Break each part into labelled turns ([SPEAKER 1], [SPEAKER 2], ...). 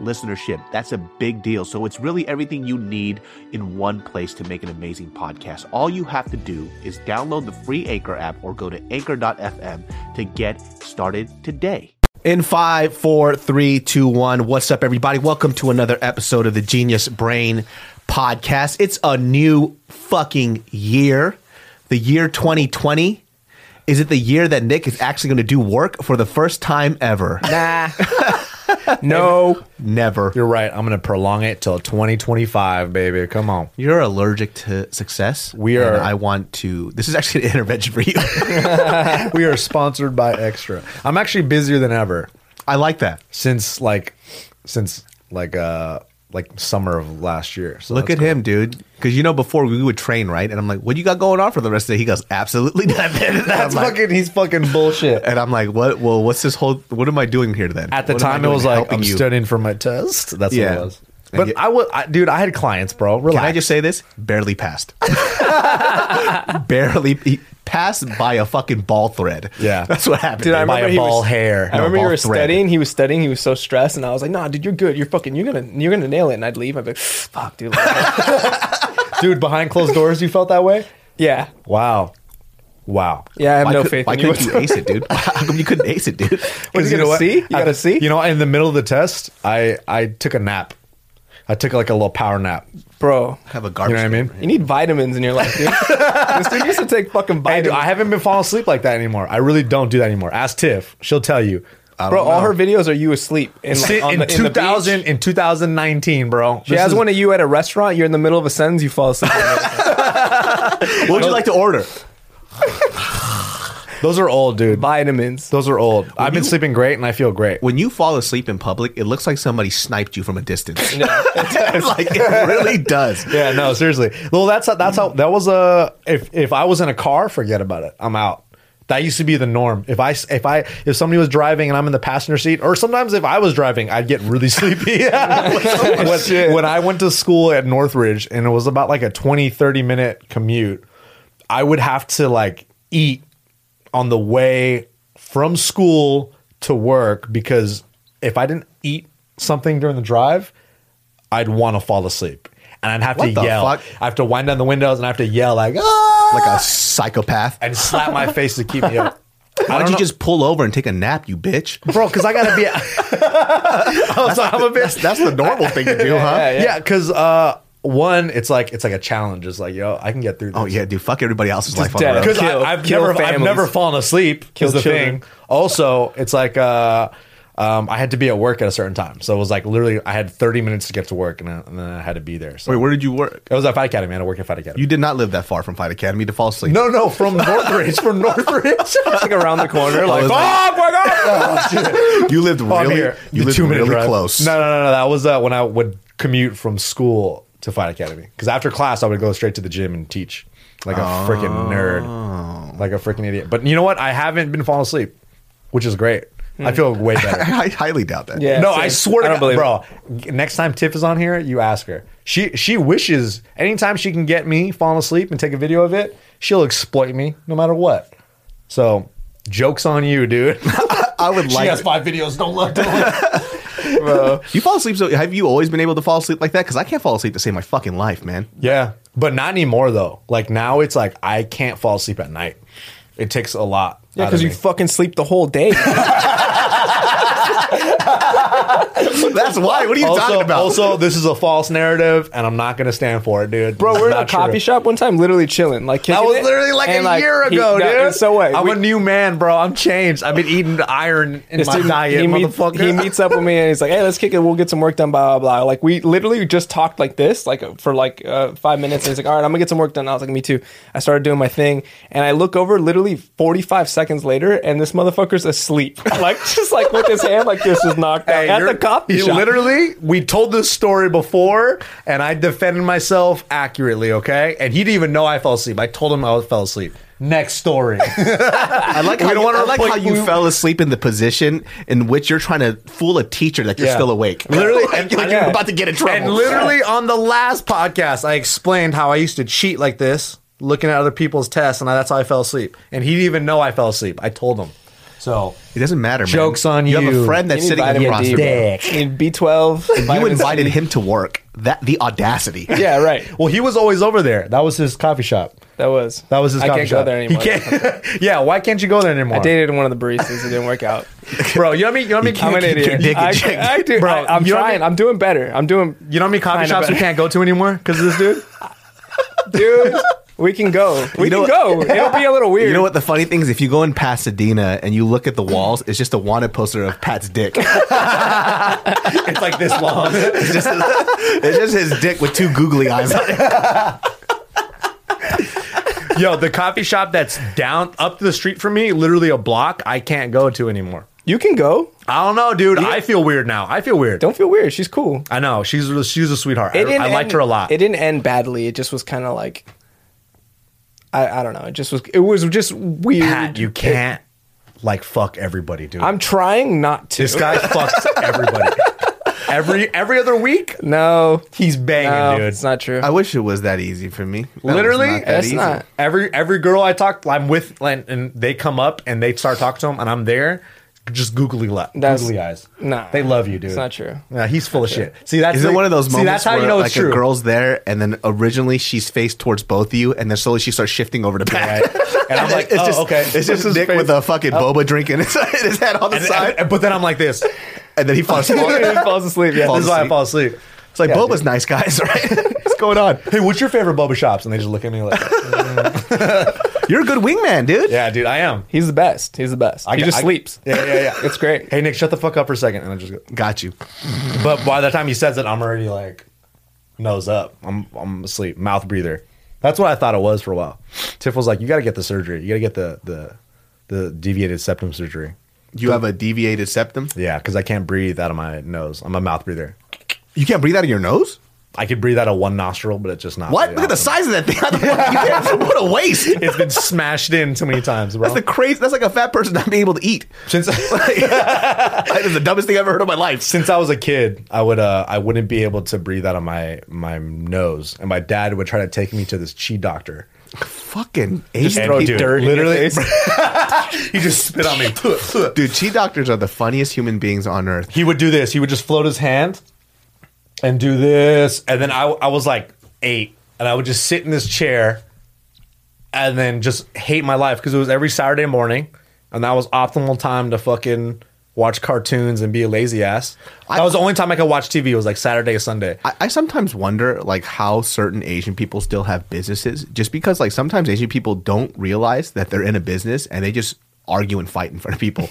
[SPEAKER 1] listenership. That's a big deal. So it's really everything you need in one place to make an amazing podcast. All you have to do is download the free Anchor app or go to anchor.fm to get started today. In five, four, three, two, one. What's up, everybody? Welcome to another episode of the Genius Brain Podcast. It's a new fucking year, the year 2020. Is it the year that Nick is actually going to do work for the first time ever?
[SPEAKER 2] Nah. no.
[SPEAKER 1] Never.
[SPEAKER 2] You're right. I'm going to prolong it till 2025, baby. Come on.
[SPEAKER 1] You're allergic to success.
[SPEAKER 2] We
[SPEAKER 1] and
[SPEAKER 2] are-
[SPEAKER 1] I want to. This is actually an intervention for you.
[SPEAKER 2] we are sponsored by Extra. I'm actually busier than ever
[SPEAKER 1] I like that.
[SPEAKER 2] since like since like uh like summer of last year. So
[SPEAKER 1] Look at
[SPEAKER 2] that's
[SPEAKER 1] him, dude. Because you know, before we would train, right? And I'm like, "What do you got going on for the rest of the day?" He goes, "Absolutely nothing." And
[SPEAKER 2] cool. That's
[SPEAKER 1] I'm like-
[SPEAKER 2] fucking he's fucking bullshit.
[SPEAKER 1] And I'm like, "What? Well, what's this whole? What am I doing here then?"
[SPEAKER 2] At the
[SPEAKER 1] What am I
[SPEAKER 2] time it
[SPEAKER 1] doing
[SPEAKER 2] was like
[SPEAKER 1] helping
[SPEAKER 2] I'm
[SPEAKER 1] you?
[SPEAKER 2] studying for my test. That's
[SPEAKER 1] Yeah.
[SPEAKER 2] what it was.
[SPEAKER 1] And
[SPEAKER 2] But
[SPEAKER 1] you-
[SPEAKER 2] I was I, dude, I had clients, bro.
[SPEAKER 1] Can
[SPEAKER 2] Relax.
[SPEAKER 1] I just say this? Barely passed. Barely he passed by a fucking ball thread.
[SPEAKER 2] Yeah.
[SPEAKER 1] that's what happened.
[SPEAKER 3] Dude, I
[SPEAKER 2] by
[SPEAKER 3] remember
[SPEAKER 2] a
[SPEAKER 3] he
[SPEAKER 2] ball
[SPEAKER 3] was-
[SPEAKER 2] hair.
[SPEAKER 3] I remember
[SPEAKER 1] ball
[SPEAKER 3] you were
[SPEAKER 1] thread.
[SPEAKER 3] studying. He was studying. He was so stressed, and I was like, "Nah, dude, you're good. You're fucking. You're gonna. You're gonna nail it." And I'd leave. I'd be like, "Fuck, dude."
[SPEAKER 2] dude, behind closed doors you felt that way?
[SPEAKER 3] yeah,
[SPEAKER 2] Wow. Wow.
[SPEAKER 3] yeah. I have
[SPEAKER 1] why
[SPEAKER 3] no
[SPEAKER 1] could-
[SPEAKER 3] faith
[SPEAKER 1] Why
[SPEAKER 3] in you.
[SPEAKER 1] couldn't you ace it, dude? How come you couldn't ace it, dude?
[SPEAKER 3] What, you
[SPEAKER 2] Because
[SPEAKER 3] gotta
[SPEAKER 2] what?
[SPEAKER 3] see? You
[SPEAKER 2] At
[SPEAKER 3] gotta
[SPEAKER 2] the-
[SPEAKER 3] see?
[SPEAKER 2] You know, in the middle of the test, I I took a nap. I took like a little power nap. You
[SPEAKER 3] bro.
[SPEAKER 1] Have a garbage.
[SPEAKER 2] know what I
[SPEAKER 1] can.
[SPEAKER 2] mean?
[SPEAKER 3] You need vitamins in your life, dude. this dude used to take fucking
[SPEAKER 2] Hey, dude,
[SPEAKER 3] vitamins.
[SPEAKER 2] I haven't been falling asleep like that anymore. I really don't do that anymore. Ask Tiff; she'll tell you.
[SPEAKER 3] bro,
[SPEAKER 1] don't know.
[SPEAKER 3] all her videos are you asleep in, like,
[SPEAKER 2] Sit
[SPEAKER 3] on
[SPEAKER 2] in
[SPEAKER 3] the, in the
[SPEAKER 2] 2000
[SPEAKER 3] beach.
[SPEAKER 2] in 2019, bro.
[SPEAKER 3] She has one of you at a restaurant. You're in the middle of a sentence. You fall asleep.
[SPEAKER 1] What would you like to order?
[SPEAKER 2] Those are old, dude.
[SPEAKER 3] vitamins.
[SPEAKER 2] Those are old. I've been
[SPEAKER 1] you-
[SPEAKER 2] sleeping great, and I feel great.
[SPEAKER 1] When you fall asleep in public, it looks like somebody sniped you from a distance. like it really does.
[SPEAKER 2] yeah, no, seriously. Well, that's how, that's how that was a if if I was in a car, forget about it. I'm out. That used to be the norm. If I s- if I if somebody was driving and I'm in the passenger seat, or sometimes if I was driving, I'd get really sleepy. when, when I went to school at Northridge and it was about like a 20 30 minute commute, I would have to like eat on the way from school to work because if I didn't eat something during the drive, I'd want to fall asleep. And I'd have
[SPEAKER 1] What the
[SPEAKER 2] to yell.
[SPEAKER 1] fuck?
[SPEAKER 2] I have to wind down the windows and I have to yell like ah
[SPEAKER 1] Like a psychopath.
[SPEAKER 2] and slap my face to keep me up.
[SPEAKER 1] Why don't you just pull over and take a nap, you bitch?
[SPEAKER 2] Bro, because I gotta be. I was like, I'm a bitch.
[SPEAKER 1] That's, that's the normal thing to do, huh?
[SPEAKER 3] yeah.
[SPEAKER 2] Yeah, because uh, one, it's like it's like a challenge. It's like, yo, I can get through this.
[SPEAKER 1] Oh yeah, dude. Fuck everybody else's life on
[SPEAKER 3] dead.
[SPEAKER 1] the road.
[SPEAKER 2] because
[SPEAKER 3] Kill-
[SPEAKER 2] I've
[SPEAKER 3] kill
[SPEAKER 2] never I've
[SPEAKER 3] families.
[SPEAKER 2] never fallen asleep.
[SPEAKER 3] Kill
[SPEAKER 2] is the
[SPEAKER 3] children.
[SPEAKER 2] thing. Also, it's like uh, um, I had to be at work at a certain time, so it was like literally I had 30 minutes to get to work, and, I, and then I had to be there. So
[SPEAKER 1] Wait, where did you work?
[SPEAKER 2] it was at Fight Academy. I had to work at Fight Academy.
[SPEAKER 1] You did not live that far from Fight Academy to fall asleep.
[SPEAKER 2] no, no, from Northridge, from Northridge.
[SPEAKER 3] It's like around the corner.
[SPEAKER 1] I
[SPEAKER 3] Like,
[SPEAKER 1] was
[SPEAKER 3] "Fuck,
[SPEAKER 1] like-
[SPEAKER 2] oh my god!
[SPEAKER 1] you lived
[SPEAKER 2] Oh,
[SPEAKER 1] really. You lived really close.
[SPEAKER 2] No, no, no, no. That was uh, when I would commute from school to Fight Academy because after class I would go straight to the gym and teach, like a freaking
[SPEAKER 1] Oh.
[SPEAKER 2] nerd, like a freaking idiot. But you know what? I haven't been falling asleep, which is great. I feel
[SPEAKER 1] Hmm.
[SPEAKER 2] way better.
[SPEAKER 1] I highly doubt that.
[SPEAKER 3] Yeah.
[SPEAKER 2] no,
[SPEAKER 3] same.
[SPEAKER 2] I swear
[SPEAKER 3] I
[SPEAKER 2] to
[SPEAKER 3] don't
[SPEAKER 2] God,
[SPEAKER 3] believe
[SPEAKER 2] bro. Next time Tiff is on here, you ask her. She she wishes anytime she can get me falling asleep and take a video of it, she'll exploit me no matter what. So jokes on you, dude.
[SPEAKER 1] I would like.
[SPEAKER 2] five videos. Don't look. Don't
[SPEAKER 1] You fall asleep. So have you always been able to fall asleep like that? Because I can't fall asleep to save my fucking life, man.
[SPEAKER 2] Yeah, but not anymore though. Like now, it's like I can't fall asleep at night. It takes a lot.
[SPEAKER 3] Yeah,
[SPEAKER 2] out
[SPEAKER 3] because
[SPEAKER 2] of
[SPEAKER 3] you
[SPEAKER 2] me.
[SPEAKER 3] fucking sleep the whole day.
[SPEAKER 1] That's why. What are you
[SPEAKER 2] Also,
[SPEAKER 1] talking about?
[SPEAKER 2] also, this is a false narrative, and I'm not going to stand for it, dude.
[SPEAKER 3] Bro,
[SPEAKER 2] This is
[SPEAKER 3] we're in a
[SPEAKER 2] not true.
[SPEAKER 3] coffee shop one time, literally chilling. Like
[SPEAKER 2] That
[SPEAKER 3] kicking
[SPEAKER 2] was
[SPEAKER 3] it,
[SPEAKER 2] literally like
[SPEAKER 3] and,
[SPEAKER 2] a year
[SPEAKER 3] he-
[SPEAKER 2] ago,
[SPEAKER 3] no,
[SPEAKER 2] dude.
[SPEAKER 3] and So what?
[SPEAKER 2] I'm
[SPEAKER 3] We-
[SPEAKER 2] a new man, bro. I'm changed. I've been eating iron in
[SPEAKER 3] this
[SPEAKER 2] my
[SPEAKER 3] dude-
[SPEAKER 2] diet,
[SPEAKER 3] he, meets,
[SPEAKER 2] motherfucker.
[SPEAKER 3] he meets up with me and he's like, "Hey, let's kick it. We'll get some work done." Blah blah blah. Like we literally just talked like this, like for like uh, five minutes. And he's like, "All right, I'm gonna get some work done." I was like, "Me too." I started doing my thing, and I look over literally 45 seconds later, and this motherfucker's asleep, like just like with his hand like this is knocked out
[SPEAKER 2] Hey,
[SPEAKER 3] at
[SPEAKER 2] you're-
[SPEAKER 3] the coffee
[SPEAKER 2] you
[SPEAKER 3] shop.
[SPEAKER 2] Literally, we told this story before, and I defended myself accurately. Okay, and he didn't even know I fell asleep. I told him I fell asleep. Next story.
[SPEAKER 1] I like how,
[SPEAKER 2] We
[SPEAKER 1] you,
[SPEAKER 2] don't wanna
[SPEAKER 1] I like
[SPEAKER 2] put-
[SPEAKER 1] how you
[SPEAKER 2] we-
[SPEAKER 1] fell asleep in the position in which you're trying to fool a teacher that you're
[SPEAKER 2] Yeah.
[SPEAKER 1] still awake.
[SPEAKER 2] Literally,
[SPEAKER 1] like,
[SPEAKER 2] and-
[SPEAKER 1] like
[SPEAKER 2] yeah.
[SPEAKER 1] you're about to get in trouble.
[SPEAKER 2] And literally on the last podcast, I explained how I used to cheat like this, looking at other people's tests, and I, that's how I fell asleep. And he didn't even know I fell asleep. I told him. So
[SPEAKER 1] it doesn't matter. man.
[SPEAKER 2] Jokes on
[SPEAKER 1] You have
[SPEAKER 2] you.
[SPEAKER 1] a friend that's
[SPEAKER 3] You need
[SPEAKER 1] sitting
[SPEAKER 3] vitamin
[SPEAKER 1] across
[SPEAKER 3] D,
[SPEAKER 1] the
[SPEAKER 3] bro.
[SPEAKER 1] room.
[SPEAKER 3] You need B12.
[SPEAKER 1] You
[SPEAKER 3] vitamin C.
[SPEAKER 1] invited him to work. That the audacity.
[SPEAKER 3] Yeah, right.
[SPEAKER 2] Well, he was always over there. That was his coffee shop.
[SPEAKER 3] That was
[SPEAKER 2] That was his
[SPEAKER 3] I
[SPEAKER 2] coffee
[SPEAKER 3] can't
[SPEAKER 2] shop.
[SPEAKER 3] go there anymore.
[SPEAKER 2] He can't. yeah, why can't you go there anymore?
[SPEAKER 3] I dated one of the baristas. It didn't work out.
[SPEAKER 2] Bro, you know what I mean? You know what I mean?
[SPEAKER 3] I'm an
[SPEAKER 1] Keep your
[SPEAKER 3] idiot.
[SPEAKER 1] dick
[SPEAKER 3] I,
[SPEAKER 1] in check.
[SPEAKER 3] I do.
[SPEAKER 2] Bro,
[SPEAKER 3] I, am
[SPEAKER 2] you know what I
[SPEAKER 3] trying.
[SPEAKER 2] mean?
[SPEAKER 3] I'm doing better. I'm doing.
[SPEAKER 2] You know how many coffee
[SPEAKER 3] Kinda
[SPEAKER 2] shops we
[SPEAKER 3] better.
[SPEAKER 2] can't go to anymore because of this dude?
[SPEAKER 3] dude. We can go. We
[SPEAKER 1] You know
[SPEAKER 3] can go. It'll be a little weird.
[SPEAKER 1] You know what the funny thing is? If you go in Pasadena and you look at the walls, it's just a wanted poster of Pat's dick. It's
[SPEAKER 2] it's like this long.
[SPEAKER 1] just, it's just his dick with two googly eyes on it.
[SPEAKER 2] Yo, the coffee shop that's down up the street from me, literally a block, I can't go to anymore.
[SPEAKER 3] You can go.
[SPEAKER 2] I don't know, dude. I feel weird now. I feel weird.
[SPEAKER 3] Don't feel weird. She's cool.
[SPEAKER 2] I know she's she's a sweetheart. I, I liked
[SPEAKER 3] end-
[SPEAKER 2] her a lot.
[SPEAKER 3] It didn't end badly. It just was kind of like, I, I don't know. It just was. It was just weird.
[SPEAKER 2] Pat, you can't like fuck everybody, dude.
[SPEAKER 3] I'm trying not to.
[SPEAKER 2] this guy fucks everybody. Every every other week,
[SPEAKER 3] No,
[SPEAKER 2] he's
[SPEAKER 3] no,
[SPEAKER 2] banging, dude.
[SPEAKER 3] it's not true.
[SPEAKER 1] I wish it was that easy for me. That was
[SPEAKER 2] Literally,
[SPEAKER 1] not that
[SPEAKER 3] That's
[SPEAKER 1] easy.
[SPEAKER 3] not.
[SPEAKER 2] Every every girl I talk, I'm with, and, and they come up and they start talking to him, and I'm there, just googly, le-
[SPEAKER 3] That's-
[SPEAKER 2] googly eyes.
[SPEAKER 3] nah.
[SPEAKER 2] they love you, dude.
[SPEAKER 3] It's not true.
[SPEAKER 2] Yeah, he's full of shit. See, that's
[SPEAKER 1] Is it
[SPEAKER 2] the-
[SPEAKER 1] one of those
[SPEAKER 2] see,
[SPEAKER 1] moments
[SPEAKER 2] that's how
[SPEAKER 1] where
[SPEAKER 2] you know
[SPEAKER 1] like
[SPEAKER 2] it's true.
[SPEAKER 1] a girl's there, and then originally she's faced towards both of you, and then slowly she starts shifting over to Pat.
[SPEAKER 2] And I'm like,
[SPEAKER 1] it's
[SPEAKER 2] oh,
[SPEAKER 1] just
[SPEAKER 2] okay.
[SPEAKER 1] It's just
[SPEAKER 2] This
[SPEAKER 1] Nick
[SPEAKER 2] is Oh.
[SPEAKER 1] with a fucking boba drink in his, in his head on the
[SPEAKER 2] And-
[SPEAKER 1] side,
[SPEAKER 2] and- but then I'm like this.
[SPEAKER 1] and then he falls asleep.
[SPEAKER 3] He falls asleep. Yeah.
[SPEAKER 1] Falls
[SPEAKER 2] this is why I
[SPEAKER 1] asleep.
[SPEAKER 2] fall asleep.
[SPEAKER 1] It's like
[SPEAKER 2] Yeah,
[SPEAKER 1] boba's nice, guys, right?
[SPEAKER 2] What's going on? Hey, what's your favorite boba shops? And they just look at me like,
[SPEAKER 1] You're a good wingman, dude.
[SPEAKER 2] yeah, dude, I am.
[SPEAKER 3] He's the best. He's the best. he
[SPEAKER 2] I-
[SPEAKER 3] just
[SPEAKER 2] I-
[SPEAKER 3] sleeps.
[SPEAKER 2] Yeah, yeah, yeah.
[SPEAKER 3] It's great.
[SPEAKER 2] hey, Nick, shut the fuck up for a second. And I just go.
[SPEAKER 1] Got you.
[SPEAKER 2] But by the time he says it, I'm already like nose up. I'm I'm asleep, mouth breather. That's what I thought it was for a while. Tiff was like, "You got to get the surgery. You got to get the the the deviated septum surgery."
[SPEAKER 1] You have a deviated septum.
[SPEAKER 2] Yeah, because I can't breathe out of my nose. I'm a mouth breather.
[SPEAKER 1] You can't breathe out of your nose.
[SPEAKER 2] I could breathe out of one nostril, but it's just not.
[SPEAKER 1] What?
[SPEAKER 2] really
[SPEAKER 1] Look at the
[SPEAKER 2] awesome.
[SPEAKER 1] size of that thing. How the fuck- you can't- what a waste.
[SPEAKER 2] It's been smashed in too many times, bro.
[SPEAKER 1] That's the crazy. That's like a fat person not being able to eat.
[SPEAKER 2] since
[SPEAKER 1] Like, that is the dumbest thing I've ever heard in my life.
[SPEAKER 2] since I was a kid, I would uh, I wouldn't be able to breathe out of my my nose, and my dad would try to take me to this chi doctor.
[SPEAKER 1] Fucking Asian
[SPEAKER 2] And,
[SPEAKER 1] people.
[SPEAKER 2] dude, literally, he just spit on me.
[SPEAKER 1] Dude, chi doctors are the funniest human beings on earth.
[SPEAKER 2] he would do this. He would just float his hand and do this. And then I, I was like eight, and I would just sit in this chair and then just hate my life because it was every Saturday morning, and that was optimal time to fucking watch cartoons and be a lazy ass.
[SPEAKER 1] I-
[SPEAKER 2] that was the only time I could watch TV. It was like Saturday, Sunday.
[SPEAKER 1] I, I sometimes wonder like how certain Asian people still have businesses just because like sometimes Asian people don't realize that they're in a business and they just argue and fight in front of people.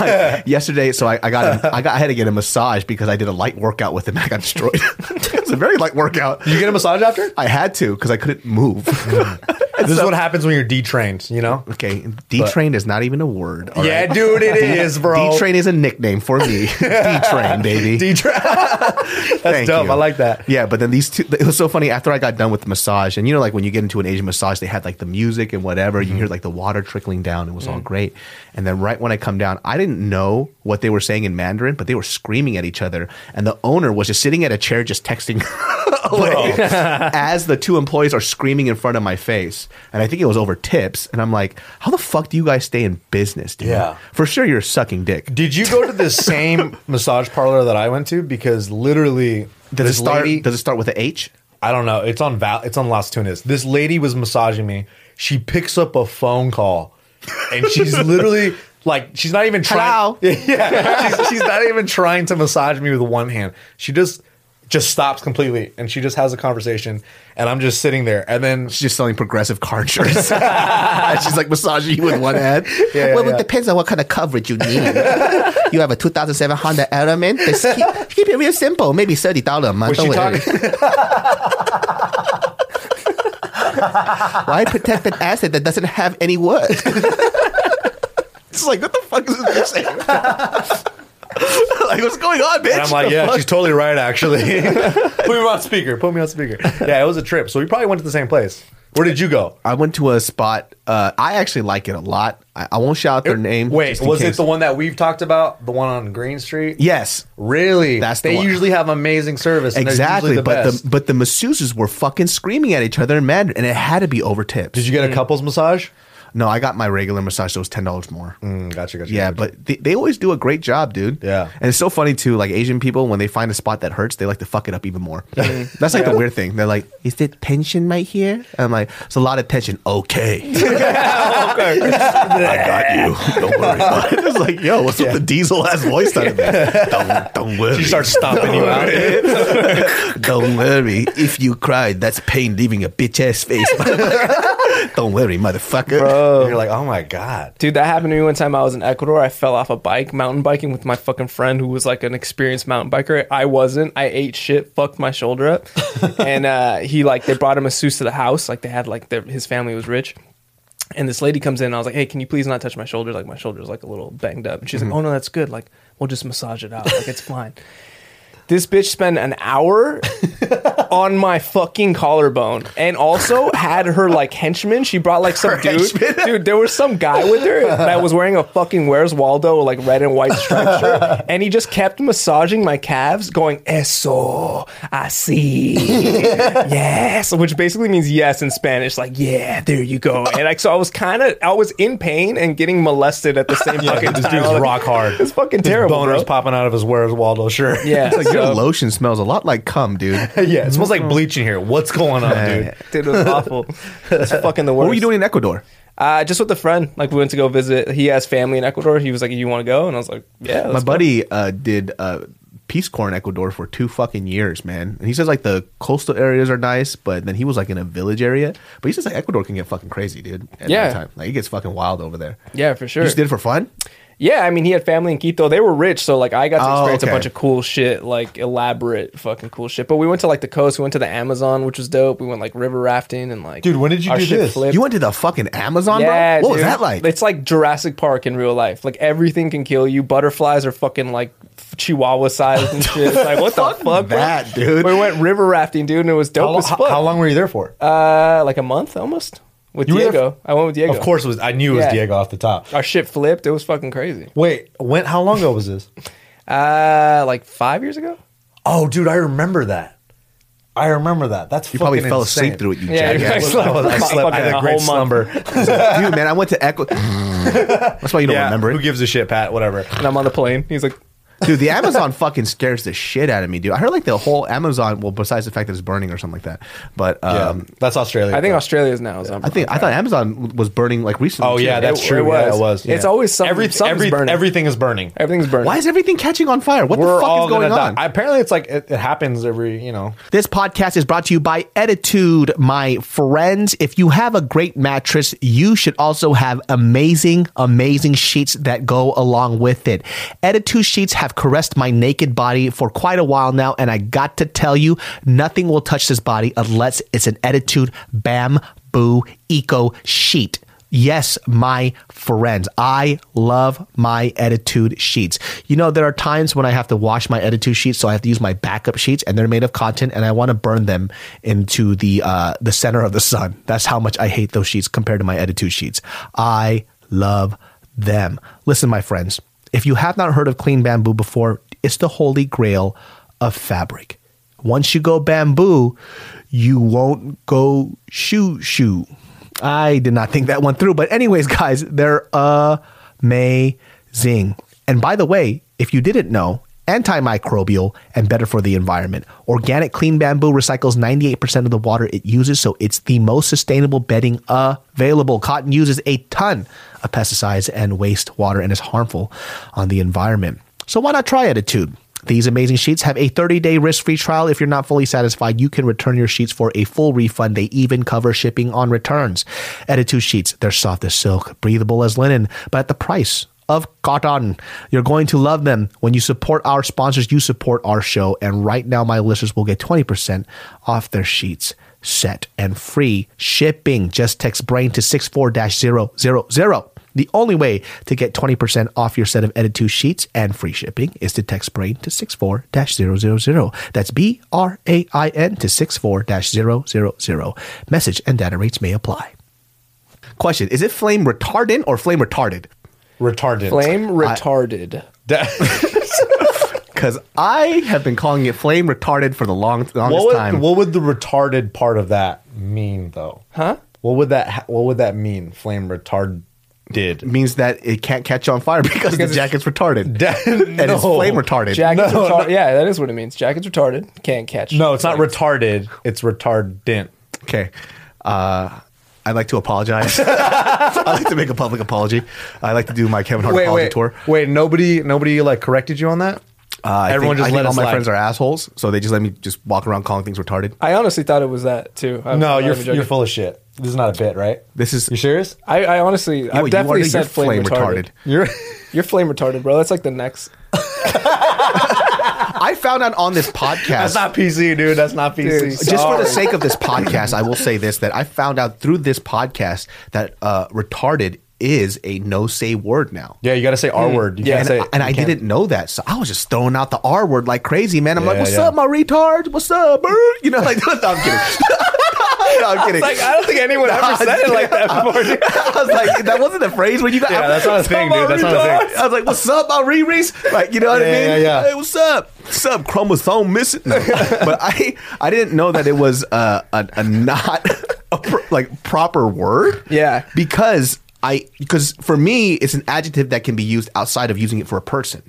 [SPEAKER 1] Like, yesterday, so I, I got a, I got I had to get a massage because I did a light workout with him. I got destroyed. it was a very light workout.
[SPEAKER 2] you get a massage after?
[SPEAKER 1] I had to because I couldn't move.
[SPEAKER 2] this is what happens when you're detrained. You know?
[SPEAKER 1] okay, detrained is not even a word. all
[SPEAKER 2] yeah,
[SPEAKER 1] right?
[SPEAKER 2] dude, it is, bro.
[SPEAKER 1] D-Train is a nickname for me. D-Train, baby.
[SPEAKER 2] Detrained. That's
[SPEAKER 1] Thank
[SPEAKER 2] dope.
[SPEAKER 1] you.
[SPEAKER 2] I like that.
[SPEAKER 1] Yeah, but then these two, it was so funny. After I got done with the massage, and you know, like when you get into an Asian massage, they had like the music and whatever.
[SPEAKER 2] Mm-hmm.
[SPEAKER 1] You hear like the water trickling down. It was
[SPEAKER 2] Mm.
[SPEAKER 1] all great. And then right when I come down, I didn't know what they were saying in Mandarin, but they were screaming at each other. And the owner was just sitting at a chair, just texting away as the two employees are screaming in front of my face. And I think it was over tips. And I'm like, how the fuck do you guys stay in business, dude?
[SPEAKER 2] Yeah.
[SPEAKER 1] For sure, you're sucking dick.
[SPEAKER 2] Did you go to the same massage parlor that I went to? Because literally,
[SPEAKER 1] Does it
[SPEAKER 2] this
[SPEAKER 1] start?
[SPEAKER 2] lady-
[SPEAKER 1] does it start with an H?
[SPEAKER 2] I don't know. It's on Val. It's on Las Tunas. This lady was massaging me. She picks up a phone call, and she's literally Like she's not even trying.
[SPEAKER 1] Hello.
[SPEAKER 2] Yeah, she's, she's not even trying to massage me with one hand. She just just stops completely and she just has a conversation, and I'm just sitting there. And then
[SPEAKER 1] She's just selling progressive car insurance. She's like massaging you with one hand.
[SPEAKER 2] Yeah,
[SPEAKER 1] well,
[SPEAKER 2] yeah.
[SPEAKER 1] it depends on what kind of coverage you need. you have a 2007 Honda Element. Just keep, keep it real simple. Maybe thirty dollars a month.
[SPEAKER 2] was she
[SPEAKER 1] Don't worry.
[SPEAKER 2] talking?
[SPEAKER 1] Why protect an asset that doesn't have any wood? it's like what the fuck is this bitch saying? like what's going on, bitch?
[SPEAKER 2] And I'm like,
[SPEAKER 1] The
[SPEAKER 2] yeah,
[SPEAKER 1] fuck?
[SPEAKER 2] she's totally right, actually. Put me on speaker. Put me on speaker. Yeah, it was a trip. So we probably went to the same place. Where did you go?
[SPEAKER 1] I went to a spot. Uh, I actually like it a lot. I, I won't shout out their name.
[SPEAKER 2] Wait,
[SPEAKER 1] just in
[SPEAKER 2] was
[SPEAKER 1] case.
[SPEAKER 2] it the one that we've talked about? The one on Green Street?
[SPEAKER 1] Yes,
[SPEAKER 2] Really?
[SPEAKER 1] That's the
[SPEAKER 2] they
[SPEAKER 1] one.
[SPEAKER 2] usually have amazing service. and they're
[SPEAKER 1] exactly.
[SPEAKER 2] usually the
[SPEAKER 1] but
[SPEAKER 2] best.
[SPEAKER 1] the but the masseuses were fucking screaming at each other in Mandarin, and it had to be over tips.
[SPEAKER 2] did you get a couples massage?
[SPEAKER 1] No, I got my regular massage. So it was ten dollars more.
[SPEAKER 2] Mm, gotcha, gotcha.
[SPEAKER 1] Yeah,
[SPEAKER 2] gotcha.
[SPEAKER 1] but they, they always do a great job, dude.
[SPEAKER 2] Yeah.
[SPEAKER 1] and it's so funny too. Like Asian people, when they find a spot that hurts, they like to fuck it up even more. That's like the weird thing. They're like, "Is there tension right here?" And I'm like, "It's a lot of tension." Okay, I got you. Don't worry. About it. It's like, yo, what's with the diesel ass voice out of there? Don't, don't worry.
[SPEAKER 2] she starts stomping you out.
[SPEAKER 1] Don't worry. If you cried, that's pain leaving a bitch ass face. Don't worry, motherfucker.
[SPEAKER 2] You're like, oh my god.
[SPEAKER 3] Dude, that happened to me one time. I was in Ecuador. I fell off a bike, mountain biking with my fucking friend who was like an experienced mountain biker. I wasn't. I ate shit, fucked my shoulder up, and uh, he like they brought him a masseuse to the house. Like they had like their, his family was rich. And this lady comes in, and I was like, "Hey, can you please not touch my shoulder? Like my shoulder's like a little banged up." And she's like, "Oh no, that's good. Like we'll just massage it out. Like it's fine." This bitch spent an hour on my fucking collarbone, and also had her like henchman. She brought like some dude, dude. There was some guy with her that was wearing a fucking Where's Waldo like red and white striped shirt, and he just kept massaging my calves, going "Eso, I see, yes," which basically means yes in Spanish, like "Yeah, there you go." And like so, I was kind of I was in pain and getting molested at the same fucking
[SPEAKER 2] This
[SPEAKER 3] time.
[SPEAKER 2] dude's
[SPEAKER 3] Like,
[SPEAKER 2] rock hard.
[SPEAKER 3] It's fucking
[SPEAKER 2] His
[SPEAKER 3] terrible,
[SPEAKER 2] Boners
[SPEAKER 3] bro.
[SPEAKER 2] popping out of his Where's Waldo shirt.
[SPEAKER 3] Yeah,
[SPEAKER 1] It's like your
[SPEAKER 3] so-
[SPEAKER 1] lotion smells a lot like cum, dude.
[SPEAKER 2] yeah. It smells
[SPEAKER 1] Mm-hmm.
[SPEAKER 2] like bleach in here. What's going on, dude?
[SPEAKER 3] Dude, it was awful. It's fucking the worst.
[SPEAKER 1] What were you doing in Ecuador?
[SPEAKER 3] Uh, just with a friend. Like we went to go visit. He has family in Ecuador. He was like, "You want to go?" And I was like, "Yeah."
[SPEAKER 1] My
[SPEAKER 3] let's go."
[SPEAKER 1] buddy uh, did uh, Peace Corps in Ecuador for two fucking years, man. And he says like the coastal areas are nice, but then he was like in a village area. But he says like Ecuador can get fucking crazy, dude. At
[SPEAKER 3] Yeah.
[SPEAKER 1] any time. like it gets fucking wild over there.
[SPEAKER 3] Yeah, for sure.
[SPEAKER 1] You just did it for fun.
[SPEAKER 3] Yeah, I mean, he had family in Quito. They were rich, so like I got to
[SPEAKER 1] Oh,
[SPEAKER 3] experience
[SPEAKER 1] okay.
[SPEAKER 3] a bunch of cool shit, like elaborate fucking cool shit. But we went to like the coast. We went to the Amazon, which was dope. We went like river rafting and like.
[SPEAKER 2] Dude, when did you
[SPEAKER 3] our
[SPEAKER 2] do
[SPEAKER 3] shit
[SPEAKER 2] this?
[SPEAKER 3] flipped.
[SPEAKER 1] You went to the fucking Amazon,
[SPEAKER 3] yeah,
[SPEAKER 1] bro. What was
[SPEAKER 3] dude.
[SPEAKER 1] that like?
[SPEAKER 3] It's like Jurassic Park in real life. Like everything can kill you. Butterflies are fucking like chihuahua sized and shit. It's like what the fuck, bro?
[SPEAKER 1] that, dude.
[SPEAKER 3] We went river rafting, dude, and it was dope
[SPEAKER 2] How, lo-
[SPEAKER 3] as
[SPEAKER 2] how-
[SPEAKER 3] fuck.
[SPEAKER 2] how long were you there for?
[SPEAKER 3] Uh, like a month almost with
[SPEAKER 2] You were there
[SPEAKER 3] Diego. I went with Diego.
[SPEAKER 2] of course, it was. I knew it was
[SPEAKER 3] Yeah.
[SPEAKER 2] Diego off the top.
[SPEAKER 3] our shit flipped. It was fucking crazy.
[SPEAKER 2] Wait, when? How long ago was this?
[SPEAKER 3] Uh, like five years ago.
[SPEAKER 2] Oh, dude, I remember that. I remember that. That's
[SPEAKER 1] you probably fell asleep through it, you
[SPEAKER 3] Yeah,
[SPEAKER 1] jackass.
[SPEAKER 2] I slept. I slept. I had a
[SPEAKER 3] Fucking
[SPEAKER 2] great
[SPEAKER 3] a whole month.
[SPEAKER 2] slumber.
[SPEAKER 1] dude, man, I went to Ecuador. That's why you don't
[SPEAKER 2] Yeah,
[SPEAKER 1] remember
[SPEAKER 2] Who
[SPEAKER 1] it,
[SPEAKER 2] gives a shit, Pat? Whatever.
[SPEAKER 3] And I'm on the plane. He's like,
[SPEAKER 1] dude. The Amazon fucking scares the shit out of me, dude. I heard like the whole Amazon. Well, besides the fact that it's burning or something like that, but um,
[SPEAKER 2] Um, that's Australia.
[SPEAKER 3] I think
[SPEAKER 2] though.
[SPEAKER 3] Australia's now is on.
[SPEAKER 1] I think I thought Amazon w- was burning like recently.
[SPEAKER 2] Oh
[SPEAKER 1] too.
[SPEAKER 2] yeah, that's
[SPEAKER 3] It-
[SPEAKER 2] true.
[SPEAKER 3] it
[SPEAKER 2] Yeah,
[SPEAKER 3] was.
[SPEAKER 2] it was.
[SPEAKER 3] It's
[SPEAKER 2] Yeah.
[SPEAKER 3] always some-
[SPEAKER 2] Every-
[SPEAKER 3] something's
[SPEAKER 2] every-
[SPEAKER 3] burning.
[SPEAKER 2] Everything is burning.
[SPEAKER 3] everything's burning.
[SPEAKER 1] Why is everything catching on fire? What the fuck is going
[SPEAKER 2] gonna
[SPEAKER 1] on?
[SPEAKER 2] die. Apparently, it's like it, it happens every you know.
[SPEAKER 1] This podcast is brought to you by Attitude, my friends. If you have a great mattress, you should also have amazing, amazing sheets that go along with it. Attitude sheets have caressed my naked body for quite a while now, and I got to tell you, nothing will touch this body unless it's an Attitude Bamboo Eco Sheet. Yes, my friends, I love my Attitude sheets. You know, there are times when I have to wash my Attitude sheets, so I have to use my backup sheets, and they're made of cotton, and I want to burn them into the uh, the center of the sun. That's how much I hate those sheets compared to my Attitude sheets. I love them. Listen, my friends, if you have not heard of clean bamboo before, it's the holy grail of fabric. Once you go bamboo, you won't go shoo shoo. I did not think that one through. But, anyways, guys, they're amazing. And by the way, if you didn't know, antimicrobial, and better for the environment. Organic clean bamboo recycles 98% of the water it uses, so it's the most sustainable bedding available. Cotton uses a ton of pesticides and wastewater and is harmful on the environment. So why not try Attitude? These amazing sheets have a 30-day risk-free trial. If you're not fully satisfied, you can return your sheets for a full refund. They even cover shipping on returns. Attitude sheets, they're soft as silk, breathable as linen, but at the price of cotton. You're going to love them. When you support our sponsors, you support our show. And right now, my listeners will get 20% off their sheets set and free shipping. Just text BRAIN to 64-000. The only way to get 20% off your set of Edit 2 sheets and free shipping is to text BRAIN to 64-000. That's B-R-A-I-N to 64-000. Message and data rates may apply. Question, is it flame retardant or flame retarded?
[SPEAKER 2] Retardant.
[SPEAKER 3] Flame retarded.
[SPEAKER 2] Da-
[SPEAKER 1] Because I have been calling it flame retarded for the long, longest
[SPEAKER 2] what would,
[SPEAKER 1] time.
[SPEAKER 2] what would the retarded part of that mean though? Huh? What would that ha- what would that mean? Flame retarded.
[SPEAKER 1] It means that it can't catch on fire because, the jacket's retarded.
[SPEAKER 2] Da-
[SPEAKER 1] and it's
[SPEAKER 2] no.
[SPEAKER 1] flame retarded.
[SPEAKER 3] Jackets
[SPEAKER 2] No,
[SPEAKER 3] retarded. Yeah, that is what it means. Jackets retarded. Can't catch.
[SPEAKER 2] No, it's not retarded. It's retardant.
[SPEAKER 1] okay. Uh, I'd like to apologize. I'd like to make a public apology. I'd like to do my Kevin Hart apology tour.
[SPEAKER 2] wait. Nobody, nobody like corrected you on that.
[SPEAKER 1] Uh, I
[SPEAKER 2] Everyone
[SPEAKER 1] think,
[SPEAKER 2] just
[SPEAKER 1] I
[SPEAKER 2] let
[SPEAKER 1] think
[SPEAKER 2] it
[SPEAKER 1] all my
[SPEAKER 2] slide.
[SPEAKER 1] friends are assholes, so they just let me just walk around calling things retarded.
[SPEAKER 3] I honestly thought it was that too. I'm
[SPEAKER 2] No,
[SPEAKER 3] not
[SPEAKER 2] you're
[SPEAKER 3] even joking.
[SPEAKER 2] you're full of shit. This is not a bit, right?
[SPEAKER 1] This is-
[SPEAKER 2] you serious?
[SPEAKER 3] I, I honestly,
[SPEAKER 1] You-
[SPEAKER 3] I've
[SPEAKER 1] you
[SPEAKER 3] definitely
[SPEAKER 1] are- you're
[SPEAKER 3] said flame, retarded.
[SPEAKER 2] You're
[SPEAKER 3] You're flame retarded, bro. That's like the next.
[SPEAKER 1] I found out on this podcast.
[SPEAKER 2] that's not PC, dude. That's not PC.
[SPEAKER 3] Dude,
[SPEAKER 2] Sorry.
[SPEAKER 1] just for the sake of this podcast, I will say this: that I found out through this podcast that uh, retarded is a no say word now.
[SPEAKER 2] yeah, you got to say R word. You
[SPEAKER 3] Yeah,
[SPEAKER 1] And,
[SPEAKER 2] can't say,
[SPEAKER 1] I, and I didn't know that, so I was just throwing out the R word like crazy, man. I'm like,
[SPEAKER 2] Yeah,
[SPEAKER 1] "What's
[SPEAKER 2] yeah.
[SPEAKER 1] up, my retard? What's up, bro?" You know, like, no, I'm kidding. no, I'm kidding.
[SPEAKER 3] Like I don't think anyone ever said it like that before. dude.
[SPEAKER 1] I was like, that wasn't a phrase when you got.
[SPEAKER 2] Yeah, that's not a thing, dude. That's not a thing.
[SPEAKER 1] I was like, "What's up, my Riri's?" Like, you know what I
[SPEAKER 2] Yeah,
[SPEAKER 1] mean?
[SPEAKER 2] yeah, yeah.
[SPEAKER 1] Hey, what's up? What's up? Chromosome missing. No. but I, I didn't know that it was uh, a, a not a pr- like proper word.
[SPEAKER 3] Yeah.
[SPEAKER 1] because. I because for me it's an adjective that can be used outside of using it for a person,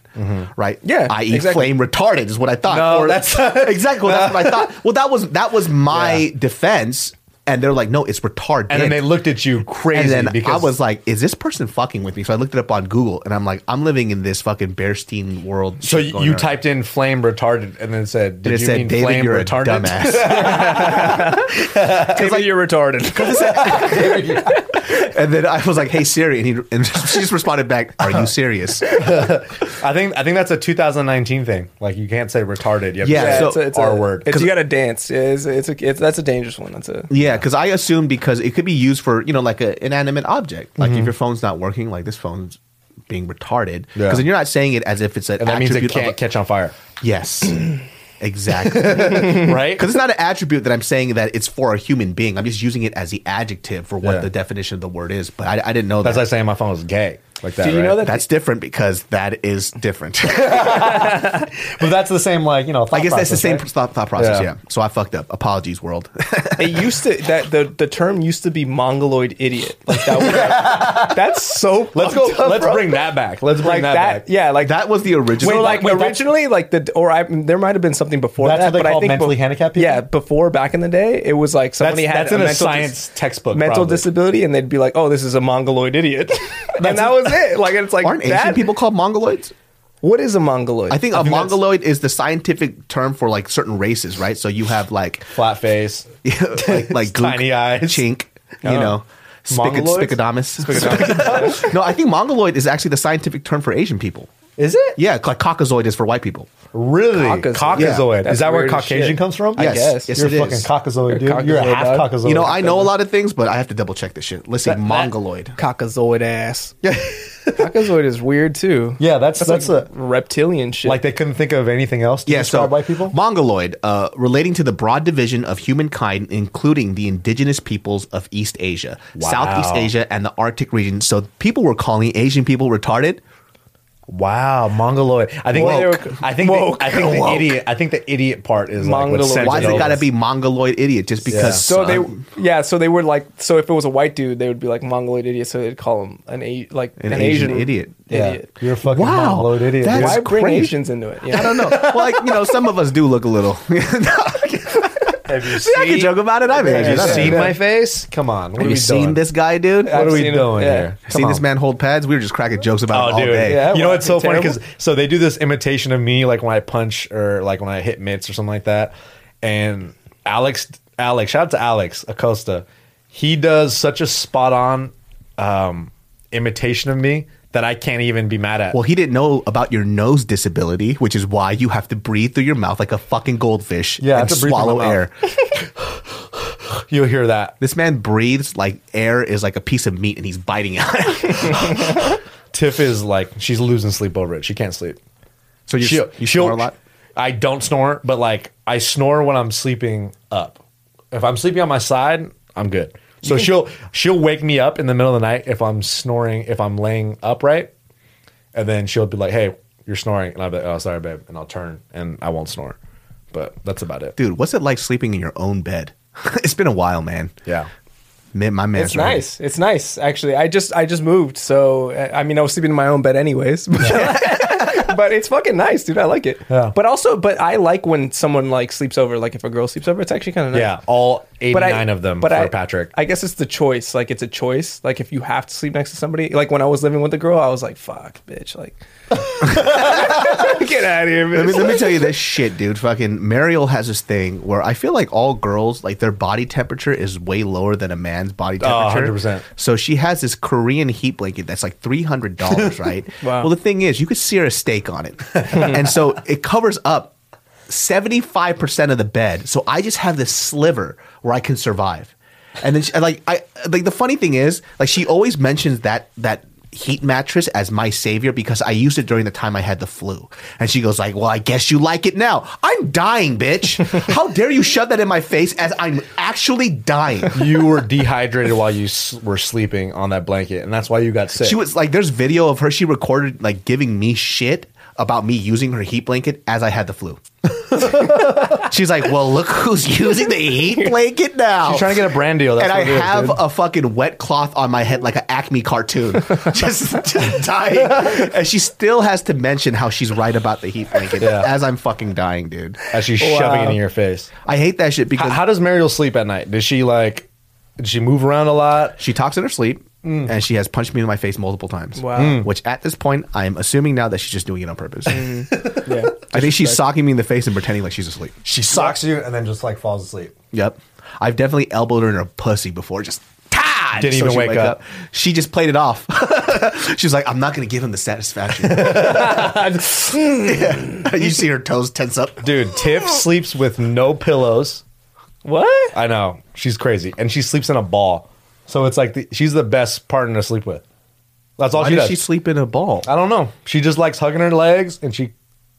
[SPEAKER 1] right?
[SPEAKER 3] Yeah,
[SPEAKER 1] I.e.,
[SPEAKER 3] exactly.
[SPEAKER 1] flame retarded is what I thought.
[SPEAKER 2] Mm-hmm. No, that's-
[SPEAKER 1] exactly that's what I thought. Well, that was that was my defense, and they're like, no, it's retarded.
[SPEAKER 2] and then they looked at you
[SPEAKER 1] And
[SPEAKER 2] crazy
[SPEAKER 1] then
[SPEAKER 2] because
[SPEAKER 1] I was like, is this person fucking with me? So I looked it up on Google and I'm like, I'm living in this fucking Bearstein world.
[SPEAKER 2] So
[SPEAKER 1] shit
[SPEAKER 2] you,
[SPEAKER 1] going
[SPEAKER 2] you
[SPEAKER 1] on.
[SPEAKER 2] typed in flame retarded and then said,
[SPEAKER 1] and
[SPEAKER 2] "Did
[SPEAKER 1] it
[SPEAKER 2] you
[SPEAKER 1] said,
[SPEAKER 2] mean
[SPEAKER 1] David,
[SPEAKER 2] flame
[SPEAKER 1] you're a
[SPEAKER 2] retarded?"
[SPEAKER 1] dumbass.
[SPEAKER 3] Maybe you're retarded.
[SPEAKER 1] and then I was like, hey, Siri. And, he, and she just responded back, are you serious?
[SPEAKER 2] I think I think that's a 2019 thing. Like you can't say retarded. You have
[SPEAKER 1] Yeah,
[SPEAKER 2] to say
[SPEAKER 1] so-
[SPEAKER 3] it's a, it's
[SPEAKER 2] R
[SPEAKER 3] a,
[SPEAKER 2] word.
[SPEAKER 3] It's, you got to dance. Yeah, It's, it's, a, it's that's a dangerous one. That's a
[SPEAKER 1] Yeah, because I assumed because it could be used for you know like an inanimate object, like if
[SPEAKER 2] Mm-hmm.
[SPEAKER 1] your phone's not working, like this phone's being retarded. Because
[SPEAKER 2] Yeah.
[SPEAKER 1] then you're not saying it as if it's an
[SPEAKER 2] and that means it
[SPEAKER 1] attribute of
[SPEAKER 2] can't
[SPEAKER 1] a-
[SPEAKER 2] catch on fire,
[SPEAKER 1] Yes, exactly.
[SPEAKER 2] right?
[SPEAKER 1] Because it's not an attribute that I'm saying that it's for a human being. I'm just using it as the adjective for what
[SPEAKER 2] Yeah.
[SPEAKER 1] the definition of the word is. But I, I didn't know
[SPEAKER 2] that's
[SPEAKER 1] that.
[SPEAKER 2] like saying my phone was gay. Like that.
[SPEAKER 3] Do you know
[SPEAKER 2] right?
[SPEAKER 3] that-
[SPEAKER 1] that's different because that is different.
[SPEAKER 2] But that's the same. Like you know,
[SPEAKER 1] I guess that's the same
[SPEAKER 2] Right?
[SPEAKER 1] thought, thought process.
[SPEAKER 2] Yeah.
[SPEAKER 1] Yeah. So I fucked up. Apologies, world.
[SPEAKER 3] it used to that the the term used to be mongoloid idiot. Like that was, that's so.
[SPEAKER 2] Let's go. let's bring that back. Let's bring
[SPEAKER 3] like
[SPEAKER 2] that,
[SPEAKER 3] that.
[SPEAKER 2] back.
[SPEAKER 3] Yeah, like
[SPEAKER 1] that was the original.
[SPEAKER 3] So like
[SPEAKER 2] wait, that's-
[SPEAKER 3] originally, like the or I there might have been something before
[SPEAKER 2] That's
[SPEAKER 3] that,
[SPEAKER 2] what they
[SPEAKER 3] but I
[SPEAKER 2] call
[SPEAKER 3] think
[SPEAKER 2] mentally handicapped people?
[SPEAKER 3] Yeah, before back in the day, it was like somebody
[SPEAKER 2] That's-
[SPEAKER 3] had
[SPEAKER 2] that's in a
[SPEAKER 3] mental
[SPEAKER 2] science textbook,
[SPEAKER 3] mental
[SPEAKER 2] probably.
[SPEAKER 3] disability, and they'd be like, "Oh, this is a mongoloid idiot," and that was it. Like it's like
[SPEAKER 1] aren't Asian
[SPEAKER 3] that,
[SPEAKER 1] people called mongoloids?
[SPEAKER 3] What is a mongoloid?
[SPEAKER 1] I think a
[SPEAKER 2] that's-
[SPEAKER 1] mongoloid is the scientific term for like certain races, right? So you have like
[SPEAKER 2] Flat face.
[SPEAKER 1] like, like
[SPEAKER 2] Tiny eyes. Uh-huh.
[SPEAKER 1] chink, you know, spic-
[SPEAKER 2] Mongoloids?
[SPEAKER 1] spicodamus. no, I think mongoloid is actually the scientific term for Asian people.
[SPEAKER 2] Is it?
[SPEAKER 1] Yeah, like caucasoid is for white people.
[SPEAKER 2] Really?
[SPEAKER 3] Caucasoid.
[SPEAKER 2] Caucasoid.
[SPEAKER 3] Yeah.
[SPEAKER 2] Is that where
[SPEAKER 3] That's weird as
[SPEAKER 2] Caucasian
[SPEAKER 3] shit.
[SPEAKER 2] comes from?
[SPEAKER 1] Yes.
[SPEAKER 3] guess.
[SPEAKER 1] Yes,
[SPEAKER 2] You're
[SPEAKER 1] it
[SPEAKER 2] a fucking
[SPEAKER 1] is.
[SPEAKER 2] caucasoid, dude.
[SPEAKER 3] You're a
[SPEAKER 2] You're a
[SPEAKER 3] caucasoid,
[SPEAKER 2] half
[SPEAKER 3] dog.
[SPEAKER 2] caucasoid.
[SPEAKER 1] You know, I know a lot of things, but I have to double check this shit. Let's see, mongoloid.
[SPEAKER 3] Caucasoid ass. Yeah, caucasoid is weird too.
[SPEAKER 2] Yeah, that's that's,
[SPEAKER 3] like
[SPEAKER 2] a
[SPEAKER 3] reptilian shit.
[SPEAKER 2] like they couldn't think of anything else to
[SPEAKER 1] yeah, so
[SPEAKER 2] describe white people.
[SPEAKER 1] mongoloid, uh, relating to the broad division of humankind, including the indigenous peoples of East Asia, Southeast Asia, and the Arctic region. So people were calling Asian people retarded.
[SPEAKER 2] Wow, mongoloid. I think
[SPEAKER 3] Woke.
[SPEAKER 2] the- I think the,
[SPEAKER 3] Woke.
[SPEAKER 2] I think the
[SPEAKER 3] Woke.
[SPEAKER 2] idiot. I think the idiot part is like what
[SPEAKER 3] Mongoloid.
[SPEAKER 2] sends
[SPEAKER 1] Why
[SPEAKER 2] it
[SPEAKER 1] does it
[SPEAKER 2] over.
[SPEAKER 1] got to be mongoloid idiot? Just because?
[SPEAKER 2] Yeah.
[SPEAKER 3] So
[SPEAKER 1] son?
[SPEAKER 3] they, yeah, so they were like, so if it was a white dude, they would be like mongoloid idiot. So they'd call him an a like
[SPEAKER 1] An Asian idiot.
[SPEAKER 2] Yeah.
[SPEAKER 3] Idiot.
[SPEAKER 2] You're a fucking
[SPEAKER 1] Wow,
[SPEAKER 2] mongoloid idiot.
[SPEAKER 1] that
[SPEAKER 2] dude.
[SPEAKER 1] is-
[SPEAKER 3] Why bring
[SPEAKER 1] crazy.
[SPEAKER 3] Asians into it? Yeah.
[SPEAKER 1] I don't know. Well, like you know, some of us do look a little.
[SPEAKER 2] Have you
[SPEAKER 1] I can
[SPEAKER 2] seen,
[SPEAKER 1] joke about it. I'm Asian. I
[SPEAKER 2] have you
[SPEAKER 1] don't know.
[SPEAKER 2] seen my face? Come on. What
[SPEAKER 1] Have
[SPEAKER 2] are
[SPEAKER 1] you
[SPEAKER 2] we
[SPEAKER 1] seen
[SPEAKER 2] doing?
[SPEAKER 1] this guy, dude?
[SPEAKER 2] What
[SPEAKER 3] I've
[SPEAKER 2] are we
[SPEAKER 3] seen him.
[SPEAKER 2] doing
[SPEAKER 3] Yeah.
[SPEAKER 2] here?
[SPEAKER 1] seen
[SPEAKER 2] Come
[SPEAKER 1] this
[SPEAKER 2] on.
[SPEAKER 1] man hold pads? We were just cracking jokes about it
[SPEAKER 2] Oh,
[SPEAKER 1] um, all
[SPEAKER 2] dude.
[SPEAKER 1] day.
[SPEAKER 3] Yeah,
[SPEAKER 2] you know
[SPEAKER 3] well,
[SPEAKER 2] what's so
[SPEAKER 3] it's
[SPEAKER 2] funny?
[SPEAKER 3] terrible.
[SPEAKER 2] Because so they do this imitation of me, like when I punch or like when I hit mitts or something like that. And Alex, Alex, shout out to Alex Acosta. He does such a spot on um, imitation of me that I can't even be mad at.
[SPEAKER 1] Well, he didn't know about your nose disability, which is why you have to breathe through your mouth like a fucking goldfish
[SPEAKER 2] Yeah, I
[SPEAKER 1] and
[SPEAKER 2] have to breathe through
[SPEAKER 1] swallow
[SPEAKER 2] my mouth.
[SPEAKER 1] air.
[SPEAKER 2] You'll hear that
[SPEAKER 1] This man breathes like air is like a piece of meat and he's biting it.
[SPEAKER 2] Tiff is like she's losing sleep over it. She can't sleep.
[SPEAKER 1] so you,
[SPEAKER 2] She'll-
[SPEAKER 1] you
[SPEAKER 2] she'll-
[SPEAKER 1] snore a lot?
[SPEAKER 2] I don't snore, but like I snore when I'm sleeping up. If I'm sleeping on my side, I'm good. So she'll she'll wake me up in the middle of the night if I'm snoring, if I'm laying upright, and then she'll be like, "Hey, you're snoring," and I'll be like, "Oh, sorry, babe," and I'll turn and I won't snore. But that's about it.
[SPEAKER 1] Dude, what's it like sleeping in your own bed? it's been a while, man.
[SPEAKER 2] Yeah.
[SPEAKER 1] Man, my man's
[SPEAKER 3] It's
[SPEAKER 1] ready.
[SPEAKER 3] nice. It's nice, actually. I just I just moved, so uh, I mean, I was sleeping in my own bed anyways. But, but it's fucking nice, dude. I like it.
[SPEAKER 2] Yeah.
[SPEAKER 3] But also, but I like when someone like sleeps over. Like if a girl sleeps over, it's actually kind of nice.
[SPEAKER 2] Yeah, all
[SPEAKER 3] But I-
[SPEAKER 2] 89 of them
[SPEAKER 3] but
[SPEAKER 2] for
[SPEAKER 3] I,
[SPEAKER 2] Patrick.
[SPEAKER 3] I guess it's the choice. Like it's a choice. Like if you have to sleep next to somebody. Like when I was living with a girl, I was like, "Fuck, bitch!" Like, get out of here,
[SPEAKER 1] Let
[SPEAKER 3] bitch.
[SPEAKER 1] me, let me tell you this shit, dude. Fucking Mariel has this thing where I feel like all girls, like their body temperature is way lower than a man's body
[SPEAKER 2] Ah,
[SPEAKER 1] temperature.
[SPEAKER 2] 100%.
[SPEAKER 1] So she has this Korean heat blanket that's like three hundred dollars, right?
[SPEAKER 3] Wow.
[SPEAKER 1] Well, the thing is, you could sear a steak on it, and so it covers up seventy five percent of the bed. So I just have this sliver where I can survive. And then, she, and, like I like the funny thing is, like she always mentions that that heat mattress as my savior because I used it during the time I had the flu. And she goes like, "Well, I guess you like it now. I'm dying, bitch. How dare you shove that in my face as I'm actually dying."
[SPEAKER 2] you were dehydrated while you s- were sleeping on that blanket, and that's why you got sick.
[SPEAKER 1] She was like, there's video of her. She recorded like giving me shit about me using her heat blanket as I had the flu. She's like, well, look who's using the heat blanket now.
[SPEAKER 2] She's trying to get a brand deal. That's
[SPEAKER 1] and I
[SPEAKER 2] what it is,
[SPEAKER 1] have
[SPEAKER 2] dude.
[SPEAKER 1] a fucking wet cloth on my head like an Acme cartoon, just, just dying. And she still has to mention how she's right about the heat blanket
[SPEAKER 2] Yeah.
[SPEAKER 1] as I'm fucking dying, dude.
[SPEAKER 2] as she's shoving it in your face.
[SPEAKER 1] I hate that shit
[SPEAKER 2] How,
[SPEAKER 1] because
[SPEAKER 2] how does Mariel sleep at night? Does she like? Does she move around a lot?
[SPEAKER 1] She talks in her sleep
[SPEAKER 2] Mm.
[SPEAKER 1] and she has punched me in my face multiple times.
[SPEAKER 3] Wow. Mm.
[SPEAKER 1] Which at this point, I'm assuming now that she's just doing it on purpose.
[SPEAKER 2] Mm.
[SPEAKER 1] I
[SPEAKER 3] Yeah.
[SPEAKER 1] think she's socking me in the face and pretending like she's asleep.
[SPEAKER 2] She socks you and then just like falls asleep.
[SPEAKER 1] Yep. I've definitely elbowed her in her pussy before. Just ta!
[SPEAKER 2] Didn't
[SPEAKER 1] just
[SPEAKER 2] even
[SPEAKER 1] she'd
[SPEAKER 2] wake up.
[SPEAKER 1] She just played it off. she was like, I'm not going to give him the satisfaction. you see her toes tense up.
[SPEAKER 2] Dude, Tiff sleeps with no pillows.
[SPEAKER 3] what?
[SPEAKER 2] I know she's crazy, and she sleeps in a ball. So it's like the, she's the best partner to sleep with. That's all
[SPEAKER 1] Why
[SPEAKER 2] she
[SPEAKER 1] does
[SPEAKER 2] does. Uh,
[SPEAKER 1] she sleep in a ball?
[SPEAKER 2] I don't know. She just likes hugging her legs, and she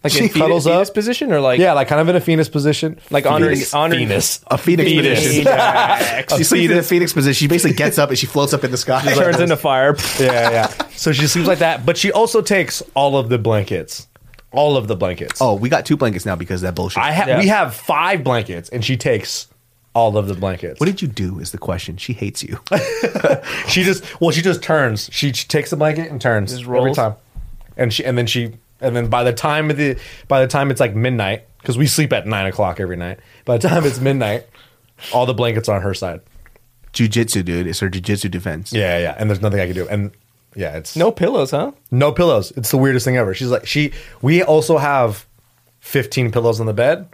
[SPEAKER 3] Like
[SPEAKER 2] she
[SPEAKER 3] in fetus,
[SPEAKER 2] cuddles
[SPEAKER 3] fetus
[SPEAKER 2] up.
[SPEAKER 3] position or like
[SPEAKER 2] yeah, like kind of in a phoenix position.
[SPEAKER 3] like honoring
[SPEAKER 2] Phoenix.
[SPEAKER 3] honoring
[SPEAKER 2] Phoenix.
[SPEAKER 1] A phoenix
[SPEAKER 2] Phoenix.
[SPEAKER 1] position. she sleeps in a phoenix position. She basically gets up and she floats up in the sky.
[SPEAKER 3] turns into fire.
[SPEAKER 2] yeah, yeah. So she sleeps like that, but she also takes all of the blankets, all of the blankets.
[SPEAKER 1] oh, we got two blankets now because of that bullshit.
[SPEAKER 2] I have
[SPEAKER 3] Yeah.
[SPEAKER 2] we have five blankets, and she takes all of the blankets.
[SPEAKER 1] What did you do? Is the question. She hates you.
[SPEAKER 2] she just well, she just turns. She, she takes the blanket and turns
[SPEAKER 3] Just
[SPEAKER 2] every
[SPEAKER 3] rolls?
[SPEAKER 2] time, and she and then she and then by the time of the by the time it's like midnight because we sleep at nine o'clock every night. By the time it's midnight, all the blankets are on her side.
[SPEAKER 1] jujitsu, dude. It's her jujitsu defense.
[SPEAKER 2] Yeah, yeah. And there's nothing I can do. And yeah, it's
[SPEAKER 3] No pillows, huh?
[SPEAKER 2] No pillows. It's the weirdest thing ever. She's like, she. We also have fifteen pillows on the bed,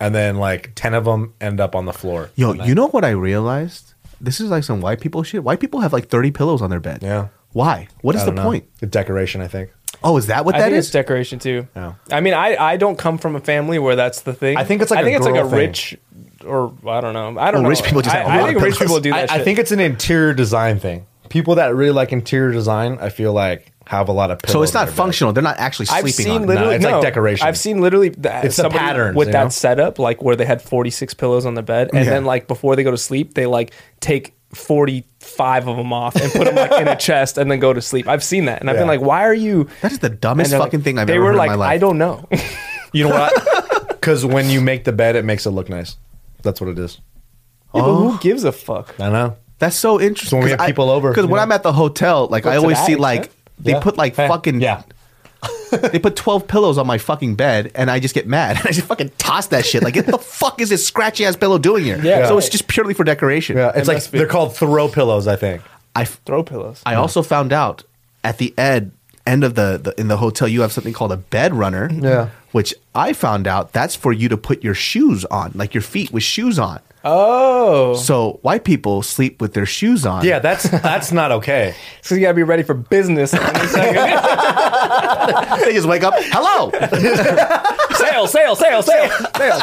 [SPEAKER 2] and then like ten of them end up on the floor.
[SPEAKER 1] Yo, you know what I realized? This is like some white people shit. White people have like 30 pillows on their bed.
[SPEAKER 2] Yeah.
[SPEAKER 1] Why? What is
[SPEAKER 2] I
[SPEAKER 1] the
[SPEAKER 2] don't know.
[SPEAKER 1] point?
[SPEAKER 2] The decoration, I think.
[SPEAKER 1] Oh, is that what
[SPEAKER 3] I
[SPEAKER 1] that
[SPEAKER 3] think it's
[SPEAKER 1] is?
[SPEAKER 3] decoration too.
[SPEAKER 2] Yeah.
[SPEAKER 3] I mean, I, I don't come from a family where that's the thing.
[SPEAKER 2] I think it's like
[SPEAKER 3] I
[SPEAKER 2] a
[SPEAKER 3] think it's like
[SPEAKER 2] girl
[SPEAKER 3] a
[SPEAKER 2] thing.
[SPEAKER 3] rich or I don't know. I
[SPEAKER 1] Well,
[SPEAKER 3] don't know.
[SPEAKER 1] rich people just
[SPEAKER 3] I,
[SPEAKER 1] have a
[SPEAKER 3] I
[SPEAKER 1] lot
[SPEAKER 3] think
[SPEAKER 1] of
[SPEAKER 3] rich
[SPEAKER 1] pillows.
[SPEAKER 3] people do that.
[SPEAKER 2] I, I
[SPEAKER 3] shit.
[SPEAKER 2] think it's an interior design thing. People that really like interior design, I feel like have a lot of pillows.
[SPEAKER 1] so it's
[SPEAKER 2] on
[SPEAKER 1] not
[SPEAKER 2] their bed.
[SPEAKER 1] functional. They're not actually
[SPEAKER 3] I've
[SPEAKER 1] sleeping
[SPEAKER 3] seen
[SPEAKER 1] on it.
[SPEAKER 2] lit-
[SPEAKER 3] literally
[SPEAKER 2] it's like decoration.
[SPEAKER 3] I've seen literally that
[SPEAKER 2] It's the
[SPEAKER 3] somebody
[SPEAKER 2] patterns,
[SPEAKER 3] with
[SPEAKER 2] you
[SPEAKER 3] that
[SPEAKER 2] know?
[SPEAKER 3] setup, like where they had forty six pillows on the bed, and
[SPEAKER 1] Yeah.
[SPEAKER 3] then like before they go to sleep, they like take 45 of them off and put them like in a chest and then go to sleep. I've seen that. And I've been
[SPEAKER 2] Yeah.
[SPEAKER 3] like, why are you?
[SPEAKER 1] That is the dumbest
[SPEAKER 3] And they're
[SPEAKER 1] fucking
[SPEAKER 3] like-
[SPEAKER 1] thing I've
[SPEAKER 3] they
[SPEAKER 1] ever
[SPEAKER 3] were
[SPEAKER 1] heard
[SPEAKER 3] like,
[SPEAKER 1] in my life.
[SPEAKER 3] I don't know.
[SPEAKER 2] You know what? Because when you make the bed, it makes it look nice. That's what it is.
[SPEAKER 3] Yeah, but
[SPEAKER 1] Oh.
[SPEAKER 3] who gives a fuck?
[SPEAKER 2] I know.
[SPEAKER 1] That's so interesting.
[SPEAKER 2] So when we have people over,
[SPEAKER 1] because
[SPEAKER 2] you
[SPEAKER 1] when
[SPEAKER 2] know.
[SPEAKER 1] I'm at the hotel, like I
[SPEAKER 3] to
[SPEAKER 1] always
[SPEAKER 3] that
[SPEAKER 1] see
[SPEAKER 3] extent.
[SPEAKER 1] like they
[SPEAKER 2] Yeah.
[SPEAKER 1] put like
[SPEAKER 2] Hey,
[SPEAKER 1] fucking
[SPEAKER 2] yeah.
[SPEAKER 1] they put twelve pillows on my fucking bed, and I just get mad. I just fucking toss that shit. Like, what the fuck is this scratchy ass pillow doing here?
[SPEAKER 3] Yeah.
[SPEAKER 1] So it's
[SPEAKER 3] Right.
[SPEAKER 1] just purely for decoration.
[SPEAKER 2] Yeah, it's like
[SPEAKER 3] must be.
[SPEAKER 2] they're called throw pillows. I think.
[SPEAKER 1] I f-
[SPEAKER 3] Throw pillows.
[SPEAKER 1] I also found out at the ed end of the, the in the hotel you have something called a bed runner.
[SPEAKER 2] Yeah.
[SPEAKER 1] Which I found out that's for you to put your shoes on, like your feet with shoes on.
[SPEAKER 3] oh.
[SPEAKER 1] So white people sleep with their shoes on.
[SPEAKER 2] Yeah, that's that's not okay.
[SPEAKER 3] So you gotta be ready for business.
[SPEAKER 1] They just wake up. Hello.
[SPEAKER 3] sale, sale, sale, sale, sale.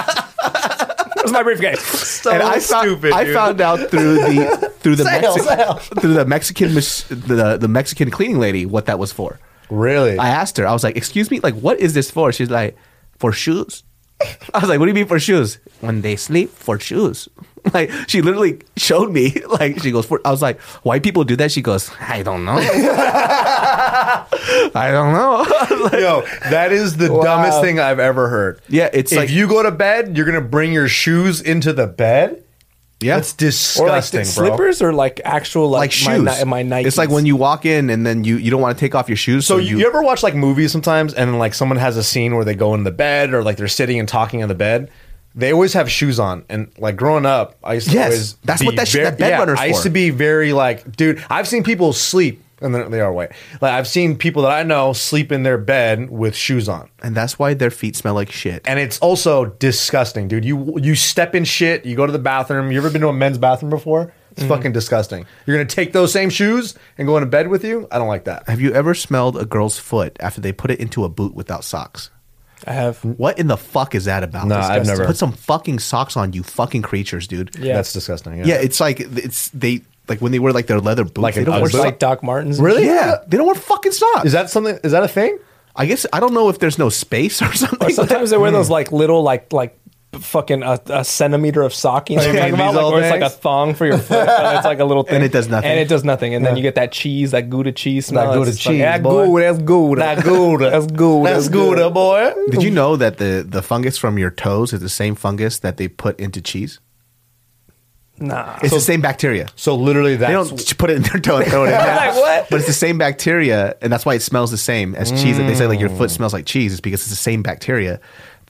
[SPEAKER 3] Where's my briefcase?
[SPEAKER 1] and I found, I found out through the through the
[SPEAKER 2] Sale,
[SPEAKER 1] Mexi-
[SPEAKER 2] sale.
[SPEAKER 1] through the Mexican mis- the, the Mexican cleaning lady what that was for.
[SPEAKER 2] Really?
[SPEAKER 1] I asked her. I was like, "Excuse me, like what is this for?" She's like, "For shoes." I was like, "What do you mean for shoes?" When they sleep, for shoes. Like she literally showed me. Like she goes, for, "I was like, white people do that." She goes, "I don't know." I don't know. I was like,
[SPEAKER 2] Yo, that is the dumbest thing I've ever heard.
[SPEAKER 1] Yeah, it's
[SPEAKER 2] if
[SPEAKER 1] like-
[SPEAKER 2] you go to bed, you're gonna bring your shoes into the bed.
[SPEAKER 1] yeah,
[SPEAKER 2] That's
[SPEAKER 3] or like
[SPEAKER 2] disgusting, bro.
[SPEAKER 3] slippers or like actual like,
[SPEAKER 1] like shoes.
[SPEAKER 3] My, Ni- my Nikes.
[SPEAKER 1] It's like when you walk in and then you you don't want to take off your shoes.
[SPEAKER 2] So you, you ever watch like movies sometimes, and like someone has a scene where they go in the bed or like they're sitting and talking in the bed. They always have shoes on, and like growing up, I used to
[SPEAKER 1] Yes,
[SPEAKER 2] always
[SPEAKER 1] that's
[SPEAKER 2] be
[SPEAKER 1] what that shit-
[SPEAKER 2] very-
[SPEAKER 1] that bed runner's
[SPEAKER 2] I used
[SPEAKER 1] for.
[SPEAKER 2] to be very like, dude. I've seen people sleep, and they're- they are white. Like I've seen people that I know sleep in their bed with shoes on,
[SPEAKER 1] and that's why their feet smell like shit.
[SPEAKER 2] and it's also disgusting, dude. You you step in shit. You go to the bathroom. You ever been to a men's bathroom before? It's
[SPEAKER 1] Mm-hmm.
[SPEAKER 2] fucking disgusting. You're gonna take those same shoes and go into bed with you. I don't like that.
[SPEAKER 1] Have you ever smelled a girl's foot after they put it into a boot without socks?
[SPEAKER 3] I have
[SPEAKER 1] What in the fuck is that about?
[SPEAKER 2] No, I've never.
[SPEAKER 1] Put some fucking socks on, you fucking creatures, dude.
[SPEAKER 3] Yeah.
[SPEAKER 2] That's disgusting.
[SPEAKER 1] Yeah, it's like it's they like when they wear like their leather boots.
[SPEAKER 2] Like
[SPEAKER 1] they
[SPEAKER 2] an
[SPEAKER 1] don't wear
[SPEAKER 2] Uggs.
[SPEAKER 1] so-
[SPEAKER 3] like Doc Martens.
[SPEAKER 2] Really?
[SPEAKER 1] Yeah, they don't wear fucking socks.
[SPEAKER 2] Is that something? Is that a thing?
[SPEAKER 1] I guess I don't know if there's no space or something.
[SPEAKER 3] Or sometimes they wear those like little like like fucking a, a centimeter of sock. You know what I'm
[SPEAKER 2] Like
[SPEAKER 3] talking
[SPEAKER 2] these
[SPEAKER 3] about? Like,
[SPEAKER 2] all
[SPEAKER 3] where it's like a
[SPEAKER 2] days?
[SPEAKER 3] thong for your foot. but it's like a little thing,
[SPEAKER 1] it does nothing.
[SPEAKER 3] And it does nothing. And then you get that cheese, that Gouda cheese smell.
[SPEAKER 2] That Gouda
[SPEAKER 3] It's just like,
[SPEAKER 2] cheese,
[SPEAKER 3] That
[SPEAKER 2] boy.
[SPEAKER 3] Gouda, that's Gouda.
[SPEAKER 2] That Gouda.
[SPEAKER 3] That's Gouda.
[SPEAKER 2] That's Gouda, boy.
[SPEAKER 1] Did you know that the the fungus from your toes is the same fungus that they put into cheese?
[SPEAKER 3] Nah.
[SPEAKER 1] It's the same bacteria.
[SPEAKER 2] So literally,
[SPEAKER 1] They
[SPEAKER 2] that's
[SPEAKER 1] don't put it in their toe and throw it in there.
[SPEAKER 3] Like, what?
[SPEAKER 1] But it's the same bacteria, and that's why it smells the same as cheese. That they say like your
[SPEAKER 2] Mm.
[SPEAKER 1] foot smells like cheese is because it's the same bacteria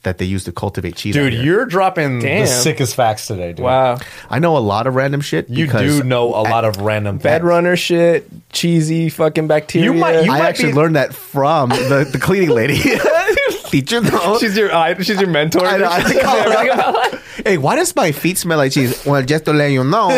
[SPEAKER 1] that they use to cultivate cheese. out
[SPEAKER 2] dude.
[SPEAKER 1] here.
[SPEAKER 2] You're dropping
[SPEAKER 3] Damn.
[SPEAKER 2] the sickest facts today, dude.
[SPEAKER 3] Wow.
[SPEAKER 1] I know a lot of random shit.
[SPEAKER 2] You
[SPEAKER 1] because
[SPEAKER 2] do know a lot of random
[SPEAKER 3] Bed
[SPEAKER 2] facts.
[SPEAKER 3] runner shit, cheesy fucking bacteria.
[SPEAKER 2] You might- you-
[SPEAKER 1] I
[SPEAKER 2] might
[SPEAKER 1] actually
[SPEAKER 2] be-
[SPEAKER 1] learned that from the, the cleaning lady. Teacher, no.
[SPEAKER 3] she's your I, she's your mentor.
[SPEAKER 1] I know, I think I'll- hey, why does my feet smell like cheese? Well, just to let you know,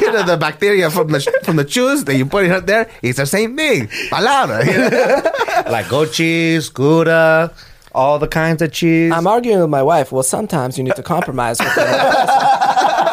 [SPEAKER 1] you know the bacteria from the from the cheese that you put it out there, it's the same thing. Palabra. you know?
[SPEAKER 2] like goat cheese, Gouda, all the kinds of cheese.
[SPEAKER 4] I'm arguing with my wife. Well, sometimes you need to compromise with the other person.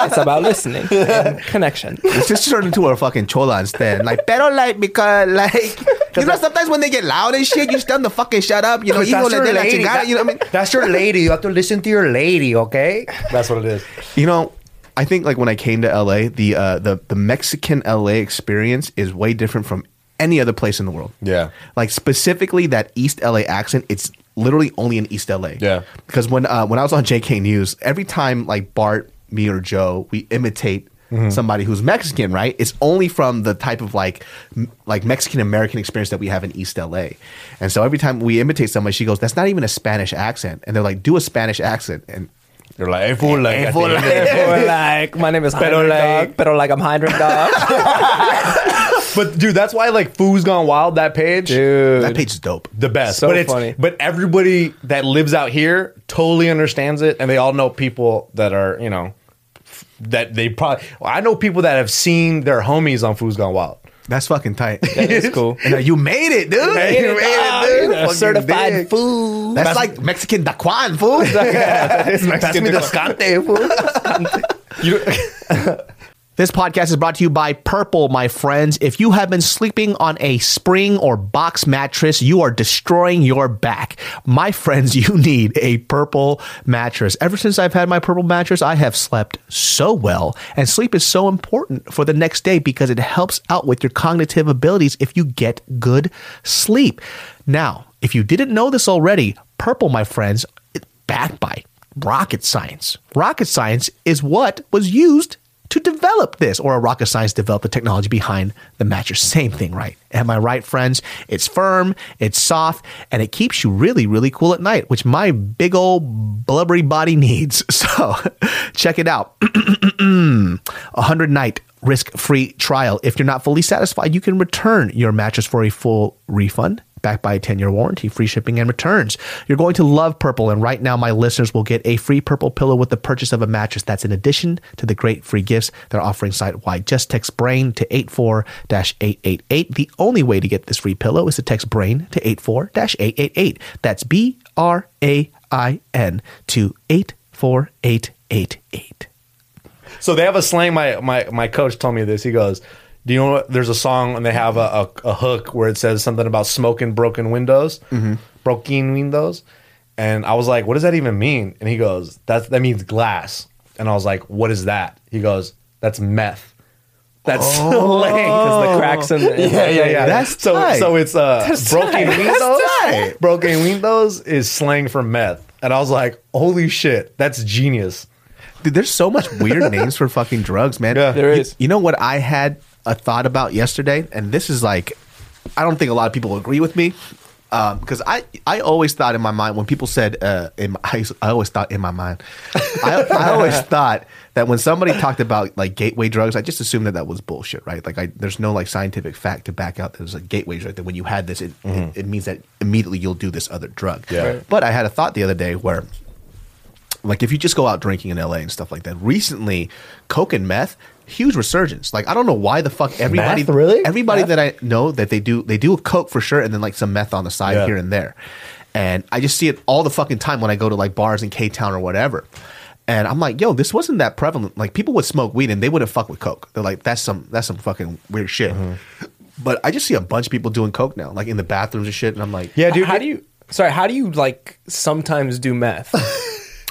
[SPEAKER 4] It's about listening and connection.
[SPEAKER 1] It's just turned into a fucking chola instead. Like, pero like because like you know sometimes when they get loud and shit, you just tell them to fucking shut up. You know,
[SPEAKER 2] Because
[SPEAKER 1] hijo
[SPEAKER 2] that's
[SPEAKER 1] le
[SPEAKER 2] your
[SPEAKER 1] de la
[SPEAKER 2] lady.
[SPEAKER 1] chingada, you know what I mean?
[SPEAKER 2] That's your lady. You have to listen to your lady, okay? That's what it is.
[SPEAKER 1] You know, I think like when I came to LA, the uh, the the Mexican LA experience is way different from any other place in the world.
[SPEAKER 2] Yeah.
[SPEAKER 1] like specifically that East LA accent. It's literally only in East LA.
[SPEAKER 2] Yeah.
[SPEAKER 1] because when uh, when I was on JK News, every time like Bart, me, or Joe, we imitate.
[SPEAKER 2] Mm-hmm.
[SPEAKER 1] Somebody who's Mexican, right? It's only from the type of like, m- like Mexican American experience that we have in East LA, and so every time we imitate somebody, she goes, "That's not even a Spanish accent," and they're like, "Do a Spanish accent," and
[SPEAKER 2] You're like, hey, fool, like,
[SPEAKER 1] Hey, fool,
[SPEAKER 2] at the end of the-
[SPEAKER 3] Or like my name is
[SPEAKER 2] Pero
[SPEAKER 3] Heinrich
[SPEAKER 2] like-
[SPEAKER 3] Dog, pero like I'm Heinrich Dog.
[SPEAKER 2] But dude, that's why like Foo's Gone Wild that page.
[SPEAKER 1] that page is dope.
[SPEAKER 2] the best.
[SPEAKER 3] So
[SPEAKER 2] but it's,
[SPEAKER 3] funny.
[SPEAKER 2] But everybody that lives out here totally understands it, and they all know people that are you know f- that they probably. I know people that have seen their homies on Foo's Gone Wild.
[SPEAKER 1] That's fucking tight.
[SPEAKER 3] That's cool. Ah,
[SPEAKER 1] And, uh, you made it, dude. You made
[SPEAKER 2] it, dog.
[SPEAKER 1] dude. Fucking
[SPEAKER 4] certified
[SPEAKER 1] dig.
[SPEAKER 4] fool.
[SPEAKER 1] That's like Mexican daquan, fool.
[SPEAKER 2] Pass me the scante, fool. You know-
[SPEAKER 1] This podcast is brought to you by Purple, my friends. If you have been sleeping on a spring or box mattress, you are destroying your back. My friends, you need a Purple mattress. Ever since I've had my Purple mattress, I have slept so well, and sleep is so important for the next day because it helps out with your cognitive abilities if you get good sleep. Now, if you didn't know this already, Purple, my friends, backed by rocket science. Rocket science is what was used to develop this, or a rocket science developed the technology behind the mattress. Same thing, right? Am I right, friends? It's firm, it's soft, and it keeps you really, really cool at night, which my big old blubbery body needs. So check it out. 100 night risk free trial. If you're not fully satisfied, you can return your mattress for a full refund. Backed by a 10 year warranty, free shipping and returns. You're going to love purple. And right now, my listeners will get a free purple pillow with the purchase of a mattress. That's in addition to the great free gifts they're offering site wide. Just text BRAIN to 84 888. The only way to get this free pillow is to text BRAIN to 84 888. That's B R A I N to 84888.
[SPEAKER 2] So they have a slang. My my my coach told me this. He goes, "Do you know what? There's a song and they have a, a, a hook where it says something about smoking broken windows,
[SPEAKER 3] Mm-hmm.
[SPEAKER 2] broken windows." And I was like, "What does that even mean?" And he goes, "That that means glass." And I was like, "What is that?" He goes, "That's meth." That's
[SPEAKER 3] Oh.
[SPEAKER 2] slang.
[SPEAKER 3] because the cracks in the
[SPEAKER 2] Yeah, yeah, yeah.
[SPEAKER 1] That's
[SPEAKER 2] so.
[SPEAKER 1] tight.
[SPEAKER 2] So it's uh, broken windows.
[SPEAKER 1] tight.
[SPEAKER 2] Broken windows is slang for meth, and I was like, "Holy shit, that's genius!"
[SPEAKER 1] Dude, there's so much weird names for fucking drugs, man.
[SPEAKER 2] Yeah. There
[SPEAKER 1] You-
[SPEAKER 3] is.
[SPEAKER 1] You know what I had a thought about yesterday, and this is like, I don't think a lot of people agree with me, because I I always thought in my mind when people said uh, in my, I, I always thought in my mind, I, I always thought that when somebody talked about like gateway drugs, I just assumed that that was bullshit, right? Like, I, there's no like scientific fact to back out. There's a gateway drug that when you had this, it, it, it means that immediately you'll do this other drug.
[SPEAKER 2] Mm-hmm. Yeah. Right.
[SPEAKER 1] But I had a thought the other day where like if you just go out drinking in LA and stuff like that. Recently, coke and meth huge resurgence. Like I don't know why the fuck everybody
[SPEAKER 2] Meth, really?
[SPEAKER 1] everybody that I know that they do they do coke for sure and then like some meth on the side
[SPEAKER 2] Yeah.
[SPEAKER 1] here and there. And I just see it all the fucking time when I go to like bars in K Town or whatever. And I'm like, yo, this wasn't that prevalent. Like people would smoke weed and they wouldn't fuck with coke. They're like, that's some that's some fucking weird shit.
[SPEAKER 2] Mm-hmm.
[SPEAKER 1] But I just see a bunch of people doing coke now, like in the bathrooms and shit. And I'm like,
[SPEAKER 2] Yeah, dude.
[SPEAKER 3] How do you? Sorry, how do you like sometimes do meth?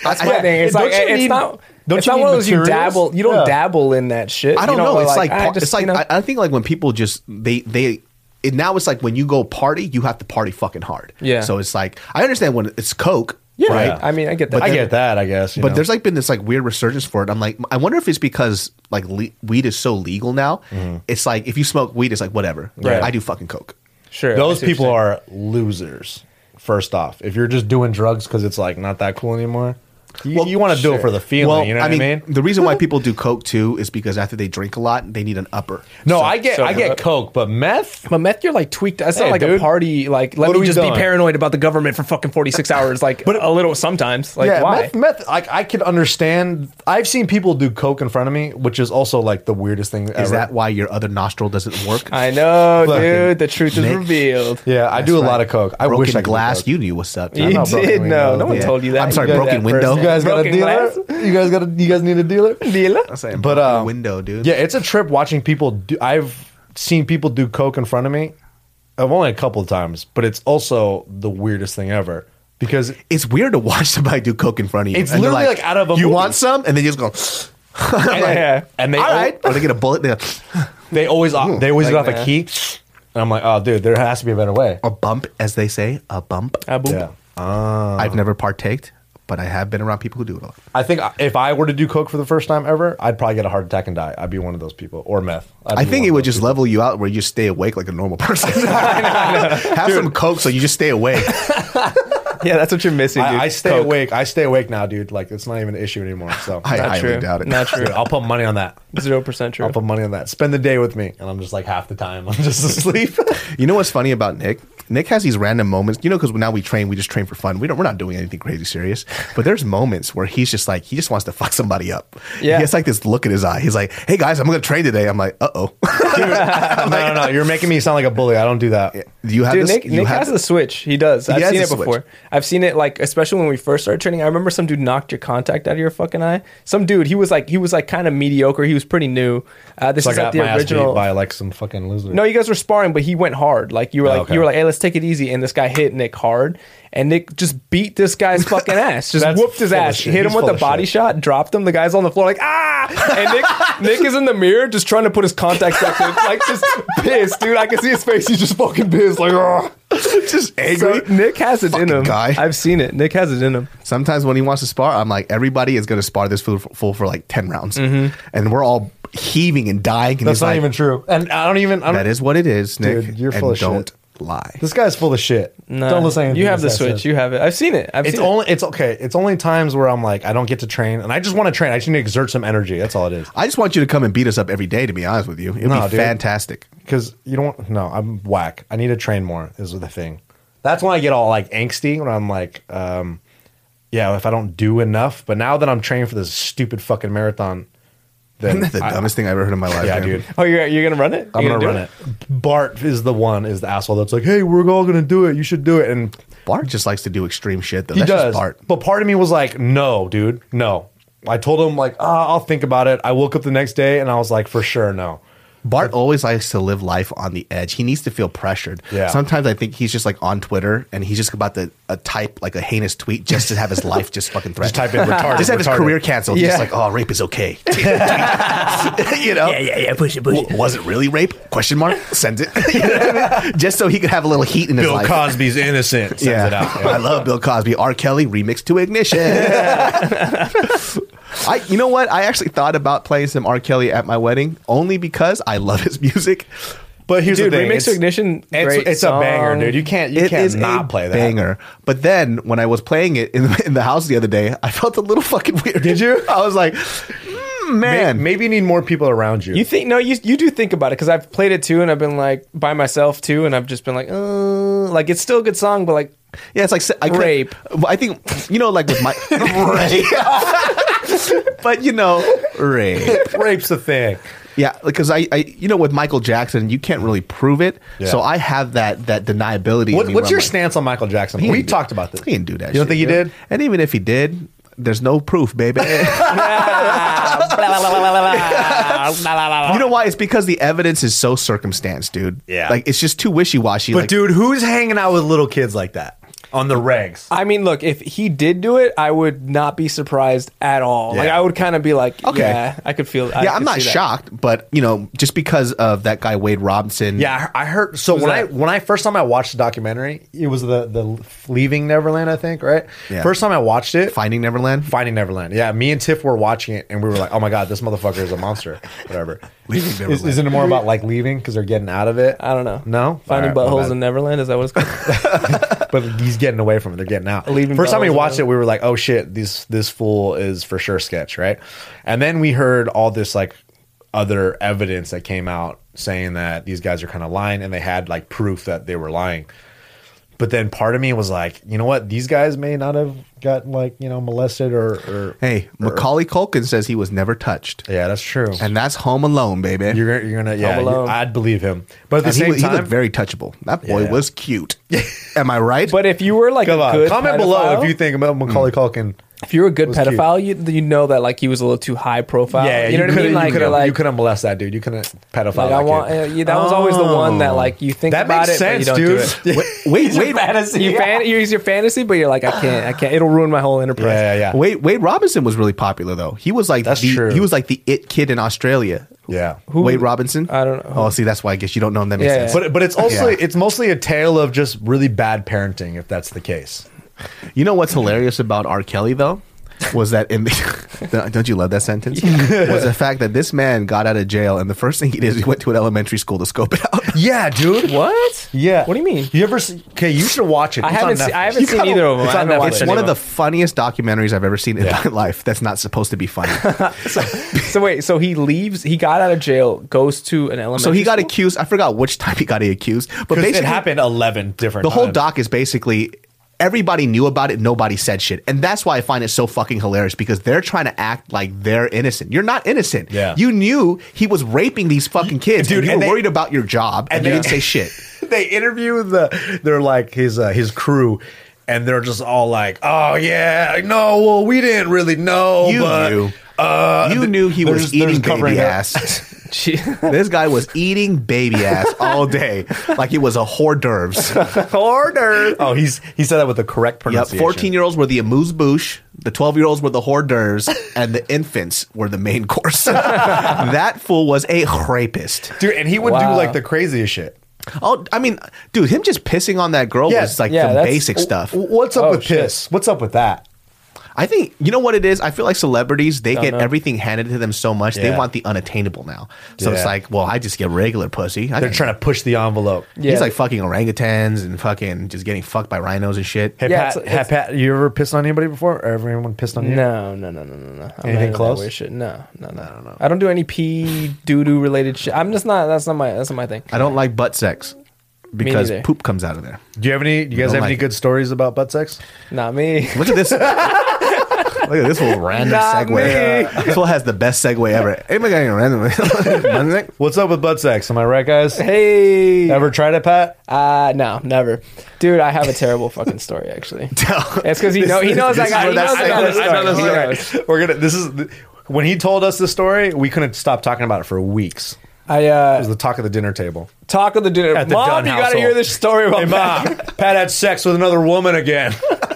[SPEAKER 3] That's
[SPEAKER 1] I-
[SPEAKER 3] my
[SPEAKER 1] I-
[SPEAKER 3] thing. It's
[SPEAKER 2] don't
[SPEAKER 3] like
[SPEAKER 2] you
[SPEAKER 3] it's
[SPEAKER 2] need-
[SPEAKER 3] not.
[SPEAKER 2] don't
[SPEAKER 3] it's
[SPEAKER 2] you
[SPEAKER 3] not
[SPEAKER 2] need
[SPEAKER 3] one of those you
[SPEAKER 2] materials?
[SPEAKER 3] dabble. You don't
[SPEAKER 2] Yeah.
[SPEAKER 3] dabble in that shit.
[SPEAKER 1] I don't
[SPEAKER 3] You
[SPEAKER 1] know. It's like,
[SPEAKER 3] I
[SPEAKER 1] par-
[SPEAKER 3] just,
[SPEAKER 1] it's like
[SPEAKER 3] you know,
[SPEAKER 1] I, I think like when people just they they it, now it's like when you go party, you have to party fucking hard.
[SPEAKER 3] Yeah.
[SPEAKER 1] So it's like I understand when it's coke,
[SPEAKER 3] yeah.
[SPEAKER 1] right?
[SPEAKER 3] I mean, I get that.
[SPEAKER 2] I get that. I guess, you
[SPEAKER 1] But
[SPEAKER 2] know?
[SPEAKER 1] there's like been this like weird resurgence for it. I'm like, I wonder if it's because like le- weed is so legal now. It's like if you smoke weed, it's like whatever.
[SPEAKER 2] Right.
[SPEAKER 1] I do fucking coke.
[SPEAKER 3] Sure,
[SPEAKER 2] those people are losers. First off, if you're just doing drugs because it's like not that cool anymore, you,
[SPEAKER 1] Well,
[SPEAKER 2] want to do it
[SPEAKER 3] sure.
[SPEAKER 2] for the feeling. you know
[SPEAKER 1] I
[SPEAKER 2] what I mean?
[SPEAKER 1] the reason why people do coke too is because after they drink a lot, they need an upper.
[SPEAKER 2] No, I get
[SPEAKER 3] so-
[SPEAKER 2] I get coke, but meth.
[SPEAKER 3] But meth, you're like tweaked. That's
[SPEAKER 2] Hey,
[SPEAKER 3] not like
[SPEAKER 2] dude.
[SPEAKER 3] a party. Like, let
[SPEAKER 2] What are
[SPEAKER 3] me
[SPEAKER 2] we
[SPEAKER 3] just
[SPEAKER 2] doing?
[SPEAKER 3] be paranoid about the government for fucking 46 hours. Like, but a little sometimes. Like,
[SPEAKER 2] yeah,
[SPEAKER 3] why?
[SPEAKER 2] meth, meth. Like I can understand. I've seen people do coke in front of me, which is also like the weirdest thing.
[SPEAKER 1] Is
[SPEAKER 2] ever.
[SPEAKER 1] that why your other nostril doesn't work?
[SPEAKER 3] I know,
[SPEAKER 2] Fucking
[SPEAKER 3] dude. The truth is
[SPEAKER 1] Nick.
[SPEAKER 3] revealed.
[SPEAKER 2] Yeah, I do a lot of coke. I
[SPEAKER 1] Broken
[SPEAKER 2] wish I could do
[SPEAKER 1] glass.
[SPEAKER 2] coke.
[SPEAKER 1] You knew what's up.
[SPEAKER 3] You
[SPEAKER 2] know broken
[SPEAKER 3] did know.
[SPEAKER 2] windows.
[SPEAKER 3] No one
[SPEAKER 1] Yeah.
[SPEAKER 3] told you that.
[SPEAKER 1] I'm sorry,
[SPEAKER 3] You got
[SPEAKER 1] broken
[SPEAKER 3] that
[SPEAKER 1] window?
[SPEAKER 3] first.
[SPEAKER 2] You guys got a
[SPEAKER 3] Broken
[SPEAKER 2] dealer?
[SPEAKER 3] glass?
[SPEAKER 2] You guys got a, you guys need a dealer?
[SPEAKER 3] Dealer?
[SPEAKER 1] saying,
[SPEAKER 2] But,
[SPEAKER 1] broken
[SPEAKER 2] um,
[SPEAKER 1] window, dude.
[SPEAKER 2] Yeah, it's a trip watching people do I've seen people do coke in front of me. I've only a couple of times, but it's also the weirdest thing ever because
[SPEAKER 1] it's weird to watch somebody do coke in front of you.
[SPEAKER 2] It's
[SPEAKER 1] And they're
[SPEAKER 2] literally like out of a
[SPEAKER 1] You
[SPEAKER 2] movie."
[SPEAKER 1] want some, and they just go. I'm like,
[SPEAKER 3] Yeah.
[SPEAKER 2] and they
[SPEAKER 1] All
[SPEAKER 2] al-
[SPEAKER 1] right, or they get a bullet. They go,
[SPEAKER 2] they always op- they always
[SPEAKER 3] Like
[SPEAKER 2] get off a
[SPEAKER 3] that.
[SPEAKER 2] key. And I'm like, "Oh, dude, there has to be a better way."
[SPEAKER 1] a bump, as they say, a bump.
[SPEAKER 3] Ah, boom.
[SPEAKER 2] Yeah.
[SPEAKER 1] I've never partaked, but I have been around people who do it a lot.
[SPEAKER 2] I think I- if I were to do coke for the first time ever, I'd probably get a heart attack and die. I'd be one of those people or meth. I'd
[SPEAKER 1] I
[SPEAKER 2] be
[SPEAKER 1] think
[SPEAKER 2] one
[SPEAKER 1] it
[SPEAKER 2] of
[SPEAKER 1] would
[SPEAKER 2] those
[SPEAKER 1] just level you out where you just stay awake like a normal person. have some coke so you just stay awake.
[SPEAKER 3] Yeah, that's what you're missing, dude.
[SPEAKER 2] people. I, I stay
[SPEAKER 3] Coke.
[SPEAKER 2] awake. I stay awake now, dude. Like it's not even an issue anymore. So
[SPEAKER 1] I
[SPEAKER 3] Not
[SPEAKER 1] highly
[SPEAKER 3] true.
[SPEAKER 1] doubt it.
[SPEAKER 3] Not true.
[SPEAKER 2] Dude, I'll put money on that.
[SPEAKER 3] Zero percent true.
[SPEAKER 2] I'll put money on that. Spend the day with me, and I'm just like half the time I'm just asleep.
[SPEAKER 1] You know what's funny about Nick Nick has these random moments, you know, because now we train, we just train for fun. We don't, we're not doing anything crazy serious. But there's moments where he's just like, he just wants to fuck somebody up.
[SPEAKER 3] Yeah.
[SPEAKER 1] He has like this look in his eye. He's like, hey guys, I'm going to train today. I'm like, uh oh.
[SPEAKER 2] no, no, no. You're making me sound like a bully. I don't do that.
[SPEAKER 1] Do you have
[SPEAKER 3] Dude,
[SPEAKER 1] this?
[SPEAKER 3] Nick,
[SPEAKER 1] you
[SPEAKER 3] Nick
[SPEAKER 1] have
[SPEAKER 3] has
[SPEAKER 1] thi-
[SPEAKER 3] the switch. He does. I've
[SPEAKER 1] has
[SPEAKER 3] seen
[SPEAKER 1] the
[SPEAKER 3] it before.
[SPEAKER 1] switch.
[SPEAKER 3] I've seen it like, especially when we first started training. I remember some dude knocked your contact out of your fucking eye. Some dude, he was like, he was like kind of mediocre. He was pretty new. Uh,
[SPEAKER 2] It's
[SPEAKER 3] this
[SPEAKER 2] like
[SPEAKER 3] is
[SPEAKER 2] I
[SPEAKER 3] like
[SPEAKER 2] got
[SPEAKER 3] the
[SPEAKER 2] my ass beat
[SPEAKER 3] original.
[SPEAKER 2] by like some fucking loser.
[SPEAKER 3] No, you guys were sparring, but he went hard. Like you were like
[SPEAKER 2] okay.
[SPEAKER 3] you were like, hey, let's take it easy. And this guy hit Nick hard, and Nick just beat this guy's fucking ass. Just
[SPEAKER 2] That's
[SPEAKER 3] whooped his
[SPEAKER 2] full of
[SPEAKER 3] ass,
[SPEAKER 2] shit.
[SPEAKER 3] hit him
[SPEAKER 2] He's
[SPEAKER 3] with
[SPEAKER 2] full
[SPEAKER 3] the
[SPEAKER 2] of
[SPEAKER 3] body
[SPEAKER 2] shit.
[SPEAKER 3] shot, dropped him. The guy's on the floor like ah. And Nick Nick is in the mirror just trying to put his contacts back in, like just pissed, dude. I can see his face. He's just fucking pissed, like ah.
[SPEAKER 1] just
[SPEAKER 3] So
[SPEAKER 1] angry.
[SPEAKER 3] Nick has it in
[SPEAKER 1] Fucking
[SPEAKER 3] him.
[SPEAKER 1] guy.
[SPEAKER 3] I've seen it. Nick has it in him.
[SPEAKER 1] Sometimes when he wants to spar, I'm like, everybody is going to spar this fool, fool for like 10 rounds. And we're all heaving and dying. And
[SPEAKER 2] Mm-hmm. that's
[SPEAKER 1] he's
[SPEAKER 2] not
[SPEAKER 1] like,
[SPEAKER 2] even true. And I don't even. I don't,
[SPEAKER 1] That is what it is, Nick.
[SPEAKER 2] Dude, you're full
[SPEAKER 1] and
[SPEAKER 2] of shit.
[SPEAKER 1] don't lie.
[SPEAKER 2] This guy's full of shit.
[SPEAKER 3] Nah.
[SPEAKER 2] don't listen. to anything
[SPEAKER 3] You have the
[SPEAKER 2] this guy
[SPEAKER 3] switch.
[SPEAKER 2] says.
[SPEAKER 3] You have it. I've seen it. I've
[SPEAKER 2] it's
[SPEAKER 3] seen
[SPEAKER 2] only. It's okay. It's only times where I'm like, I don't get to train, and I just want to train. I just need to exert some energy. That's all it is.
[SPEAKER 1] I just want you to come and beat us up every day, to be honest with you. It'd
[SPEAKER 2] No,
[SPEAKER 1] be
[SPEAKER 2] dude.
[SPEAKER 1] fantastic.
[SPEAKER 2] because you don't no i'm whack i need to train more is the thing that's when i get all like angsty when i'm like um yeah if i don't do enough but now that i'm training for this stupid fucking marathon then
[SPEAKER 1] Isn't that the
[SPEAKER 2] I-
[SPEAKER 1] dumbest thing I've ever heard in my life?
[SPEAKER 2] yeah
[SPEAKER 1] man?
[SPEAKER 2] dude
[SPEAKER 3] it. Oh, you're you're gonna run it.
[SPEAKER 2] i'm
[SPEAKER 3] You're
[SPEAKER 2] gonna
[SPEAKER 3] do
[SPEAKER 2] run it. bart is the one is the asshole that's like hey we're all gonna do it you should do it and
[SPEAKER 1] Bart just likes to do extreme shit, though.
[SPEAKER 2] he
[SPEAKER 1] That's
[SPEAKER 2] does
[SPEAKER 1] just Bart.
[SPEAKER 2] but part of me was like no dude no i told him like ah, i'll think about it i woke up the next day and i was like for sure no
[SPEAKER 1] Bart always likes to live life on the edge. He needs to feel pressured.
[SPEAKER 2] Yeah.
[SPEAKER 1] Sometimes I think he's just like on Twitter and he's just about to uh, type like a heinous tweet just to have his life just fucking threatened.
[SPEAKER 2] type in retarded,
[SPEAKER 1] Just have his
[SPEAKER 2] retarded.
[SPEAKER 1] career canceled. He's
[SPEAKER 3] Yeah.
[SPEAKER 1] just like, oh, rape is okay. you know? Yeah, yeah, yeah. Push it, push it. Was it really rape? Question mark. Send it. You know what I mean? Just so he could have a little heat in his life.
[SPEAKER 2] cosby's innocent sends
[SPEAKER 1] yeah. I love Bill Cosby. R. Kelly remix to ignition. I, you know what? I actually thought about playing some R. Kelly at my wedding only because I love his music.
[SPEAKER 2] But here's
[SPEAKER 3] Dude,
[SPEAKER 2] the thing:
[SPEAKER 3] Remix to Ignition,
[SPEAKER 2] It's,
[SPEAKER 3] great
[SPEAKER 2] it's a banger,
[SPEAKER 3] song.
[SPEAKER 2] dude. You can't you
[SPEAKER 1] It
[SPEAKER 2] can't
[SPEAKER 1] is
[SPEAKER 2] not
[SPEAKER 1] a
[SPEAKER 2] play that.
[SPEAKER 1] banger. But then when I was playing it in, in the house the other day, I felt a little fucking weird. Did you? I was like, mm,
[SPEAKER 2] May-
[SPEAKER 1] man.
[SPEAKER 2] Maybe you need more people around you.
[SPEAKER 3] You think no, you you do think about it because I've played it too, and I've been like by myself too, and I've just been like, uh, like it's still a good song, but like
[SPEAKER 1] Yeah, it's like se- I could-
[SPEAKER 3] Rape.
[SPEAKER 1] I think you know, like with my rape. but you know, rape.
[SPEAKER 2] rape's the thing.
[SPEAKER 1] Yeah, because I, I, you know, with Michael Jackson, you can't really prove it.
[SPEAKER 2] Yeah.
[SPEAKER 1] So I have that that deniability. in
[SPEAKER 2] What,
[SPEAKER 1] me
[SPEAKER 2] what's
[SPEAKER 1] where
[SPEAKER 2] your
[SPEAKER 1] I'm like,
[SPEAKER 2] stance on Michael Jackson?
[SPEAKER 1] he
[SPEAKER 2] We
[SPEAKER 1] didn't do-
[SPEAKER 2] talked about this.
[SPEAKER 1] He didn't do that.
[SPEAKER 2] You don't
[SPEAKER 1] shit,
[SPEAKER 2] think he
[SPEAKER 1] dude.
[SPEAKER 2] did?
[SPEAKER 1] And even if he did, there's no proof, baby. you know why? It's because the evidence is so circumstanced, dude.
[SPEAKER 2] Yeah.
[SPEAKER 1] like it's just too wishy washy.
[SPEAKER 2] But
[SPEAKER 1] like,
[SPEAKER 2] dude, who's hanging out with little kids like that on the regs?
[SPEAKER 3] I mean, look, if he did do it, I would not be surprised at all. Like
[SPEAKER 2] Yeah.
[SPEAKER 3] I would kind of be like,
[SPEAKER 1] Okay.
[SPEAKER 3] yeah, I could feel. I
[SPEAKER 1] yeah,
[SPEAKER 3] could
[SPEAKER 1] I'm not
[SPEAKER 3] see that.
[SPEAKER 1] shocked, but you know, just because of that guy Wade Robinson.
[SPEAKER 2] Yeah, I I heard. So when I
[SPEAKER 3] that?
[SPEAKER 2] when I first time I watched the documentary, it was the the Leaving Neverland, I think. Right.
[SPEAKER 1] Yeah.
[SPEAKER 2] First time I watched it,
[SPEAKER 1] Finding Neverland.
[SPEAKER 2] Finding Neverland. Yeah, me and Tiff were watching it, and we were like, "Oh my god, this motherfucker is a monster." Whatever.
[SPEAKER 1] Leaving
[SPEAKER 2] Is-
[SPEAKER 1] Neverland.
[SPEAKER 2] isn't it more about like leaving because they're getting out of it?
[SPEAKER 3] I don't know.
[SPEAKER 2] No,
[SPEAKER 3] finding
[SPEAKER 2] All right, my
[SPEAKER 3] buttholes
[SPEAKER 2] bad.
[SPEAKER 3] in Neverland is that what it's called?
[SPEAKER 2] but he's getting away from it. They're getting out.
[SPEAKER 3] Leaving
[SPEAKER 2] First time we
[SPEAKER 3] Buttholes
[SPEAKER 2] watched it,
[SPEAKER 3] alone.
[SPEAKER 2] we were like, "Oh shit, this this fool is for sure sketch, right?" And then we heard all this like other evidence that came out saying that these guys are kind of lying, and they had like proof that they were lying. But then part of me was like, you know what? These guys may not have gotten like you know molested or, or
[SPEAKER 1] Hey,
[SPEAKER 2] or-
[SPEAKER 1] Macaulay Culkin says he was never touched,
[SPEAKER 2] er. Yeah, that's true.
[SPEAKER 1] and that's Home Alone, baby.
[SPEAKER 2] You're gonna, you're gonna, yeah. you-
[SPEAKER 3] Alone.
[SPEAKER 2] I'd believe him, but at the
[SPEAKER 1] And he,
[SPEAKER 2] same
[SPEAKER 1] wa- he
[SPEAKER 2] time,
[SPEAKER 1] looked very touchable. That boy
[SPEAKER 2] Yeah.
[SPEAKER 1] was cute. Am I right?
[SPEAKER 3] but if you were like
[SPEAKER 2] come
[SPEAKER 3] a
[SPEAKER 2] on.
[SPEAKER 3] good
[SPEAKER 2] Comment below
[SPEAKER 3] pedophile-
[SPEAKER 2] if you think about Macaulay Culkin.
[SPEAKER 3] if you were a good
[SPEAKER 2] was cute.
[SPEAKER 3] pedophile, you you know that like he was a little too high profile.
[SPEAKER 2] Yeah,
[SPEAKER 3] you know what I mean.
[SPEAKER 2] couldn't-
[SPEAKER 3] Like
[SPEAKER 2] you
[SPEAKER 3] you're
[SPEAKER 2] couldn't, you
[SPEAKER 3] like.
[SPEAKER 2] couldn't molest that dude. You couldn't pedophile.
[SPEAKER 3] Like
[SPEAKER 2] that
[SPEAKER 3] I want,
[SPEAKER 2] kid. Oh.
[SPEAKER 3] uh, yeah, that was always the one that like you think
[SPEAKER 2] That
[SPEAKER 3] about
[SPEAKER 2] makes
[SPEAKER 3] it, but you
[SPEAKER 2] sense,
[SPEAKER 3] don't do
[SPEAKER 2] dude.
[SPEAKER 3] it.
[SPEAKER 2] Yeah.
[SPEAKER 1] wait, wait,
[SPEAKER 3] You fan, you use your fantasy, but you're like, I can't, I can't. It'll ruin my whole enterprise.
[SPEAKER 2] yeah, yeah, yeah.
[SPEAKER 1] Wade, Wade Robinson was really popular though. He was like
[SPEAKER 2] That's
[SPEAKER 1] the,
[SPEAKER 2] true.
[SPEAKER 1] He was like the it kid in Australia.
[SPEAKER 2] Yeah.
[SPEAKER 1] Wade Robinson.
[SPEAKER 3] I don't know.
[SPEAKER 1] Oh, see, that's why I guess you don't know him. That makes
[SPEAKER 3] Yeah,
[SPEAKER 1] sense.
[SPEAKER 2] But but it's also
[SPEAKER 1] Yeah.
[SPEAKER 2] it's mostly a tale of just really bad parenting, if that's the case.
[SPEAKER 1] You know what's hilarious about R. Kelly though? was that in the Don't- don't you love that sentence? Was the fact that this man got out of jail and the first thing he did is he went to an elementary school to scope it out.
[SPEAKER 2] Yeah, dude.
[SPEAKER 3] What?
[SPEAKER 2] Yeah.
[SPEAKER 3] What do you mean?
[SPEAKER 2] You ever see? Okay, you should watch it.
[SPEAKER 3] I
[SPEAKER 2] It's on
[SPEAKER 3] haven't. Se-
[SPEAKER 2] Netflix.
[SPEAKER 3] I haven't seen either of them.
[SPEAKER 2] It's
[SPEAKER 3] I
[SPEAKER 2] on
[SPEAKER 3] haven't watched
[SPEAKER 2] Netflix.
[SPEAKER 1] It's
[SPEAKER 3] any
[SPEAKER 1] one
[SPEAKER 3] of
[SPEAKER 1] of
[SPEAKER 3] them.
[SPEAKER 1] the funniest documentaries I've ever seen in my life. That's not supposed to be funny.
[SPEAKER 3] so wait, so he leaves. He got out of jail, goes to an elementary.
[SPEAKER 1] so he got
[SPEAKER 3] school?
[SPEAKER 1] accused. I forgot which time he got accused, but
[SPEAKER 2] 'Cause
[SPEAKER 1] basically
[SPEAKER 2] it happened eleven different.
[SPEAKER 1] The whole
[SPEAKER 2] times.
[SPEAKER 1] doc is basically everybody knew about it, nobody said shit. And that's why I find it so fucking hilarious because they're trying to act like they're innocent. You're not innocent.
[SPEAKER 2] Yeah.
[SPEAKER 1] You knew he was raping these fucking kids.
[SPEAKER 2] Dude,
[SPEAKER 1] and you
[SPEAKER 2] and
[SPEAKER 1] were
[SPEAKER 2] they-
[SPEAKER 1] worried about your job and,
[SPEAKER 2] and
[SPEAKER 1] you
[SPEAKER 2] they-
[SPEAKER 1] didn't say shit.
[SPEAKER 2] they interview the they're like his uh, his crew and they're just all like oh yeah no well we didn't really know
[SPEAKER 1] You
[SPEAKER 2] but
[SPEAKER 1] knew.
[SPEAKER 2] uh
[SPEAKER 1] You
[SPEAKER 2] th-
[SPEAKER 1] knew he
[SPEAKER 2] they're
[SPEAKER 1] was
[SPEAKER 2] just- they're
[SPEAKER 1] eating
[SPEAKER 2] just covering
[SPEAKER 1] baby
[SPEAKER 2] it.
[SPEAKER 1] ass.
[SPEAKER 3] Gee.
[SPEAKER 1] this guy was eating baby ass all day, like it was a hors d'oeuvres.
[SPEAKER 2] order oh he's he said that with the correct
[SPEAKER 1] Yep,
[SPEAKER 2] pronunciation
[SPEAKER 1] 14 year olds were the amuse bouche, the 12 year olds were the hors d'oeuvres, and the infants were the main course. that fool was a rapist.
[SPEAKER 2] dude and he would
[SPEAKER 3] Wow.
[SPEAKER 2] do like the craziest shit
[SPEAKER 1] Oh, I mean, dude, him just pissing on that girl
[SPEAKER 2] Yeah,
[SPEAKER 1] was like
[SPEAKER 3] yeah,
[SPEAKER 1] some
[SPEAKER 3] that's-
[SPEAKER 1] basic stuff.
[SPEAKER 2] W- what's up
[SPEAKER 3] Oh,
[SPEAKER 2] with
[SPEAKER 3] shit.
[SPEAKER 2] piss what's up with that
[SPEAKER 1] I think you know what it is. I feel like celebrities they get everything handed to them so much they
[SPEAKER 2] Yeah.
[SPEAKER 1] want the unattainable now. So
[SPEAKER 2] Yeah.
[SPEAKER 1] it's like, well, I just get regular pussy. I
[SPEAKER 2] they're
[SPEAKER 1] can-
[SPEAKER 2] trying to push the envelope
[SPEAKER 1] He's
[SPEAKER 3] Yeah.
[SPEAKER 1] like fucking orangutans and fucking just getting fucked by rhinos and shit.
[SPEAKER 2] Hey,
[SPEAKER 3] Yeah,
[SPEAKER 2] Pat,
[SPEAKER 3] it's-
[SPEAKER 2] have Pat, you ever pissed on anybody before? Or ever anyone pissed on you?
[SPEAKER 3] No, no, no, no, no, no. I'm
[SPEAKER 2] Anything
[SPEAKER 3] not into that
[SPEAKER 2] close?
[SPEAKER 3] weird Shit. No, no, no, I don't know. I don't do any pee doo doo related shit. I'm just not. That's not my. That's not my thing.
[SPEAKER 1] I don't like butt sex because
[SPEAKER 3] neither.
[SPEAKER 1] poop comes out of there.
[SPEAKER 2] Do you have any? Do you guys
[SPEAKER 1] don't
[SPEAKER 2] have any
[SPEAKER 1] like
[SPEAKER 2] good stories about butt sex?
[SPEAKER 3] Not me.
[SPEAKER 1] Look at this. Look at this little random
[SPEAKER 3] Not
[SPEAKER 1] segue. This one has the best segue ever. Anybody got any random?
[SPEAKER 2] What's up with butt sex? Am I right, guys?
[SPEAKER 3] Hey.
[SPEAKER 2] Ever tried it, Pat?
[SPEAKER 3] Uh no, never. Dude, I have a terrible fucking story actually. It's because he know he knows I
[SPEAKER 1] this
[SPEAKER 3] got
[SPEAKER 1] is
[SPEAKER 3] he
[SPEAKER 1] where
[SPEAKER 3] knows
[SPEAKER 1] that
[SPEAKER 3] I got
[SPEAKER 1] segue-
[SPEAKER 3] a story.
[SPEAKER 1] I know the
[SPEAKER 3] He
[SPEAKER 1] story.
[SPEAKER 3] knows.
[SPEAKER 2] We're gonna. This is when he told us the story. We couldn't stop talking about it for weeks.
[SPEAKER 3] I
[SPEAKER 2] It was
[SPEAKER 3] uh
[SPEAKER 2] the talk of the dinner table.
[SPEAKER 3] talk of the dinner.
[SPEAKER 2] At the
[SPEAKER 3] Mom,
[SPEAKER 2] Dunn
[SPEAKER 3] you gotta
[SPEAKER 2] household.
[SPEAKER 3] hear this story
[SPEAKER 2] Hey,
[SPEAKER 3] about
[SPEAKER 2] mom, Pat had sex with another woman again.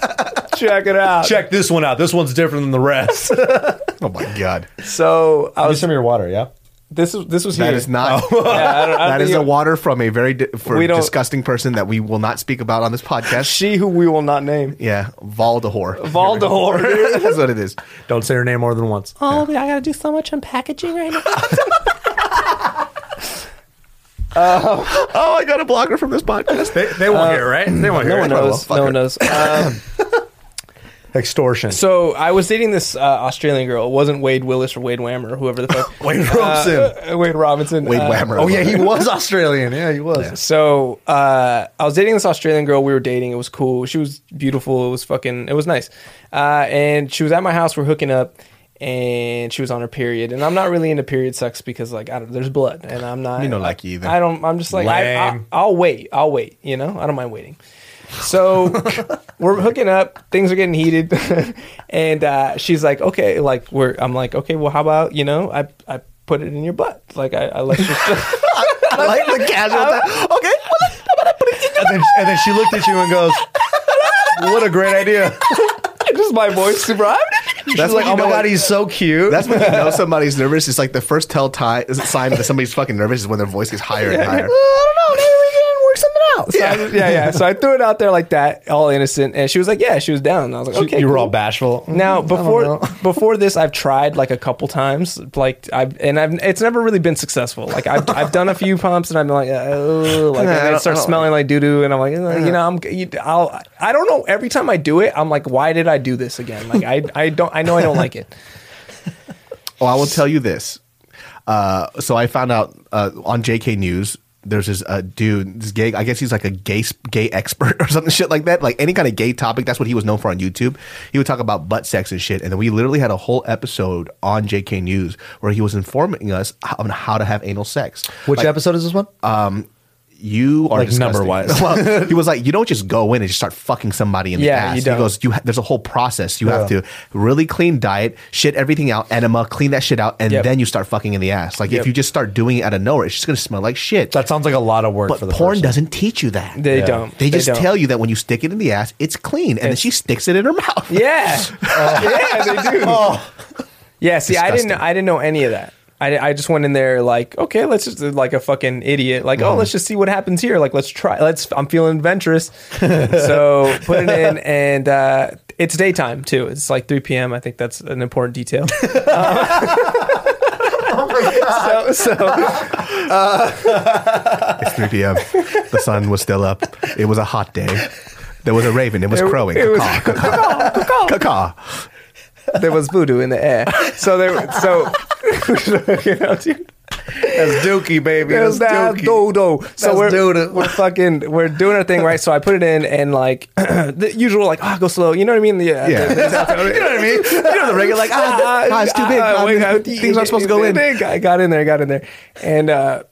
[SPEAKER 3] Check it out.
[SPEAKER 2] Check this one out. This one's different than the rest.
[SPEAKER 1] Oh my god,
[SPEAKER 3] So I
[SPEAKER 2] Give
[SPEAKER 3] was
[SPEAKER 2] some of your water, yeah.
[SPEAKER 3] this is this was
[SPEAKER 1] that
[SPEAKER 3] here. Uh,
[SPEAKER 1] is not.
[SPEAKER 3] Yeah, I don't- I don't
[SPEAKER 1] That is
[SPEAKER 3] think
[SPEAKER 1] a
[SPEAKER 3] it-
[SPEAKER 1] water from a very di- for
[SPEAKER 3] We don't-
[SPEAKER 1] disgusting person that we will not speak about on this podcast.
[SPEAKER 3] she who we will not name.
[SPEAKER 1] yeah, Valdehor.
[SPEAKER 3] Valdehor.
[SPEAKER 1] That's what it is.
[SPEAKER 2] Don't say her name more than once.
[SPEAKER 5] Oh, but I gotta do so much unpackaging right now.
[SPEAKER 1] Oh, I got a blocker from this
[SPEAKER 3] Uh,
[SPEAKER 1] podcast.
[SPEAKER 2] They, they won't hear it, right? They won't hear
[SPEAKER 3] No one
[SPEAKER 2] it.
[SPEAKER 3] knows. No
[SPEAKER 1] Motherfucker.
[SPEAKER 3] one knows. Um,
[SPEAKER 2] Extortion.
[SPEAKER 3] so I was dating this uh, Australian girl. It wasn't Wade Willis or Wade Wham or whoever the fuck.
[SPEAKER 2] Wade Robson.
[SPEAKER 3] Uh, Wade Robinson.
[SPEAKER 1] Wade
[SPEAKER 3] uh,
[SPEAKER 1] Whammer.
[SPEAKER 2] oh, yeah, he was Australian. Yeah, he was.
[SPEAKER 3] So uh, I was dating this Australian girl. We were dating. It was cool. She was beautiful. It was fucking. It was nice. Uh, and she was at my house. We're hooking up, and she was on her period. And I'm not really into period sex because like I don't, there's blood, and I'm not.
[SPEAKER 1] Me no like you either.
[SPEAKER 3] I don't. I'm just like I, I,
[SPEAKER 2] Lame.
[SPEAKER 3] I'll wait. I'll wait. You know. I don't mind waiting. So we're hooking up. Things are getting heated, and uh, she's like, "Okay, like we're." I'm like, "Okay, well, how about you know, I I put it in your butt, like I, I let you."
[SPEAKER 1] I like the casual. ti- okay, well,
[SPEAKER 2] And then, and then she looked at you and goes, What a great idea.
[SPEAKER 3] just my voice super high.
[SPEAKER 1] that's when
[SPEAKER 2] like,
[SPEAKER 1] you
[SPEAKER 2] oh my
[SPEAKER 1] know
[SPEAKER 2] God,
[SPEAKER 1] it-
[SPEAKER 2] he's so cute.
[SPEAKER 1] That's when you know somebody's nervous. It's like the first tell ti- sign that somebody's fucking nervous is when their voice gets higher and higher.
[SPEAKER 3] don't know. Maybe we can work something out. So I just- yeah. yeah, So I threw it out there like that, all innocent, and she was like, "Yeah." She was down. And I was like, "Okay."
[SPEAKER 2] you were
[SPEAKER 3] cool.
[SPEAKER 2] all bashful.
[SPEAKER 3] Now
[SPEAKER 2] Mm, I don't
[SPEAKER 3] before
[SPEAKER 2] know.
[SPEAKER 3] before this, I've tried like a couple times, like I've and I've it's never really been successful. Like I've, I've done a few pumps and I'm like, oh, like
[SPEAKER 1] I
[SPEAKER 3] and
[SPEAKER 1] don't-
[SPEAKER 3] it starts
[SPEAKER 1] I don't-
[SPEAKER 3] smelling like doo doo, and I'm like, "Uh, you know, I'm you, I'll I don't know. Every time I do it, I'm like, why did I do this again? Like I I don't I know I don't like it.
[SPEAKER 1] Oh, I will tell you this. Uh, so I found out uh, on JK News. There's this uh, dude, this gay. I guess he's like a gay gay expert or something shit like that. Like any kind of gay topic, that's what he was known for on YouTube. He would talk about butt sex and shit. And then we literally had a whole episode on JK News where he was informing us h- on how to have anal sex.
[SPEAKER 2] Which
[SPEAKER 1] Like,
[SPEAKER 2] episode is this one?
[SPEAKER 1] you are
[SPEAKER 2] Like,
[SPEAKER 1] disgusting.
[SPEAKER 2] number-wise.
[SPEAKER 1] well, he was like, you don't just go in and just start fucking somebody in the
[SPEAKER 3] Yeah,
[SPEAKER 1] ass.
[SPEAKER 3] you don't.
[SPEAKER 1] He goes, you ha- there's a whole process. You have
[SPEAKER 2] Yeah.
[SPEAKER 1] to really clean diet, shit everything out, enema, clean that shit out, and
[SPEAKER 3] Yep.
[SPEAKER 1] then you start fucking in the ass. Like
[SPEAKER 3] Yep.
[SPEAKER 1] if you just start doing it out of nowhere, it's just gonna smell like shit.
[SPEAKER 2] that sounds like a lot of work
[SPEAKER 1] but
[SPEAKER 2] for the
[SPEAKER 1] porn
[SPEAKER 2] person.
[SPEAKER 1] doesn't teach you that.
[SPEAKER 3] They
[SPEAKER 2] Yeah.
[SPEAKER 3] don't.
[SPEAKER 1] They just
[SPEAKER 3] don't.
[SPEAKER 1] tell you that when you stick it in the ass, it's clean, and then she sticks it in her mouth. Oh.
[SPEAKER 3] Yeah, yeah, they do.
[SPEAKER 2] Oh,
[SPEAKER 3] Yeah, see, I didn't,
[SPEAKER 1] Disgusting.
[SPEAKER 3] I didn't know any of that. I, I just went in there like, okay, let's just like a fucking idiot. Like,
[SPEAKER 1] Mm-hmm.
[SPEAKER 3] oh, let's just see what happens here. Like, let's try. Let's. I'm feeling adventurous, so put it in, and uh, It's daytime too. It's like 3 p.m. I think that's an important detail.
[SPEAKER 1] Oh
[SPEAKER 3] Um, so, so
[SPEAKER 1] It's 3 p.m. the sun was still up. It was a hot day. There was a raven. It was crowing.
[SPEAKER 3] it was-
[SPEAKER 1] Caw-caw, caw-caw.
[SPEAKER 3] there was voodoo in the air. So there, so you know, dude.
[SPEAKER 2] That's Dookie, baby.
[SPEAKER 3] It was that dodo. So
[SPEAKER 2] That's
[SPEAKER 3] we're,
[SPEAKER 2] dodo.
[SPEAKER 3] we're fucking we're doing our thing right. So I put it in and like the usual like ah go slow. You know what I mean? Yeah.
[SPEAKER 1] Yeah.
[SPEAKER 3] you know what I mean?
[SPEAKER 1] You know the regular like ah, ah, it's too big.
[SPEAKER 3] Ah,
[SPEAKER 1] Ah,
[SPEAKER 3] wait, ah,
[SPEAKER 1] things aren't supposed to go in.
[SPEAKER 3] I got in there, got in there, and uh,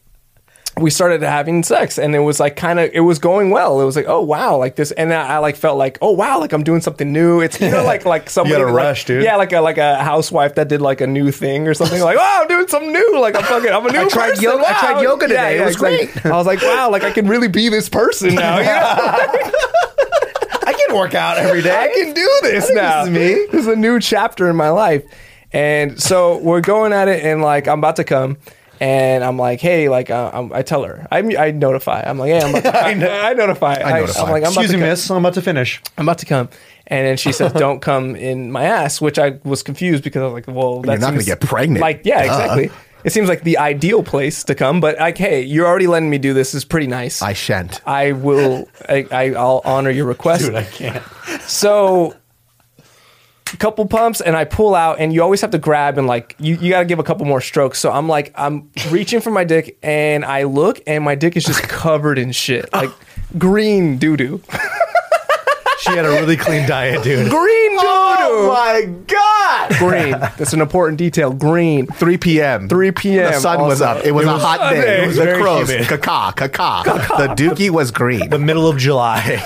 [SPEAKER 3] we started having sex, and it was like kind of, it was going well. It was like, oh wow, like this, and I, I like felt like, oh wow, like I'm doing something new. It's you know like like somebody
[SPEAKER 2] a
[SPEAKER 3] that,
[SPEAKER 2] rush,
[SPEAKER 3] like,
[SPEAKER 2] dude.
[SPEAKER 3] Yeah, like a like a housewife that did like a new thing or something. Like oh, I'm doing something new. Like I'm fucking, I'm a new.
[SPEAKER 1] tried
[SPEAKER 3] person.
[SPEAKER 1] yoga- I
[SPEAKER 3] Wow.
[SPEAKER 1] tried yoga today. It was
[SPEAKER 3] exactly. I was like, wow, like I can really be this person now. You know?
[SPEAKER 2] I can work out every day.
[SPEAKER 3] I can do this now.
[SPEAKER 2] this is me.
[SPEAKER 3] This is a new chapter in my life. And so we're going at it, and like I'm about to come, and I'm like, hey, like uh, I'm, I tell her, I I notify. I'm like, hey, I'm about, I, I notify. I,
[SPEAKER 1] notify.
[SPEAKER 3] am like, I'm about
[SPEAKER 2] Excuse
[SPEAKER 3] to
[SPEAKER 2] me,
[SPEAKER 3] come.
[SPEAKER 2] miss. I'm about to finish.
[SPEAKER 3] I'm about to come. And then she says, "Don't come in my ass," which I was confused because I was like, "Well, that's
[SPEAKER 1] not gonna get pregnant.
[SPEAKER 3] Like, yeah,
[SPEAKER 1] Duh.
[SPEAKER 3] exactly. It seems like the ideal place to come, but like, hey, you're already letting me do this. This Is pretty nice.
[SPEAKER 1] I shan't.
[SPEAKER 3] I will. I, I, I'll honor your request. Dude, I can't. So, couple pumps, and I pull out, and you always have to grab and like you, you got to give a couple more strokes. So I'm like, I'm reaching for my dick, and I look, and my dick is just covered in shit, like green doo doo,
[SPEAKER 2] She had a really clean diet, dude.
[SPEAKER 3] green doo doo,
[SPEAKER 1] my god!
[SPEAKER 3] green. That's an important detail. Green.
[SPEAKER 1] 3 p.m.
[SPEAKER 3] 3 p.m.
[SPEAKER 1] The sun was
[SPEAKER 3] also.
[SPEAKER 1] up. It was a hot
[SPEAKER 3] Sunday.
[SPEAKER 1] day.
[SPEAKER 3] It
[SPEAKER 1] It
[SPEAKER 3] was
[SPEAKER 1] was the
[SPEAKER 2] very
[SPEAKER 1] crows.
[SPEAKER 2] humid.
[SPEAKER 1] Caca, caca. The dookie was green.
[SPEAKER 2] The middle of July.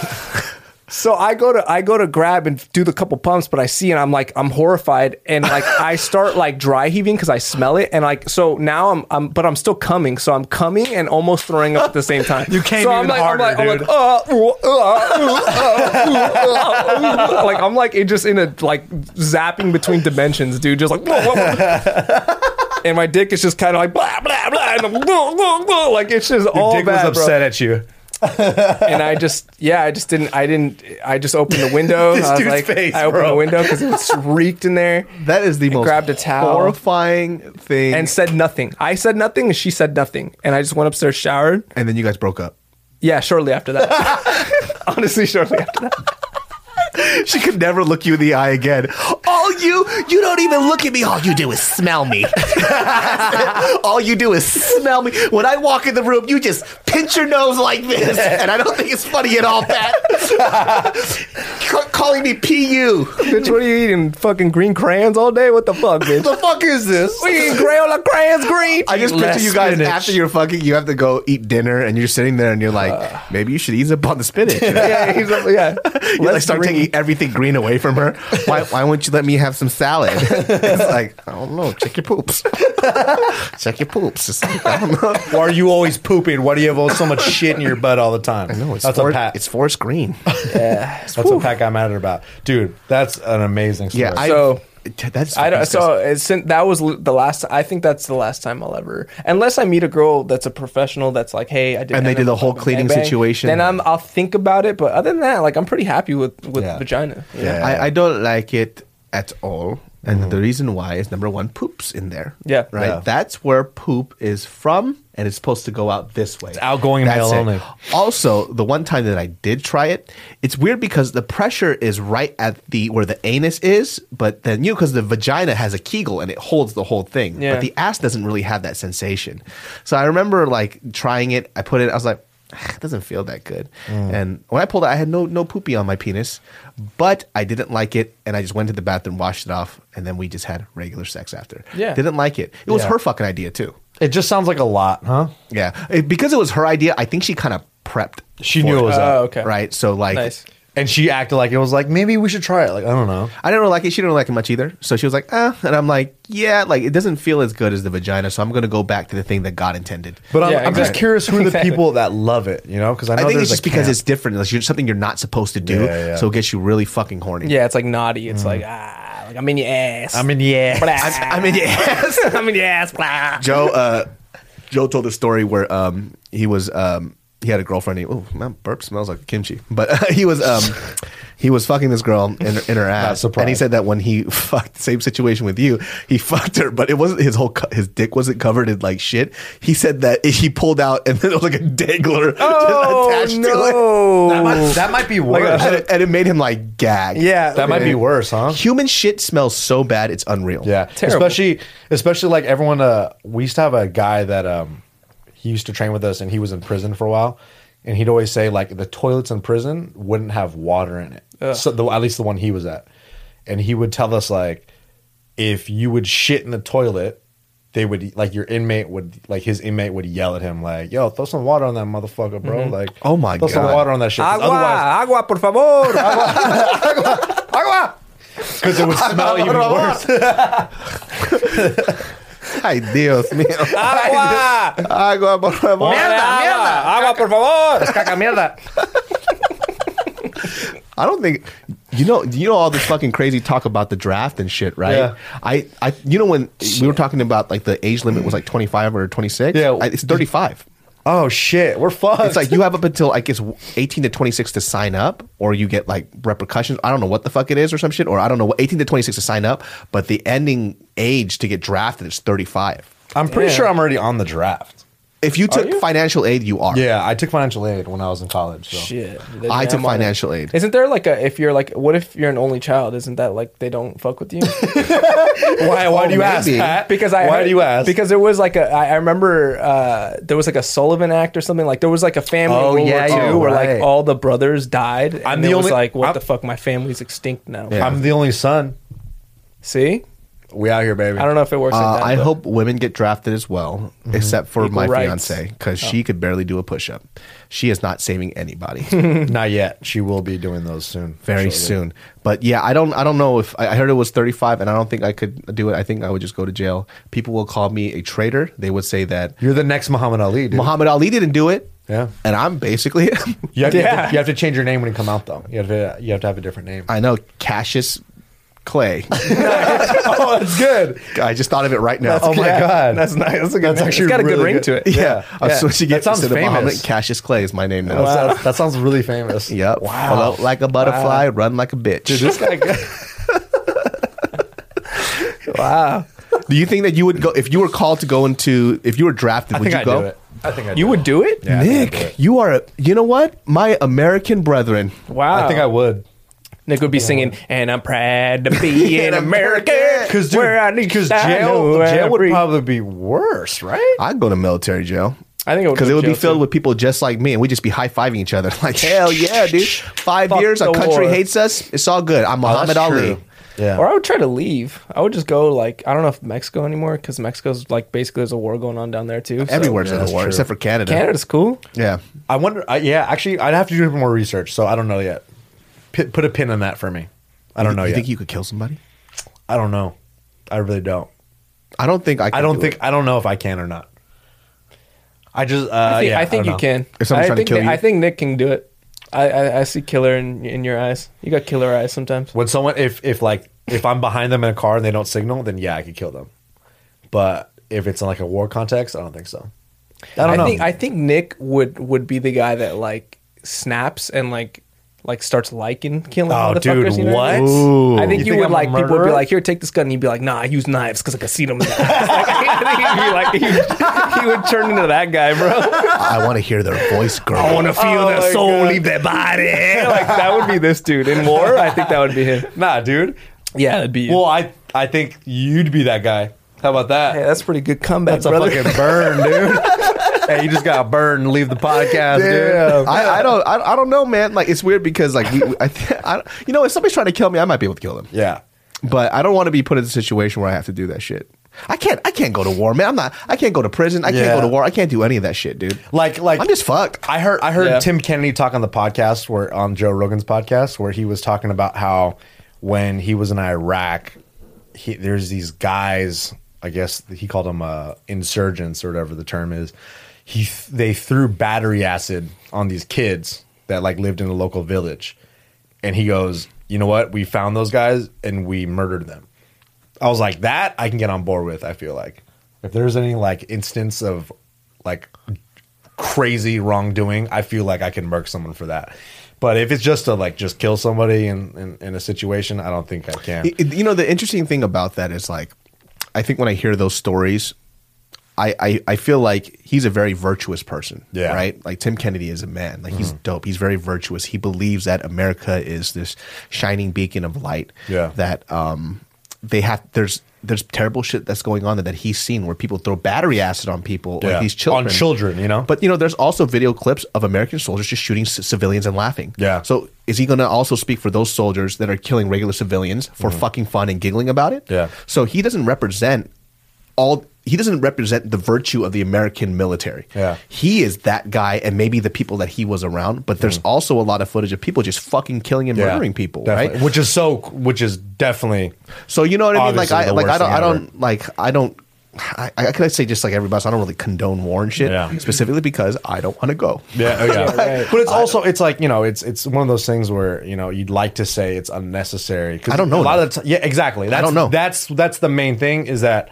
[SPEAKER 3] So I go to I go to grab and do the couple pumps, but I see and I'm like I'm horrified and like I start like dry heaving because I smell it and like so now I'm I'm but I'm still coming so I'm coming and almost throwing up at the same time.
[SPEAKER 2] You came
[SPEAKER 3] so
[SPEAKER 2] even
[SPEAKER 3] like,
[SPEAKER 2] harder,
[SPEAKER 3] I'm like,
[SPEAKER 2] dude.
[SPEAKER 3] I'm like, uh, ooh, uh, ooh, uh, ooh, uh, ooh. like I'm like it just in a like zapping between dimensions, dude. Just like whoa, whoa, whoa. and my dick is just kind of like blah blah blah and I'm, whoa, whoa, whoa. like it's just all
[SPEAKER 2] Dick
[SPEAKER 3] bad,
[SPEAKER 2] was
[SPEAKER 3] bro
[SPEAKER 2] upset at you.
[SPEAKER 3] and I just yeah, I just didn't I didn't I just opened the window.
[SPEAKER 2] This
[SPEAKER 3] I was
[SPEAKER 2] dude's
[SPEAKER 3] like,
[SPEAKER 2] face,
[SPEAKER 3] I opened
[SPEAKER 2] bro.
[SPEAKER 3] the window because it was reeked in there.
[SPEAKER 1] That is the most
[SPEAKER 3] grabbed a towel.
[SPEAKER 1] horrifying thing.
[SPEAKER 3] And
[SPEAKER 1] And,
[SPEAKER 3] said nothing. I said nothing, and she said nothing. And I just went upstairs, showered.
[SPEAKER 1] then you guys broke up.
[SPEAKER 3] Yeah, shortly after that. Honestly, shortly after that.
[SPEAKER 1] She could never look you in the eye again. All you, you don't even look at me. All you do is smell me. All you do is smell me. When I walk in the room, you just pinch your nose like this, and I don't think it's funny at all, Pat. Ca- calling me PU.
[SPEAKER 3] Bitch, what are you eating? Fucking green crayons all day? What the fuck, bitch?
[SPEAKER 1] The fuck is this?
[SPEAKER 3] we eating crayola crayons green.
[SPEAKER 1] I just
[SPEAKER 2] Less
[SPEAKER 1] picture you guys
[SPEAKER 2] spinach.
[SPEAKER 1] after you're fucking, you have to go eat dinner, and you're sitting there, and you're like, maybe you should ease up on the spinach.
[SPEAKER 3] Uh. yeah, he's up, yeah.
[SPEAKER 1] you like start taking everything green away from her. Why, why won't you let me have some salad? it's like I don't know. Check your poops. check your poops. It's like, I don't know.
[SPEAKER 2] Why are you always pooping? Why do you have all- so much shit in your butt all the time? I
[SPEAKER 1] No, it's
[SPEAKER 2] that's
[SPEAKER 1] for,
[SPEAKER 2] a pat.
[SPEAKER 1] it's forest green.
[SPEAKER 2] that's a pat I'm mad about, dude. That's an amazing story.
[SPEAKER 1] Yeah, I,
[SPEAKER 3] So-
[SPEAKER 1] that's
[SPEAKER 3] I don't. So it's, since that was l- the last. I think that's the last time I'll ever, unless I meet a girl that's a professional. That's like, hey, I did.
[SPEAKER 1] And they did the whole cleaning situation.
[SPEAKER 3] Then I'm. I'll think about it. But other than that, like I'm pretty happy with with
[SPEAKER 2] Yeah.
[SPEAKER 3] vagina. you know?
[SPEAKER 2] Yeah. Mm-hmm.
[SPEAKER 1] I, I don't like it at all. And the reason why is number one, poop's in there.
[SPEAKER 3] Yeah.
[SPEAKER 1] Right?
[SPEAKER 2] Yeah.
[SPEAKER 1] That's where poop is from and it's supposed to go out this way. It's
[SPEAKER 2] outgoing mail only.
[SPEAKER 1] Also, the one time that I did try it, it's weird because the pressure is right at the where the anus is, but then you because the vagina has a kegel and it holds the whole thing.
[SPEAKER 3] Yeah.
[SPEAKER 1] But the ass doesn't really have that sensation. So I remember like trying it, I put it, I was like, "Ah, it doesn't feel that good.
[SPEAKER 3] Mm.
[SPEAKER 1] And when I pulled it, I had no no poopy on my penis, but I didn't like it, and I just went to the bathroom, washed it off, and then we just had regular sex after.
[SPEAKER 3] Yeah.
[SPEAKER 1] didn't like it. It was
[SPEAKER 2] Yeah.
[SPEAKER 1] her fucking idea too.
[SPEAKER 2] It just sounds like a lot, huh?
[SPEAKER 1] Yeah, It- because it was her idea. I think she kind of prepped.
[SPEAKER 2] She
[SPEAKER 1] for
[SPEAKER 2] knew it was up,
[SPEAKER 3] Oh, okay.
[SPEAKER 1] Right. So like,
[SPEAKER 3] Nice.
[SPEAKER 2] and she acted like it was like maybe we should try it. Like I don't know.
[SPEAKER 1] I didn't really like it. She didn't like it much either. So she was like, "Ah," and I'm like, "Yeah, like it doesn't feel as good as the vagina." So I'm gonna go back to the thing that God intended.
[SPEAKER 2] But I'm,
[SPEAKER 3] Yeah,
[SPEAKER 2] I'm just
[SPEAKER 3] exactly.
[SPEAKER 2] curious who are the
[SPEAKER 3] Exactly.
[SPEAKER 2] people that love it, you know? Because I know
[SPEAKER 1] I think
[SPEAKER 2] there's
[SPEAKER 1] it's just
[SPEAKER 2] a
[SPEAKER 1] because
[SPEAKER 2] camp.
[SPEAKER 1] it's different. Like, you're something you're not supposed to do.
[SPEAKER 2] Yeah, yeah.
[SPEAKER 1] So it gets you really fucking horny.
[SPEAKER 3] Yeah, it's like naughty. It's
[SPEAKER 1] Mm.
[SPEAKER 3] like ah, like I'm in your ass.
[SPEAKER 2] I mean, yeah.
[SPEAKER 3] Blah.
[SPEAKER 1] I mean, yes.
[SPEAKER 3] I'm in your ass. Blah.
[SPEAKER 1] Joe uh, Joe told a story where um, he was um, he had a girlfriend. He, oh, my burp smells like kimchi. But he was um, He was fucking this girl in, in her ass, and he
[SPEAKER 2] surprised.
[SPEAKER 1] said that when he fucked, same situation with you, he fucked her, but it wasn't his whole co- his dick wasn't covered in like shit. He said that he pulled out, and then it was like a dangler
[SPEAKER 6] Oh,
[SPEAKER 1] just attached
[SPEAKER 3] Oh,
[SPEAKER 6] no.
[SPEAKER 1] to it.
[SPEAKER 2] That might, that might be
[SPEAKER 1] Like, uh,
[SPEAKER 2] worse.
[SPEAKER 1] and, it, and it made him like gag.
[SPEAKER 6] Yeah.
[SPEAKER 2] that might be worse, huh?
[SPEAKER 1] Human shit smells so bad, it's unreal.
[SPEAKER 2] Yeah,
[SPEAKER 6] Terrible.
[SPEAKER 2] especially especially like everyone. Uh, we used to have a guy that um, he used to train with us, and he was in prison for a while, and he'd always say like the toilets in prison wouldn't have water in it. So the, at least the one he was at, and he would tell us like if you would shit in the toilet. They would like your inmate would like his inmate would yell at him like, "Yo, throw some water on that motherfucker, bro!" Like,
[SPEAKER 1] Oh my
[SPEAKER 2] throw some
[SPEAKER 1] God.
[SPEAKER 2] water on that shit. 'cause
[SPEAKER 6] Agua,
[SPEAKER 2] Otherwise,
[SPEAKER 6] agua, por favor.
[SPEAKER 2] because it would smell even worse.
[SPEAKER 1] Ay, Dios mío.
[SPEAKER 6] agua,
[SPEAKER 1] Agua, por favor.
[SPEAKER 6] agua, agua, por favor.
[SPEAKER 1] I don't think you know. You know all this fucking crazy talk about the draft and shit, right?
[SPEAKER 2] Yeah.
[SPEAKER 1] I, I, you know when we were talking about like the age limit was like twenty five or twenty six.
[SPEAKER 2] Yeah.
[SPEAKER 1] I, it's thirty five.
[SPEAKER 2] Oh shit, we're fucked.
[SPEAKER 1] It's like you have up until I guess eighteen to twenty six to sign up, or you get like repercussions. I don't know what the fuck it is, or some shit, or I don't know what eighteen to twenty six to sign up, but the ending age to get drafted is thirty five.
[SPEAKER 2] I'm pretty sure I'm already on the draft.
[SPEAKER 1] If you took financial aid, you are.
[SPEAKER 2] Yeah, I took financial aid when I was in college. So.
[SPEAKER 3] Shit.
[SPEAKER 1] I took
[SPEAKER 3] Damn, I'm-
[SPEAKER 1] financial aid.
[SPEAKER 3] Isn't there like a if you're like what if you're an only child? Isn't that like they don't fuck with you?
[SPEAKER 2] Why? Why
[SPEAKER 1] Oh,
[SPEAKER 2] do you ask?
[SPEAKER 1] maybe.
[SPEAKER 2] Pat?
[SPEAKER 3] because I
[SPEAKER 2] Why
[SPEAKER 3] heard-
[SPEAKER 2] do you ask?
[SPEAKER 3] Because there was like a I, I remember uh, there was like a Sullivan Act or something like there was like a family
[SPEAKER 2] Oh,
[SPEAKER 3] in World
[SPEAKER 2] yeah,
[SPEAKER 3] War II
[SPEAKER 2] you're
[SPEAKER 3] where
[SPEAKER 2] right.
[SPEAKER 3] like all the brothers died. And
[SPEAKER 2] I'm
[SPEAKER 3] I'm
[SPEAKER 2] the
[SPEAKER 3] the was
[SPEAKER 2] only-
[SPEAKER 3] like what
[SPEAKER 2] I'm-
[SPEAKER 3] the fuck my family's extinct now.
[SPEAKER 2] I'm the only son.
[SPEAKER 3] See,
[SPEAKER 2] We out here, baby.
[SPEAKER 3] I don't know if it works.
[SPEAKER 1] Uh,
[SPEAKER 3] like that,
[SPEAKER 1] I
[SPEAKER 3] but-
[SPEAKER 1] hope women get drafted as well, except for my
[SPEAKER 3] rights. Oh.
[SPEAKER 1] fiance because she could barely do a push up. She is not saving anybody
[SPEAKER 2] Not yet. She will be doing those soon.
[SPEAKER 1] very
[SPEAKER 2] shortly.
[SPEAKER 1] soon. But yeah, I don't. I don't know if I I heard it was thirty five, and I don't think I could do it. I think I would just go to jail. People will call me a traitor. They would say that
[SPEAKER 2] You're the next Muhammad Ali, dude.
[SPEAKER 1] Muhammad Ali didn't do it.
[SPEAKER 2] Yeah.
[SPEAKER 1] and I'm basically.
[SPEAKER 2] you, have, you have
[SPEAKER 3] Yeah.
[SPEAKER 2] to, you have to change your name when you come out, though. You have to. You have to have a different name.
[SPEAKER 1] I know Cassius Clay.
[SPEAKER 2] oh, that's good.
[SPEAKER 1] I just thought of it right now.
[SPEAKER 2] oh my god,
[SPEAKER 6] That's nice. That's a good.
[SPEAKER 2] That's
[SPEAKER 6] name.
[SPEAKER 2] actually
[SPEAKER 6] it's got a good
[SPEAKER 2] really
[SPEAKER 6] ring
[SPEAKER 2] good.
[SPEAKER 6] to it.
[SPEAKER 1] Yeah, I'm
[SPEAKER 2] Yeah.
[SPEAKER 1] switching
[SPEAKER 2] That
[SPEAKER 1] it
[SPEAKER 2] sounds
[SPEAKER 1] to the Muhammad.
[SPEAKER 2] famous.
[SPEAKER 1] Cassius Clay is my name now.
[SPEAKER 2] That sounds- that sounds really famous.
[SPEAKER 1] Yep. Wow. Float like a butterfly, run like a bitch.
[SPEAKER 6] This guy.
[SPEAKER 1] Do you think that you would go if you were called to go into if you were drafted?
[SPEAKER 2] I
[SPEAKER 1] would
[SPEAKER 2] think
[SPEAKER 1] you
[SPEAKER 2] I
[SPEAKER 1] go?
[SPEAKER 2] do it. I think I.
[SPEAKER 3] you would do it.
[SPEAKER 2] Yeah, I think I'd do
[SPEAKER 1] Nick, you are a. You know what, my American brethren.
[SPEAKER 3] Wow.
[SPEAKER 2] I think I would.
[SPEAKER 3] Nick would be singing, and I'm proud to be an American.
[SPEAKER 2] Because dude,
[SPEAKER 3] where I need
[SPEAKER 2] because
[SPEAKER 3] to
[SPEAKER 2] jail,
[SPEAKER 3] know where I
[SPEAKER 2] jail would
[SPEAKER 3] breathe.
[SPEAKER 2] probably be worse, right?
[SPEAKER 1] I'd go to military jail
[SPEAKER 3] I think it would
[SPEAKER 1] because it
[SPEAKER 3] go
[SPEAKER 1] would
[SPEAKER 3] to
[SPEAKER 1] be
[SPEAKER 3] jail,
[SPEAKER 1] filled
[SPEAKER 3] too.
[SPEAKER 1] with people just like me, and we'd just be high fiving each other like, hell yeah, dude! Five
[SPEAKER 3] Fuck
[SPEAKER 1] years, our
[SPEAKER 3] the
[SPEAKER 1] country
[SPEAKER 3] war.
[SPEAKER 1] hates us. It's all good. I'm
[SPEAKER 2] Oh,
[SPEAKER 1] Muhammad
[SPEAKER 2] that's
[SPEAKER 1] Ali.
[SPEAKER 2] true. Yeah.
[SPEAKER 3] Or I would try to leave. I would just go like I don't know if Mexico anymore because Mexico's like basically there's a war going on down there too. so-
[SPEAKER 1] Everywhere's
[SPEAKER 2] Yeah,
[SPEAKER 1] in a
[SPEAKER 2] that's
[SPEAKER 1] war
[SPEAKER 2] true.
[SPEAKER 1] except for Canada.
[SPEAKER 3] Canada's cool.
[SPEAKER 1] Yeah.
[SPEAKER 2] I wonder. I, yeah, actually, I'd have to do more research, so I don't know yet. P- put a pin on that for me. I don't know
[SPEAKER 1] You
[SPEAKER 2] yet.
[SPEAKER 1] think you could kill somebody?
[SPEAKER 2] I don't know. I really don't.
[SPEAKER 1] I don't think I. Could
[SPEAKER 2] I don't
[SPEAKER 1] do
[SPEAKER 2] think.
[SPEAKER 1] it.
[SPEAKER 2] I don't know if I can or not. I just. Uh,
[SPEAKER 3] I think,
[SPEAKER 2] yeah,
[SPEAKER 3] I think
[SPEAKER 2] don't
[SPEAKER 3] you
[SPEAKER 2] know.
[SPEAKER 3] can.
[SPEAKER 1] If someone's trying
[SPEAKER 3] I
[SPEAKER 1] to
[SPEAKER 3] think
[SPEAKER 1] kill
[SPEAKER 3] Nick-
[SPEAKER 1] you-
[SPEAKER 3] I think Nick can do it. I, I, I see killer in in your eyes. You got killer eyes sometimes.
[SPEAKER 2] When someone, if if like, if I'm behind them in a car and they don't signal, then yeah, I could kill them. But if it's in like a war context, I don't think so. I don't know.
[SPEAKER 3] think I think Nick would would be the guy that like snaps and like like starts liking killing.
[SPEAKER 2] Oh,
[SPEAKER 3] motherfuckers,
[SPEAKER 2] dude,
[SPEAKER 3] you know I mean?
[SPEAKER 2] what? Ooh.
[SPEAKER 3] I think
[SPEAKER 2] You
[SPEAKER 3] you,
[SPEAKER 2] think
[SPEAKER 3] would
[SPEAKER 2] I'm a
[SPEAKER 3] like people would be
[SPEAKER 2] murderer?
[SPEAKER 3] like, "Here, take this gun," and you'd be like, "Nah, I use knives because I can see them." in the eyes." like, I think he'd be like, he, he would turn into that guy, bro.
[SPEAKER 1] I want to hear their voice, girl.
[SPEAKER 3] I want to feel
[SPEAKER 2] Oh my
[SPEAKER 3] their soul
[SPEAKER 2] God.
[SPEAKER 3] leave their body. like that would be this dude in war. I think that would be him.
[SPEAKER 2] nah, dude.
[SPEAKER 3] Yeah, it'd be.
[SPEAKER 2] Well, I I think you'd be that guy. How about that?
[SPEAKER 3] Hey, that's pretty good comeback,
[SPEAKER 2] That's a
[SPEAKER 3] brother.
[SPEAKER 2] fucking burn, dude. hey, you just got burned and leave the podcast, dude.
[SPEAKER 1] I, I don't I, I don't know, man. Like it's weird because like we, I, th- I don't- you know if somebody's trying to kill me, I might be able to kill them.
[SPEAKER 2] Yeah.
[SPEAKER 1] But I don't want to be put in a situation where I have to do that shit. I can't I can't go to war, man. I'm not I can't go to prison. I
[SPEAKER 2] Yeah.
[SPEAKER 1] can't go to war. I can't do any of that shit, dude.
[SPEAKER 2] Like like
[SPEAKER 1] I'm just fucked.
[SPEAKER 2] I heard I heard
[SPEAKER 3] Yeah.
[SPEAKER 2] Tim Kennedy talk on the podcast where on Joe Rogan's podcast where he was talking about how when he was in Iraq, he, there's these guys. I guess he called them uh, insurgents or whatever the term is. He th- they threw battery acid on these kids that like lived in a local village, and he goes, you know what? We found those guys and we murdered them. I was like, that I can get on board with. I feel like if there's any like instance of like crazy wrongdoing, I feel like I can murk someone for that. But if it's just to like just kill somebody in, in, in a situation, I don't think I can.
[SPEAKER 1] It- it- you know, the interesting thing about that is like, I think when I hear those stories, I, I, I feel like he's a very virtuous person.
[SPEAKER 2] Yeah. Mm-hmm.
[SPEAKER 1] Right? Like Tim Kennedy is a man. Like he's dope. He's very virtuous. He believes that America is this shining beacon of light.
[SPEAKER 2] Yeah.
[SPEAKER 1] That um they have there's there's terrible shit that's going on that, that he's seen where people throw battery acid on people
[SPEAKER 2] Yeah.
[SPEAKER 1] like these children
[SPEAKER 2] On children, you know?
[SPEAKER 1] But you know, there's also video clips of American soldiers just shooting c- civilians and laughing.
[SPEAKER 2] Yeah.
[SPEAKER 1] So is he going to also speak for those soldiers that are killing regular civilians for fucking fun and giggling about it?
[SPEAKER 2] Mm-hmm. Yeah.
[SPEAKER 1] So he doesn't represent all. He doesn't represent the virtue of the American military.
[SPEAKER 2] Yeah.
[SPEAKER 1] He is that guy, and maybe the people that he was around. But there's also a lot of footage of people just fucking killing and
[SPEAKER 2] Mm. Yeah.
[SPEAKER 1] murdering people,
[SPEAKER 2] Definitely.
[SPEAKER 1] right?
[SPEAKER 2] Which is so which is definitely
[SPEAKER 1] So you know what I mean? Like
[SPEAKER 2] Obviously
[SPEAKER 1] I
[SPEAKER 2] the
[SPEAKER 1] like I
[SPEAKER 2] worst
[SPEAKER 1] don't
[SPEAKER 2] thing
[SPEAKER 1] I
[SPEAKER 2] ever.
[SPEAKER 1] don't like I don't I, I could I say just like everybody else, I don't really condone war and shit
[SPEAKER 2] Yeah.
[SPEAKER 1] specifically because I don't want to go.
[SPEAKER 2] Yeah, oh, yeah.
[SPEAKER 3] right.
[SPEAKER 2] But it's also it's like you know it's it's one of those things where you know you'd like to say it's unnecessary. 'cause
[SPEAKER 1] I don't know
[SPEAKER 2] A lot of the t- yeah, exactly. That's,
[SPEAKER 1] don't know.
[SPEAKER 2] That's that's the main thing is that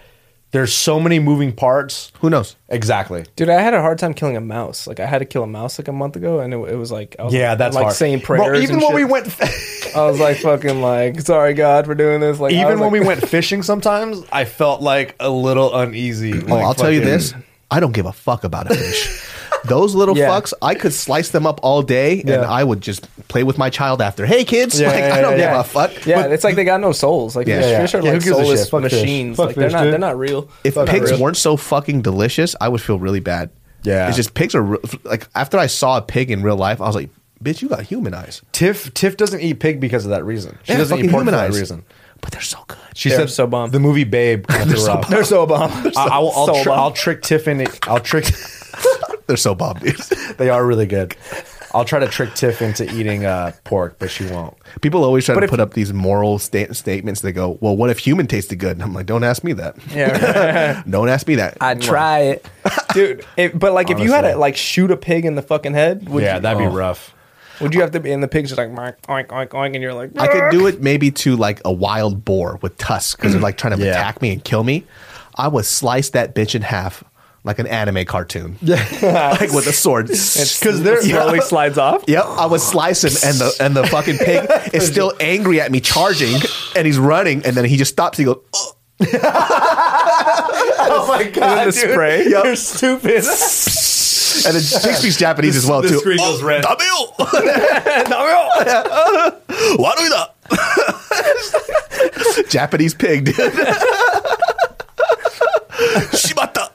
[SPEAKER 2] there's so many moving parts.
[SPEAKER 1] Who knows?
[SPEAKER 2] Exactly.
[SPEAKER 3] Dude, I had a hard time killing a mouse. Like I had to kill a mouse like a month ago, and it, it was like I was,
[SPEAKER 2] Yeah, that's
[SPEAKER 3] like
[SPEAKER 2] hard.
[SPEAKER 3] saying
[SPEAKER 2] Bro,
[SPEAKER 3] prayers.
[SPEAKER 2] even
[SPEAKER 3] and
[SPEAKER 2] when
[SPEAKER 3] shit.
[SPEAKER 2] we went,
[SPEAKER 3] I was like fucking like sorry God for doing this. Like I
[SPEAKER 2] even
[SPEAKER 3] was,
[SPEAKER 2] when we
[SPEAKER 3] like-
[SPEAKER 2] went fishing, sometimes I felt like a little uneasy.
[SPEAKER 1] Oh, I'll tell you this. I don't give a fuck about a fish. Those little
[SPEAKER 3] Yeah.
[SPEAKER 1] fucks, I could slice them up all day and
[SPEAKER 3] Yeah.
[SPEAKER 1] I would just play with my child after. Hey kids,
[SPEAKER 2] Yeah,
[SPEAKER 1] like
[SPEAKER 2] yeah,
[SPEAKER 1] I don't
[SPEAKER 2] yeah,
[SPEAKER 1] give
[SPEAKER 2] yeah.
[SPEAKER 1] a fuck.
[SPEAKER 3] Yeah,
[SPEAKER 1] But
[SPEAKER 3] it's like they got no souls. Like
[SPEAKER 1] Yeah,
[SPEAKER 3] fish,
[SPEAKER 1] yeah.
[SPEAKER 3] fish are
[SPEAKER 2] Yeah, who
[SPEAKER 3] like
[SPEAKER 2] gives a shit?
[SPEAKER 3] soulless
[SPEAKER 2] Fuck fish.
[SPEAKER 3] machines.
[SPEAKER 2] Fuck
[SPEAKER 3] Like they're
[SPEAKER 2] fish,
[SPEAKER 3] not
[SPEAKER 2] dude.
[SPEAKER 3] they're not real.
[SPEAKER 1] if
[SPEAKER 2] Fuck
[SPEAKER 1] pigs
[SPEAKER 2] real.
[SPEAKER 1] weren't so fucking delicious, I would feel really bad.
[SPEAKER 2] Yeah.
[SPEAKER 1] It's just pigs are re- like after I saw a pig in real life, I was like, bitch, you got human eyes.
[SPEAKER 2] Tiff Tiff doesn't eat pig because of that reason. She
[SPEAKER 1] Yeah,
[SPEAKER 2] doesn't
[SPEAKER 1] fucking
[SPEAKER 2] eat pork for
[SPEAKER 1] human
[SPEAKER 2] that
[SPEAKER 1] eyes.
[SPEAKER 2] reason.
[SPEAKER 1] But they're so good.
[SPEAKER 2] She
[SPEAKER 3] They're
[SPEAKER 2] said
[SPEAKER 3] so bomb.
[SPEAKER 2] The movie Babe. They're so bomb.
[SPEAKER 3] They're so bomb.
[SPEAKER 2] I, I will, I'll,
[SPEAKER 3] So
[SPEAKER 2] tri-
[SPEAKER 3] bomb.
[SPEAKER 2] I'll trick Tiff into. I'll trick.
[SPEAKER 1] They're so bomb, dude.
[SPEAKER 2] They are really good. I'll try to trick Tiff into eating uh, pork, but she won't.
[SPEAKER 1] People always try to put up these moral sta- statements. They go, "Well, what if human tasted good?" And I'm like, "Don't ask me that.
[SPEAKER 3] Yeah.
[SPEAKER 1] Don't ask me that."
[SPEAKER 3] I try it, dude. It, but like, if you had to
[SPEAKER 2] Honestly.
[SPEAKER 3] like shoot a pig in the fucking head, would
[SPEAKER 2] yeah,
[SPEAKER 3] you, Oh.
[SPEAKER 2] that'd be rough.
[SPEAKER 3] would you have to be? And the pig's just like oink oink oink oink, and you're like,
[SPEAKER 1] I could do it maybe to like a wild boar with tusks because they're like trying to
[SPEAKER 2] Yeah.
[SPEAKER 1] attack me and kill me. I would slice that bitch in half like an anime cartoon, like with a sword.
[SPEAKER 2] Because they're
[SPEAKER 3] slowly slides off.
[SPEAKER 1] Yep, I would slice him, and the and the fucking pig is still angry at me, charging, and he's running, and then he just stops. He goes, "Oh."
[SPEAKER 2] oh my god,
[SPEAKER 3] the spray.
[SPEAKER 1] Yep.
[SPEAKER 2] You're stupid.
[SPEAKER 1] and then Six Speaks Japanese as well
[SPEAKER 2] the
[SPEAKER 1] too.
[SPEAKER 2] screen goes
[SPEAKER 1] "Oh,
[SPEAKER 2] red."
[SPEAKER 1] damn you." Why do we not? Japanese pig, dude. Shibata.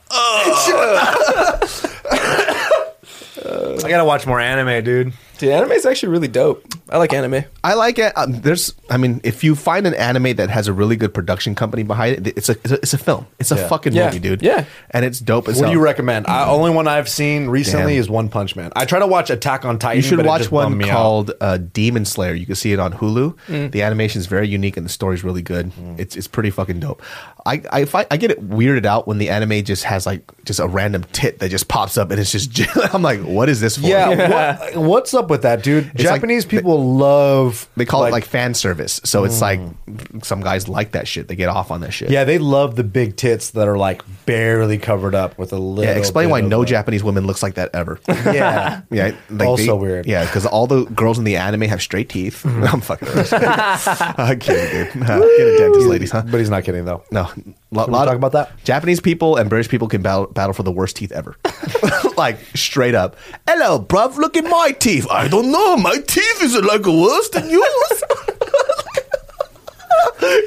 [SPEAKER 2] I gotta watch more anime, dude.
[SPEAKER 3] Dude, anime's actually really dope. I like anime.
[SPEAKER 1] I like it. Um, there's, I mean, if you find an anime that has a really good production company behind it, it's a, it's a, it's a film. It's a
[SPEAKER 2] Yeah.
[SPEAKER 1] fucking
[SPEAKER 3] Yeah.
[SPEAKER 1] movie, dude.
[SPEAKER 3] Yeah.
[SPEAKER 1] and it's dope as
[SPEAKER 2] What
[SPEAKER 1] hell.
[SPEAKER 2] do you recommend? I, only one I've seen recently
[SPEAKER 1] Damn.
[SPEAKER 2] is One Punch Man. I try to watch Attack on Titan.
[SPEAKER 1] You should
[SPEAKER 2] but it
[SPEAKER 1] watch
[SPEAKER 2] just
[SPEAKER 1] one
[SPEAKER 2] bummed me out. Mm.
[SPEAKER 1] called uh, Demon Slayer. You can see it on Hulu. The animation is very unique and the story's really good. It's it's pretty fucking dope. I I, fi- I get it weirded out when the anime just has like just a random tit that just pops up and it's just I'm like, what is this for?
[SPEAKER 2] Yeah, what, what's up with that, dude?
[SPEAKER 1] like-
[SPEAKER 2] Japanese people love
[SPEAKER 1] They call it like fan service. So it's like some guys like that shit. They get off on that shit.
[SPEAKER 2] Mm. Yeah, they love the big tits that are like barely covered up with a little.
[SPEAKER 1] Yeah, explain
[SPEAKER 2] bit
[SPEAKER 1] why
[SPEAKER 2] of,
[SPEAKER 1] no
[SPEAKER 2] uh,
[SPEAKER 1] Japanese woman looks like that ever.
[SPEAKER 2] Yeah,
[SPEAKER 1] Yeah, like
[SPEAKER 2] Also
[SPEAKER 1] they-
[SPEAKER 2] weird.
[SPEAKER 1] Yeah, because all the girls in the anime have straight teeth.
[SPEAKER 2] Mm-hmm.
[SPEAKER 1] I'm fucking. I'm kidding, dude. Uh, get a dentist, ladies, huh?
[SPEAKER 2] but he's not kidding though.
[SPEAKER 1] No, lot,
[SPEAKER 2] we talk about that?
[SPEAKER 1] Japanese people and British people can battle, battle for the worst teeth ever, like straight up. Hello, bruv, look at my teeth. I don't know, my teeth is uh, like worse than yours.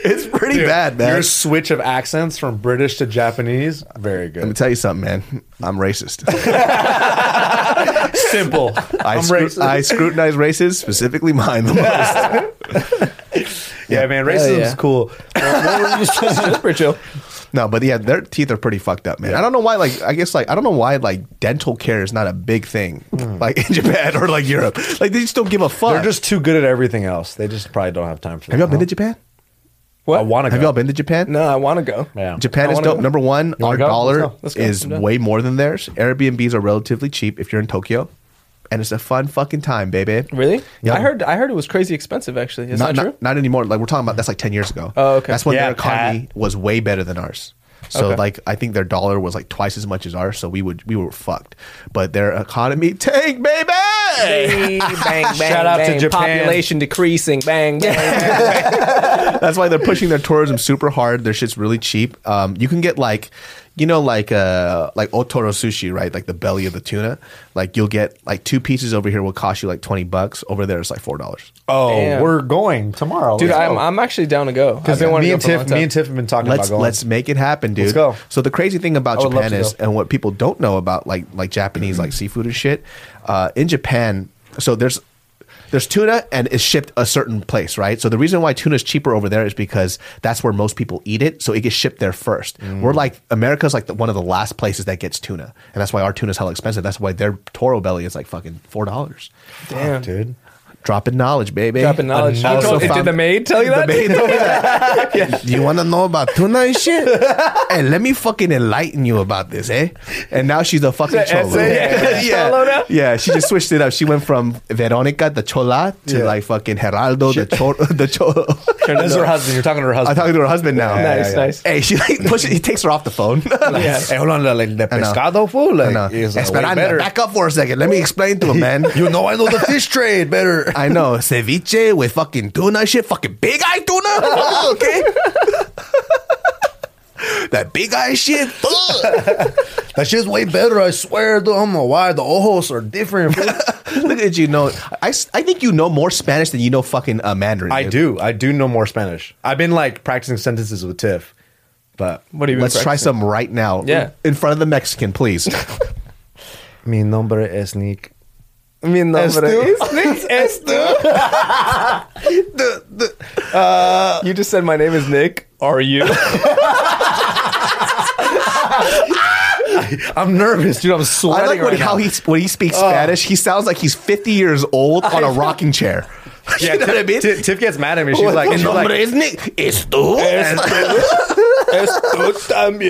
[SPEAKER 1] it's pretty bad, man.
[SPEAKER 2] Your switch of accents from British to Japanese, very
[SPEAKER 1] Let me
[SPEAKER 2] good.
[SPEAKER 1] tell you something, man. I'm racist.
[SPEAKER 2] Simple.
[SPEAKER 1] I,
[SPEAKER 2] I'm
[SPEAKER 1] scru-
[SPEAKER 2] racist.
[SPEAKER 1] I scrutinize races, specifically mine the most.
[SPEAKER 2] yeah, man, racism's
[SPEAKER 3] yeah.
[SPEAKER 2] cool.
[SPEAKER 3] Super chill.
[SPEAKER 1] No, but yeah, their teeth are pretty fucked up, man. I don't know why. Like, I guess like I don't know why like dental care is not a big thing like in Japan or like Europe. Like they just don't give a fuck.
[SPEAKER 2] Mm. They're just too good at everything else. They just probably don't have time for.
[SPEAKER 1] Have
[SPEAKER 2] that,
[SPEAKER 1] y'all been
[SPEAKER 2] huh?
[SPEAKER 1] to Japan?
[SPEAKER 3] What?
[SPEAKER 2] I want to.
[SPEAKER 1] Have y'all been to Japan?
[SPEAKER 3] No, I want to go.
[SPEAKER 2] Yeah.
[SPEAKER 1] Japan
[SPEAKER 3] I
[SPEAKER 1] is
[SPEAKER 3] wanna
[SPEAKER 1] dope.
[SPEAKER 3] go.
[SPEAKER 1] Number one,
[SPEAKER 2] wanna
[SPEAKER 1] our
[SPEAKER 2] go? Let's
[SPEAKER 1] dollar
[SPEAKER 2] go.
[SPEAKER 3] Let's go.
[SPEAKER 1] is
[SPEAKER 3] I'm down.
[SPEAKER 1] way more than theirs. Airbnbs are relatively cheap if you're in Tokyo, and it's a fun fucking time, baby.
[SPEAKER 3] Really?
[SPEAKER 1] Yeah.
[SPEAKER 3] I heard. I heard it was crazy expensive. Actually, is
[SPEAKER 1] Not,
[SPEAKER 3] that true?
[SPEAKER 1] not, not anymore. Like we're talking about that's like ten years ago.
[SPEAKER 3] Oh, okay.
[SPEAKER 1] That's when
[SPEAKER 2] Yeah,
[SPEAKER 1] their economy was way better than ours. So
[SPEAKER 3] Okay.
[SPEAKER 1] like I think their dollar was like twice as much as ours, so we would we were fucked. But their economy tank, baby.
[SPEAKER 3] bang, bang,
[SPEAKER 2] Shout out to
[SPEAKER 3] bang.
[SPEAKER 2] Japan.
[SPEAKER 3] Population decreasing. Bang, bang, bang.
[SPEAKER 1] That's why they're pushing their tourism super hard. Their shit's really cheap. Um, you can get like, you know, like uh, like otoro sushi, right? Like the belly of the tuna. Like you'll get like two pieces over here will cost you like twenty bucks. Over there, it's like four dollars.
[SPEAKER 2] Oh,
[SPEAKER 3] Damn.
[SPEAKER 2] we're going tomorrow,
[SPEAKER 3] Dude,
[SPEAKER 2] Let's
[SPEAKER 3] I'm,
[SPEAKER 2] go.
[SPEAKER 3] I'm actually down to go. Because
[SPEAKER 2] Oh. Because
[SPEAKER 3] they want
[SPEAKER 2] me
[SPEAKER 3] to
[SPEAKER 2] and Tiff, me and Tiff have been talking
[SPEAKER 1] Let's
[SPEAKER 2] about going.
[SPEAKER 1] let's make it happen, dude.
[SPEAKER 2] Let's go.
[SPEAKER 1] So the crazy thing about
[SPEAKER 2] I would love
[SPEAKER 1] Japan
[SPEAKER 2] to
[SPEAKER 1] is,
[SPEAKER 2] go.
[SPEAKER 1] and what people don't know about like like Japanese like seafood and shit, uh, in Japan, so there's there's tuna and it's shipped a certain place, right? So the reason why tuna is cheaper over there is because that's where most people eat it, so it gets shipped there first.
[SPEAKER 2] Mm.
[SPEAKER 1] We're like America's like the, one of the last places that gets tuna, and that's why our tuna's hella expensive. That's why their toro belly is like fucking four dollars.
[SPEAKER 3] Damn.
[SPEAKER 2] dude.
[SPEAKER 1] Dropping knowledge, baby.
[SPEAKER 3] Dropping knowledge. Who
[SPEAKER 1] Also
[SPEAKER 3] told- did
[SPEAKER 1] found-
[SPEAKER 3] the maid tell you that?
[SPEAKER 1] the maid told me that. You want to know about tuna and shit? hey, let me fucking enlighten you about this, eh? And now she's a fucking cholo.
[SPEAKER 2] essay?
[SPEAKER 1] Yeah.
[SPEAKER 3] Cholo now?
[SPEAKER 1] yeah. Yeah, she just switched it up. She went from Veronica the chola to
[SPEAKER 2] Yeah.
[SPEAKER 1] like fucking Geraldo the, cho- the cholo.
[SPEAKER 2] This is her husband. You're talking to her
[SPEAKER 1] I'm
[SPEAKER 2] husband.
[SPEAKER 1] talking to her husband now.
[SPEAKER 2] Yeah,
[SPEAKER 3] Nice, yeah, yeah. nice.
[SPEAKER 1] Hey, she like push, he takes her off the phone.
[SPEAKER 2] Hey, hold on, like the
[SPEAKER 1] know.
[SPEAKER 2] pescado fool. Like,
[SPEAKER 1] No.
[SPEAKER 2] is, uh, way
[SPEAKER 1] Esperanza,
[SPEAKER 2] better.
[SPEAKER 1] back up for a second. Let me explain to him, man.
[SPEAKER 2] You know, I know the fish trade better.
[SPEAKER 1] I know ceviche with fucking tuna shit, fucking big eye tuna. Okay, that big eye shit. Fuck.
[SPEAKER 2] That shit's way better. I swear, dude. I don't know why the ojos are different. fool.
[SPEAKER 1] Look at you know. I, s- I think you know more Spanish than you know fucking uh, Mandarin.
[SPEAKER 2] I
[SPEAKER 1] dude.
[SPEAKER 2] do. I do know more Spanish. I've been like practicing sentences with Tiff, but
[SPEAKER 3] What do you
[SPEAKER 1] Let's try some right now.
[SPEAKER 3] Yeah.
[SPEAKER 1] in front of the Mexican, please.
[SPEAKER 2] mi nombre es Nick.
[SPEAKER 3] I mean, no, but
[SPEAKER 2] Estu?
[SPEAKER 3] it's You just said my name is Nick. Are you?
[SPEAKER 2] I'm nervous, dude. I'm sweating.
[SPEAKER 1] I like what,
[SPEAKER 2] right
[SPEAKER 1] how
[SPEAKER 2] now.
[SPEAKER 1] he when he speaks Spanish. He sounds like he's fifty years old on a rocking chair.
[SPEAKER 2] Yeah,
[SPEAKER 1] you know
[SPEAKER 2] Tiff,
[SPEAKER 1] what I mean?
[SPEAKER 2] Tiff- Tiff gets mad at me. She's like,
[SPEAKER 1] "Mi
[SPEAKER 2] she's
[SPEAKER 1] nombre
[SPEAKER 2] like,
[SPEAKER 1] es Nick. ¿Es tú? Why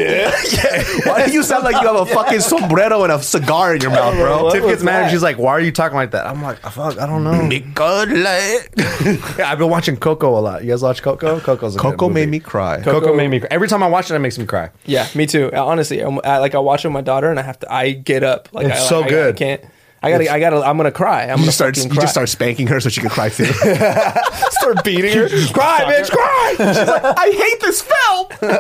[SPEAKER 1] do you sound like you have a fucking sombrero and a cigar in your mouth, bro?
[SPEAKER 2] Tiff gets mad. and She's like, why are you talking like that? I'm like, "Oh, fuck, I don't know. Yeah, I've been watching Coco a lot. You guys watch Coco? Coco's a good
[SPEAKER 1] Coco made
[SPEAKER 2] movie.
[SPEAKER 1] me cry.
[SPEAKER 2] Coco,
[SPEAKER 3] Coco-
[SPEAKER 2] made me. cry. Every time I watch it, it makes me cry.
[SPEAKER 3] yeah, me too. Uh, Honestly, I'm, I, like I watch it with my daughter, and I have to. I get up. Like
[SPEAKER 2] It's
[SPEAKER 3] I,
[SPEAKER 2] so
[SPEAKER 3] I,
[SPEAKER 2] good.
[SPEAKER 3] I can't. I gotta. I gotta. I'm gonna cry. I'm
[SPEAKER 1] You
[SPEAKER 3] gonna
[SPEAKER 1] just start,
[SPEAKER 3] fucking
[SPEAKER 1] you
[SPEAKER 3] cry.
[SPEAKER 1] just start spanking her so she can cry too.
[SPEAKER 3] start beating her. cry, bitch, cry.
[SPEAKER 1] I hate this film.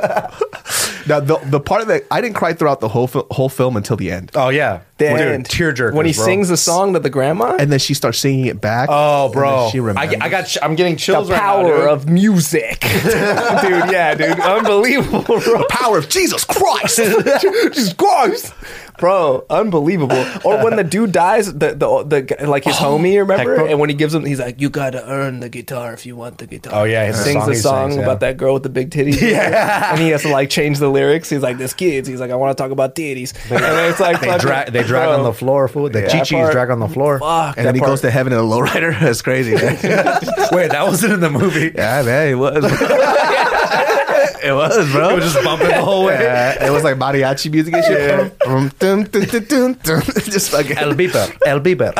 [SPEAKER 1] now the the part that I didn't cry throughout the whole fil- whole film until the end,
[SPEAKER 2] Oh yeah,
[SPEAKER 3] The
[SPEAKER 2] Dude,
[SPEAKER 3] end.
[SPEAKER 2] tearjerker.
[SPEAKER 3] When he
[SPEAKER 2] bro.
[SPEAKER 3] sings the song to the grandma.
[SPEAKER 1] and then she starts singing it back.
[SPEAKER 2] Oh, bro,
[SPEAKER 1] she
[SPEAKER 2] I,
[SPEAKER 1] remembers.
[SPEAKER 2] get- I got. ch- I'm getting
[SPEAKER 3] the
[SPEAKER 2] chills right now.
[SPEAKER 3] power
[SPEAKER 2] dude.
[SPEAKER 3] of music, dude. Yeah, dude, unbelievable, bro.
[SPEAKER 1] the power of Jesus Christ.
[SPEAKER 3] Jesus Christ, bro, unbelievable. Or when the dude dies, the the, the guy- like his homie, remember?
[SPEAKER 2] Hector?
[SPEAKER 3] And when he gives him, he's like, "You gotta earn the guitar if you want the guitar."
[SPEAKER 2] Oh, yeah,
[SPEAKER 3] he
[SPEAKER 2] his
[SPEAKER 3] sings
[SPEAKER 2] song
[SPEAKER 3] the
[SPEAKER 2] he
[SPEAKER 3] song
[SPEAKER 2] sings, yeah.
[SPEAKER 3] about that girl with the big titties. Yeah, and he has to like change the lyrics. He's like, "This kids," he's like, "I want to talk about titties," and it's like
[SPEAKER 2] They drag. They drag on the floor. Fool. The
[SPEAKER 3] That
[SPEAKER 2] Chi Chi's
[SPEAKER 3] part-
[SPEAKER 2] drag on the floor.
[SPEAKER 3] Fuck,
[SPEAKER 1] and then he goes to heaven in a lowrider. That's crazy. Man.
[SPEAKER 2] Wait, that wasn't in the movie.
[SPEAKER 1] yeah, man, it was. it was, bro.
[SPEAKER 2] It was just bumping the whole way.
[SPEAKER 1] Yeah, it was like mariachi music and shit. Dum, dum, dum, dum, dum, dum. just fucking
[SPEAKER 2] El Bieber. El Bieber.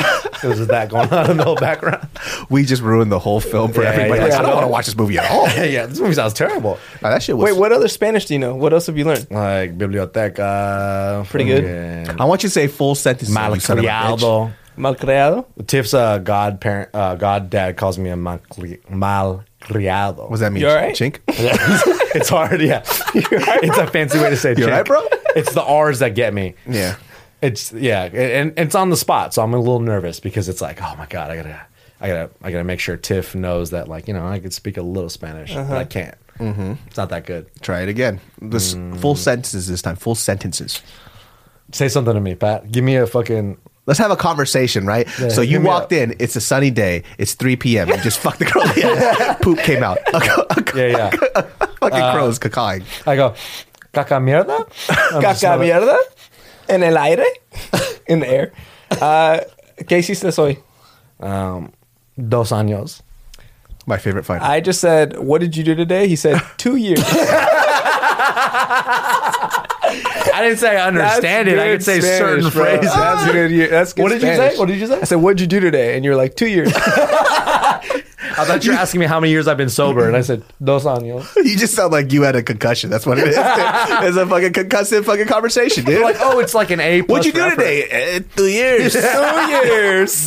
[SPEAKER 2] It was just that going on in the whole background.
[SPEAKER 1] We just ruined the whole film for
[SPEAKER 2] Yeah,
[SPEAKER 1] everybody.
[SPEAKER 2] yeah,
[SPEAKER 1] Like,
[SPEAKER 2] yeah.
[SPEAKER 1] I don't want to watch this movie at all.
[SPEAKER 2] Yeah, yeah, this movie sounds terrible.
[SPEAKER 1] Nah, that shit was.
[SPEAKER 3] Wait, what other Spanish do you know? What else have you learned?
[SPEAKER 2] Like biblioteca.
[SPEAKER 3] Pretty good.
[SPEAKER 2] fucking
[SPEAKER 1] I want you to say full sentences. you son of a bitch.
[SPEAKER 2] Malcriado.
[SPEAKER 3] Malcriado.
[SPEAKER 2] Tiff's uh, godparent, uh, goddad calls me a malcri- malcriado.
[SPEAKER 1] What does that mean?
[SPEAKER 3] You all right?
[SPEAKER 1] Chink.
[SPEAKER 2] it's hard, yeah. it's a fancy way to say
[SPEAKER 1] You all right,
[SPEAKER 2] chick.
[SPEAKER 1] bro?
[SPEAKER 2] It's the R's that get me.
[SPEAKER 1] Yeah.
[SPEAKER 2] It's yeah, and, and it's on the spot, so I'm a little nervous because it's like, oh my god, I gotta, I gotta, I gotta make sure Tiff knows that like you know I could speak a little Spanish, but
[SPEAKER 1] Uh-huh.
[SPEAKER 2] I can't. Mm-hmm. It's not that good.
[SPEAKER 1] Try it again. This
[SPEAKER 2] Mm.
[SPEAKER 1] full sentences this time. Full sentences.
[SPEAKER 2] Say something to me, Pat. Give me a fucking.
[SPEAKER 1] Let's have a conversation, right? so you
[SPEAKER 2] hit me
[SPEAKER 1] walked in. It's a sunny day. It's 3 p.m. You just fucked the girl. in the ass. Poop came out.
[SPEAKER 2] Yeah, yeah. Uh,
[SPEAKER 1] fucking crows cacaing.
[SPEAKER 2] I go, caca mierda. I'm just
[SPEAKER 3] Caca
[SPEAKER 2] not-
[SPEAKER 3] mierda. En el aire. In the air. Uh, ¿Qué hiciste hoy?
[SPEAKER 2] Um, dos años.
[SPEAKER 1] My favorite fight.
[SPEAKER 3] I just said, What did you do today? He said, Two years.
[SPEAKER 2] I didn't say I understand it. I could say certain phrases.
[SPEAKER 3] That's good. That's good
[SPEAKER 2] What did you say?
[SPEAKER 3] Spanish.
[SPEAKER 2] What did you say?
[SPEAKER 3] I said, What'd you do today? And you're like, Two years.
[SPEAKER 2] I thought you were asking me how many years I've been sober, and I said dos años.
[SPEAKER 1] You just sound like you had a concussion. That's what it is. dude. it's a fucking concussive fucking conversation, dude.
[SPEAKER 2] Like, oh, it's like an A.
[SPEAKER 1] What'd
[SPEAKER 2] Plus
[SPEAKER 1] you do
[SPEAKER 2] for effort.
[SPEAKER 1] today? Uh, two years.
[SPEAKER 3] Two years.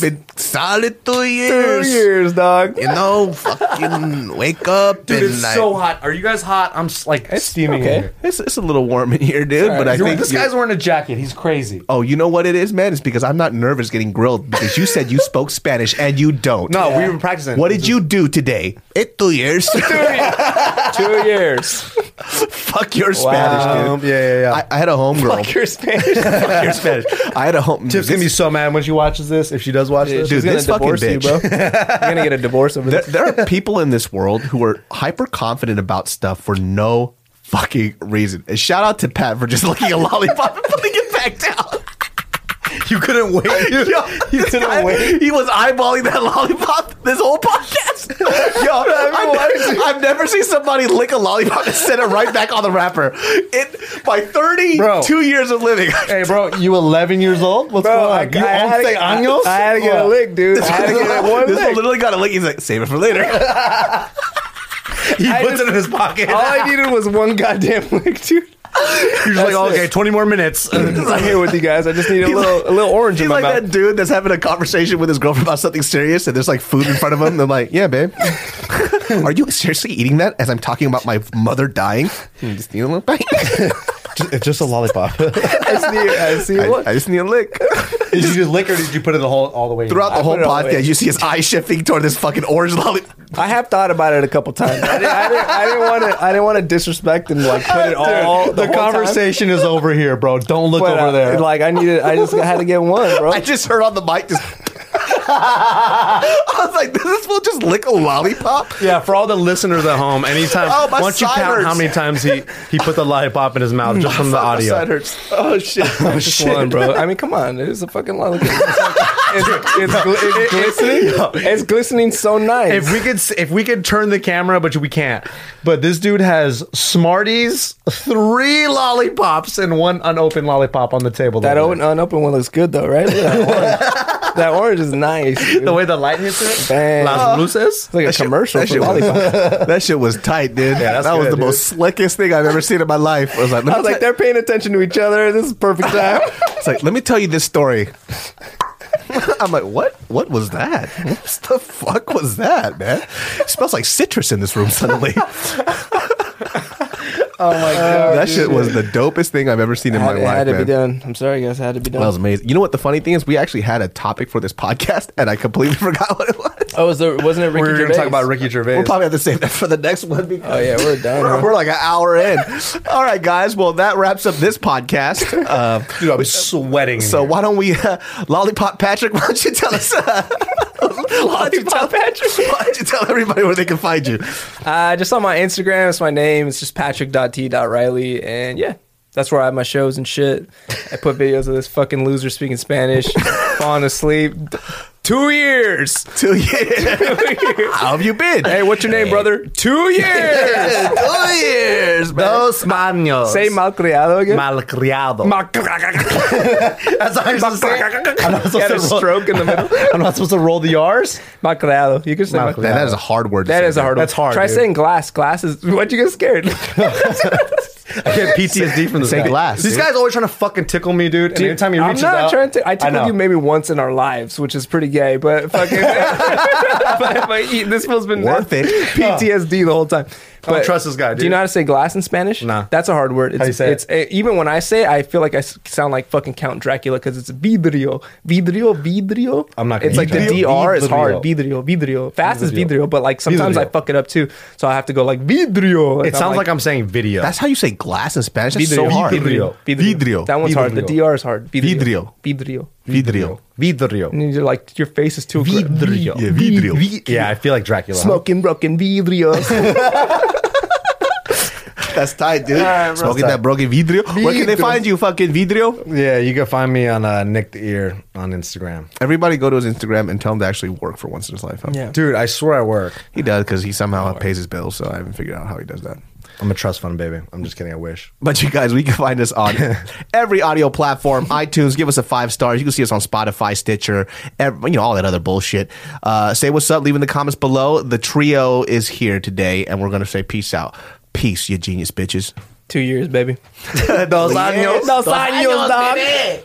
[SPEAKER 1] Been solid two
[SPEAKER 3] Two
[SPEAKER 1] years.
[SPEAKER 3] years, dog.
[SPEAKER 1] You know, fucking wake up
[SPEAKER 2] Dude,
[SPEAKER 1] and
[SPEAKER 2] it's
[SPEAKER 1] like,
[SPEAKER 2] so hot. Are you guys hot? I'm s- like steaming. in
[SPEAKER 3] okay.
[SPEAKER 2] here.
[SPEAKER 1] It's, it's a little warm in here, dude. But I
[SPEAKER 2] Dude,
[SPEAKER 1] think
[SPEAKER 2] this
[SPEAKER 1] you-
[SPEAKER 2] guy's wearing a jacket. He's crazy.
[SPEAKER 1] Oh, you know what it is, man? It's because I'm not nervous getting grilled because you said you spoke Spanish and you don't.
[SPEAKER 2] No, we were practicing.
[SPEAKER 1] What did you do today? It two years.
[SPEAKER 3] Two years.
[SPEAKER 1] Fuck your Spanish, dude.
[SPEAKER 2] Um, yeah, yeah, yeah.
[SPEAKER 1] I, I had a homegirl.
[SPEAKER 3] Your Spanish.
[SPEAKER 1] Fuck your Spanish. I had a home.
[SPEAKER 2] Tiff's gonna be so mad when she watches this. If she does watch
[SPEAKER 3] Dude,
[SPEAKER 2] this,
[SPEAKER 1] Dude,
[SPEAKER 3] she's gonna
[SPEAKER 1] this fucking
[SPEAKER 3] divorce you,
[SPEAKER 1] bitch.
[SPEAKER 3] bro. You're gonna get a divorce over
[SPEAKER 1] there,
[SPEAKER 3] this.
[SPEAKER 1] there are people in this world who are hyper confident about stuff for no fucking reason. And shout out to Pat for just licking a lollipop and putting it back down.
[SPEAKER 2] you couldn't wait.
[SPEAKER 1] Yo, this
[SPEAKER 2] couldn't
[SPEAKER 1] guy,
[SPEAKER 2] wait.
[SPEAKER 1] He was eyeballing that lollipop this whole podcast. Yo, I've, I've never seen somebody lick a lollipop and set it right back on the wrapper. It by thirty two
[SPEAKER 2] Bro.
[SPEAKER 1] years of living.
[SPEAKER 2] Hey, bro, you 11 years old? What's
[SPEAKER 3] Bro, Oh, I-
[SPEAKER 2] going on?
[SPEAKER 3] I had to-
[SPEAKER 2] you once años?
[SPEAKER 3] I had to get a
[SPEAKER 2] What?
[SPEAKER 3] lick, dude. I had to get one
[SPEAKER 1] this
[SPEAKER 3] lick.
[SPEAKER 1] one literally got a lick. He's like, save it for later.
[SPEAKER 2] He
[SPEAKER 3] I
[SPEAKER 2] puts
[SPEAKER 3] just-
[SPEAKER 2] it in his pocket.
[SPEAKER 3] All I needed was one goddamn lick, dude.
[SPEAKER 2] You're just like,
[SPEAKER 3] That's
[SPEAKER 2] okay, 20 more minutes.
[SPEAKER 3] I'm here with you guys. I just need a little, a little orange in
[SPEAKER 1] He's
[SPEAKER 3] my
[SPEAKER 1] like
[SPEAKER 3] mouth.
[SPEAKER 1] that dude that's having a conversation with his girlfriend about something serious, and there's like food in front of him. They're like, "Yeah, babe, are you seriously eating that?" As I'm talking about my mother dying, "Hmm, just need a little bite.
[SPEAKER 2] it's just a lollipop.
[SPEAKER 3] I see, I see
[SPEAKER 1] I,
[SPEAKER 3] what.
[SPEAKER 1] I just need a lick.
[SPEAKER 2] did you just lick or did you put it the whole, all the way in?
[SPEAKER 1] Throughout the whole
[SPEAKER 3] put it all the way.
[SPEAKER 1] podcast, you see his eyes shifting toward this fucking orange lollipop.
[SPEAKER 3] I have thought about it a couple times. I didn't, I didn't, I didn't want to. I didn't want to disrespect and like put it all.
[SPEAKER 2] the
[SPEAKER 3] whole time.
[SPEAKER 2] conversation is over here, bro. Don't look
[SPEAKER 3] But,
[SPEAKER 2] over
[SPEAKER 3] uh,
[SPEAKER 2] there.
[SPEAKER 3] Like I needed. I just had to get one, bro.
[SPEAKER 1] I just heard on the mic just. I was like, "Does this fool just lick a lollipop?"
[SPEAKER 2] yeah, for all the listeners at home, anytime,
[SPEAKER 1] Oh, my
[SPEAKER 2] once you
[SPEAKER 1] side
[SPEAKER 2] count
[SPEAKER 1] hurts.
[SPEAKER 2] how many times he, he put the lollipop in his mouth just from the
[SPEAKER 1] My side
[SPEAKER 2] audio.
[SPEAKER 1] hurts. Oh shit! Oh
[SPEAKER 3] Just
[SPEAKER 1] shit!
[SPEAKER 3] one, bro. I mean, come on. It's a fucking lot. Look at it. It's, it's, gl- it's glistening. It's glistening so nice.
[SPEAKER 2] If we could, s- if we could turn the camera, but we can't. But this dude has Smarties, three lollipops, and one unopened lollipop on the table.
[SPEAKER 3] that
[SPEAKER 2] over
[SPEAKER 3] un- unopened one looks good though, right? Look at that, orange. that orange is nice. Dude.
[SPEAKER 2] there. the way the light hits it.
[SPEAKER 3] Bang.
[SPEAKER 2] Las luces.
[SPEAKER 3] it's like a
[SPEAKER 1] shit-
[SPEAKER 3] commercial
[SPEAKER 1] that
[SPEAKER 3] for
[SPEAKER 1] shit was-
[SPEAKER 3] lollipop.
[SPEAKER 1] That shit was tight, dude.
[SPEAKER 2] that's
[SPEAKER 1] that was
[SPEAKER 2] good,
[SPEAKER 1] the
[SPEAKER 2] dude.
[SPEAKER 1] most slickest thing I've ever seen in my life. I was like,
[SPEAKER 3] I was like, they're paying attention to each other. This is perfect time.
[SPEAKER 1] It's like, let me tell you this story. I'm like, what? What was that? What the fuck was that, man? It smells like citrus in this room suddenly.
[SPEAKER 3] Oh my god,
[SPEAKER 1] that shit was the dopest thing I've ever seen in
[SPEAKER 3] Had,
[SPEAKER 1] my
[SPEAKER 3] it had
[SPEAKER 1] life,
[SPEAKER 3] to be
[SPEAKER 1] man. That
[SPEAKER 3] done. I'm sorry, guys. It had to be done.
[SPEAKER 1] was amazing. You know what? The funny thing is, we actually had a topic for this podcast, and I completely forgot what it was.
[SPEAKER 3] oh, was there, wasn't it Ricky
[SPEAKER 2] We were going to
[SPEAKER 3] Gervais?
[SPEAKER 2] talk about Ricky Gervais.
[SPEAKER 1] We'll probably have to save that for the next one. Because
[SPEAKER 3] Oh yeah, we're done.
[SPEAKER 1] We're,
[SPEAKER 3] huh?
[SPEAKER 1] we're like an hour in. All right, guys. Well, that wraps up this podcast. Uh,
[SPEAKER 2] Dude, I'm sweating.
[SPEAKER 1] So why don't we, uh, Lollipop Patrick? Why don't you tell us, uh, why don't you tell Patrick? Why don't you tell everybody where they can find you?
[SPEAKER 3] Uh, just on my Instagram, it's my name. It's just patrick.t.riley. And yeah, that's where I have my shows and shit. I put videos of this fucking loser speaking Spanish, falling asleep. D- Two years.
[SPEAKER 1] Two years. How have you been?
[SPEAKER 3] Hey, what's your name, brother? Two years.
[SPEAKER 1] Two years, man.
[SPEAKER 2] Dos manos.
[SPEAKER 3] Say malcriado again.
[SPEAKER 2] malcriado.
[SPEAKER 3] Malcriado.
[SPEAKER 2] That's how you're supposed to say it. I'm not
[SPEAKER 3] Got
[SPEAKER 2] supposed
[SPEAKER 3] a
[SPEAKER 2] to roll-
[SPEAKER 3] stroke in the middle.
[SPEAKER 2] I'm not supposed to roll the R's.
[SPEAKER 3] Malcriado. You can say
[SPEAKER 2] Malcriado.
[SPEAKER 3] malcriado.
[SPEAKER 1] Man, that is a hard word. to
[SPEAKER 3] That
[SPEAKER 1] say,
[SPEAKER 3] is a
[SPEAKER 1] man.
[SPEAKER 3] hard one.
[SPEAKER 2] That's hard,
[SPEAKER 3] Try
[SPEAKER 2] dude.
[SPEAKER 3] saying glass. Glass is. Why'd you get scared?
[SPEAKER 2] I get PTSD from this
[SPEAKER 1] Say
[SPEAKER 2] guy.
[SPEAKER 1] glass,
[SPEAKER 2] These
[SPEAKER 1] dude.
[SPEAKER 2] guys always trying to fucking tickle me, dude. And anytime he
[SPEAKER 3] I'm
[SPEAKER 2] reaches
[SPEAKER 3] not
[SPEAKER 2] out,
[SPEAKER 3] trying to. I tickled
[SPEAKER 2] know.
[SPEAKER 3] you maybe once in our lives, which is pretty gay, but fucking. but, but he- this fool's been
[SPEAKER 1] Worth it.
[SPEAKER 3] PTSD the whole time. But
[SPEAKER 2] don't trust this guy, dude.
[SPEAKER 3] Do you know how to say glass in Spanish?
[SPEAKER 2] Nah.
[SPEAKER 3] That's a hard word. It's,
[SPEAKER 2] do you say
[SPEAKER 3] it's uh, even when I say, it, I feel like I s- sound like fucking Count Dracula because it's vidrio, vidrio, vidrio.
[SPEAKER 2] I'm not gonna
[SPEAKER 3] It's like the
[SPEAKER 2] try.
[SPEAKER 3] dr is hard.
[SPEAKER 2] Vidrio.
[SPEAKER 3] Vidrio, vidrio. Fast is
[SPEAKER 2] Vidrio.
[SPEAKER 3] vidrio, but like sometimes I
[SPEAKER 2] Vidrio.
[SPEAKER 3] fuck it up too, so I have to go like vidrio.
[SPEAKER 2] It sounds like, I'm saying video.
[SPEAKER 1] That's how you say glass in Spanish. That's so
[SPEAKER 2] Vidrio.
[SPEAKER 1] hard.
[SPEAKER 2] Vidrio.
[SPEAKER 1] Vidrio.
[SPEAKER 3] That one's hard. The
[SPEAKER 2] Vidrio.
[SPEAKER 3] dr is hard.
[SPEAKER 1] Vidrio.
[SPEAKER 3] Vidrio.
[SPEAKER 1] Vidrio.
[SPEAKER 2] video.
[SPEAKER 3] And then you're like, your face is too aggra-
[SPEAKER 2] Vidrio.
[SPEAKER 1] Yeah, vidrio.
[SPEAKER 2] Vi- Yeah, I feel like Dracula.
[SPEAKER 3] Smoking broken vidrios.
[SPEAKER 1] That's tight, dude.
[SPEAKER 2] right, bro.
[SPEAKER 1] Smoking that broken vidrio. Where can they
[SPEAKER 2] Vidrio.
[SPEAKER 1] find you, fucking vidrio?
[SPEAKER 2] Yeah, you can find me on uh, Nick the Ear on Instagram.
[SPEAKER 1] Everybody go to his Instagram and tell him to actually work for once in his life. huh?
[SPEAKER 3] Yeah.
[SPEAKER 2] Dude, I swear I work.
[SPEAKER 1] He does because he somehow pays his bills, so I haven't figured out how he does that.
[SPEAKER 2] I'm a trust fund baby. I'm just kidding. I wish.
[SPEAKER 1] But you guys, we can find us on every audio platform, iTunes. Give us a five stars. You can see us on Spotify, Stitcher, ev you know all that other bullshit. Uh, say what's up. Leave in the comments below. The trio is here today, and we're gonna say peace out. Peace, you genius bitches.
[SPEAKER 3] Two years, baby.
[SPEAKER 2] Dos años.
[SPEAKER 3] Dos años, dog.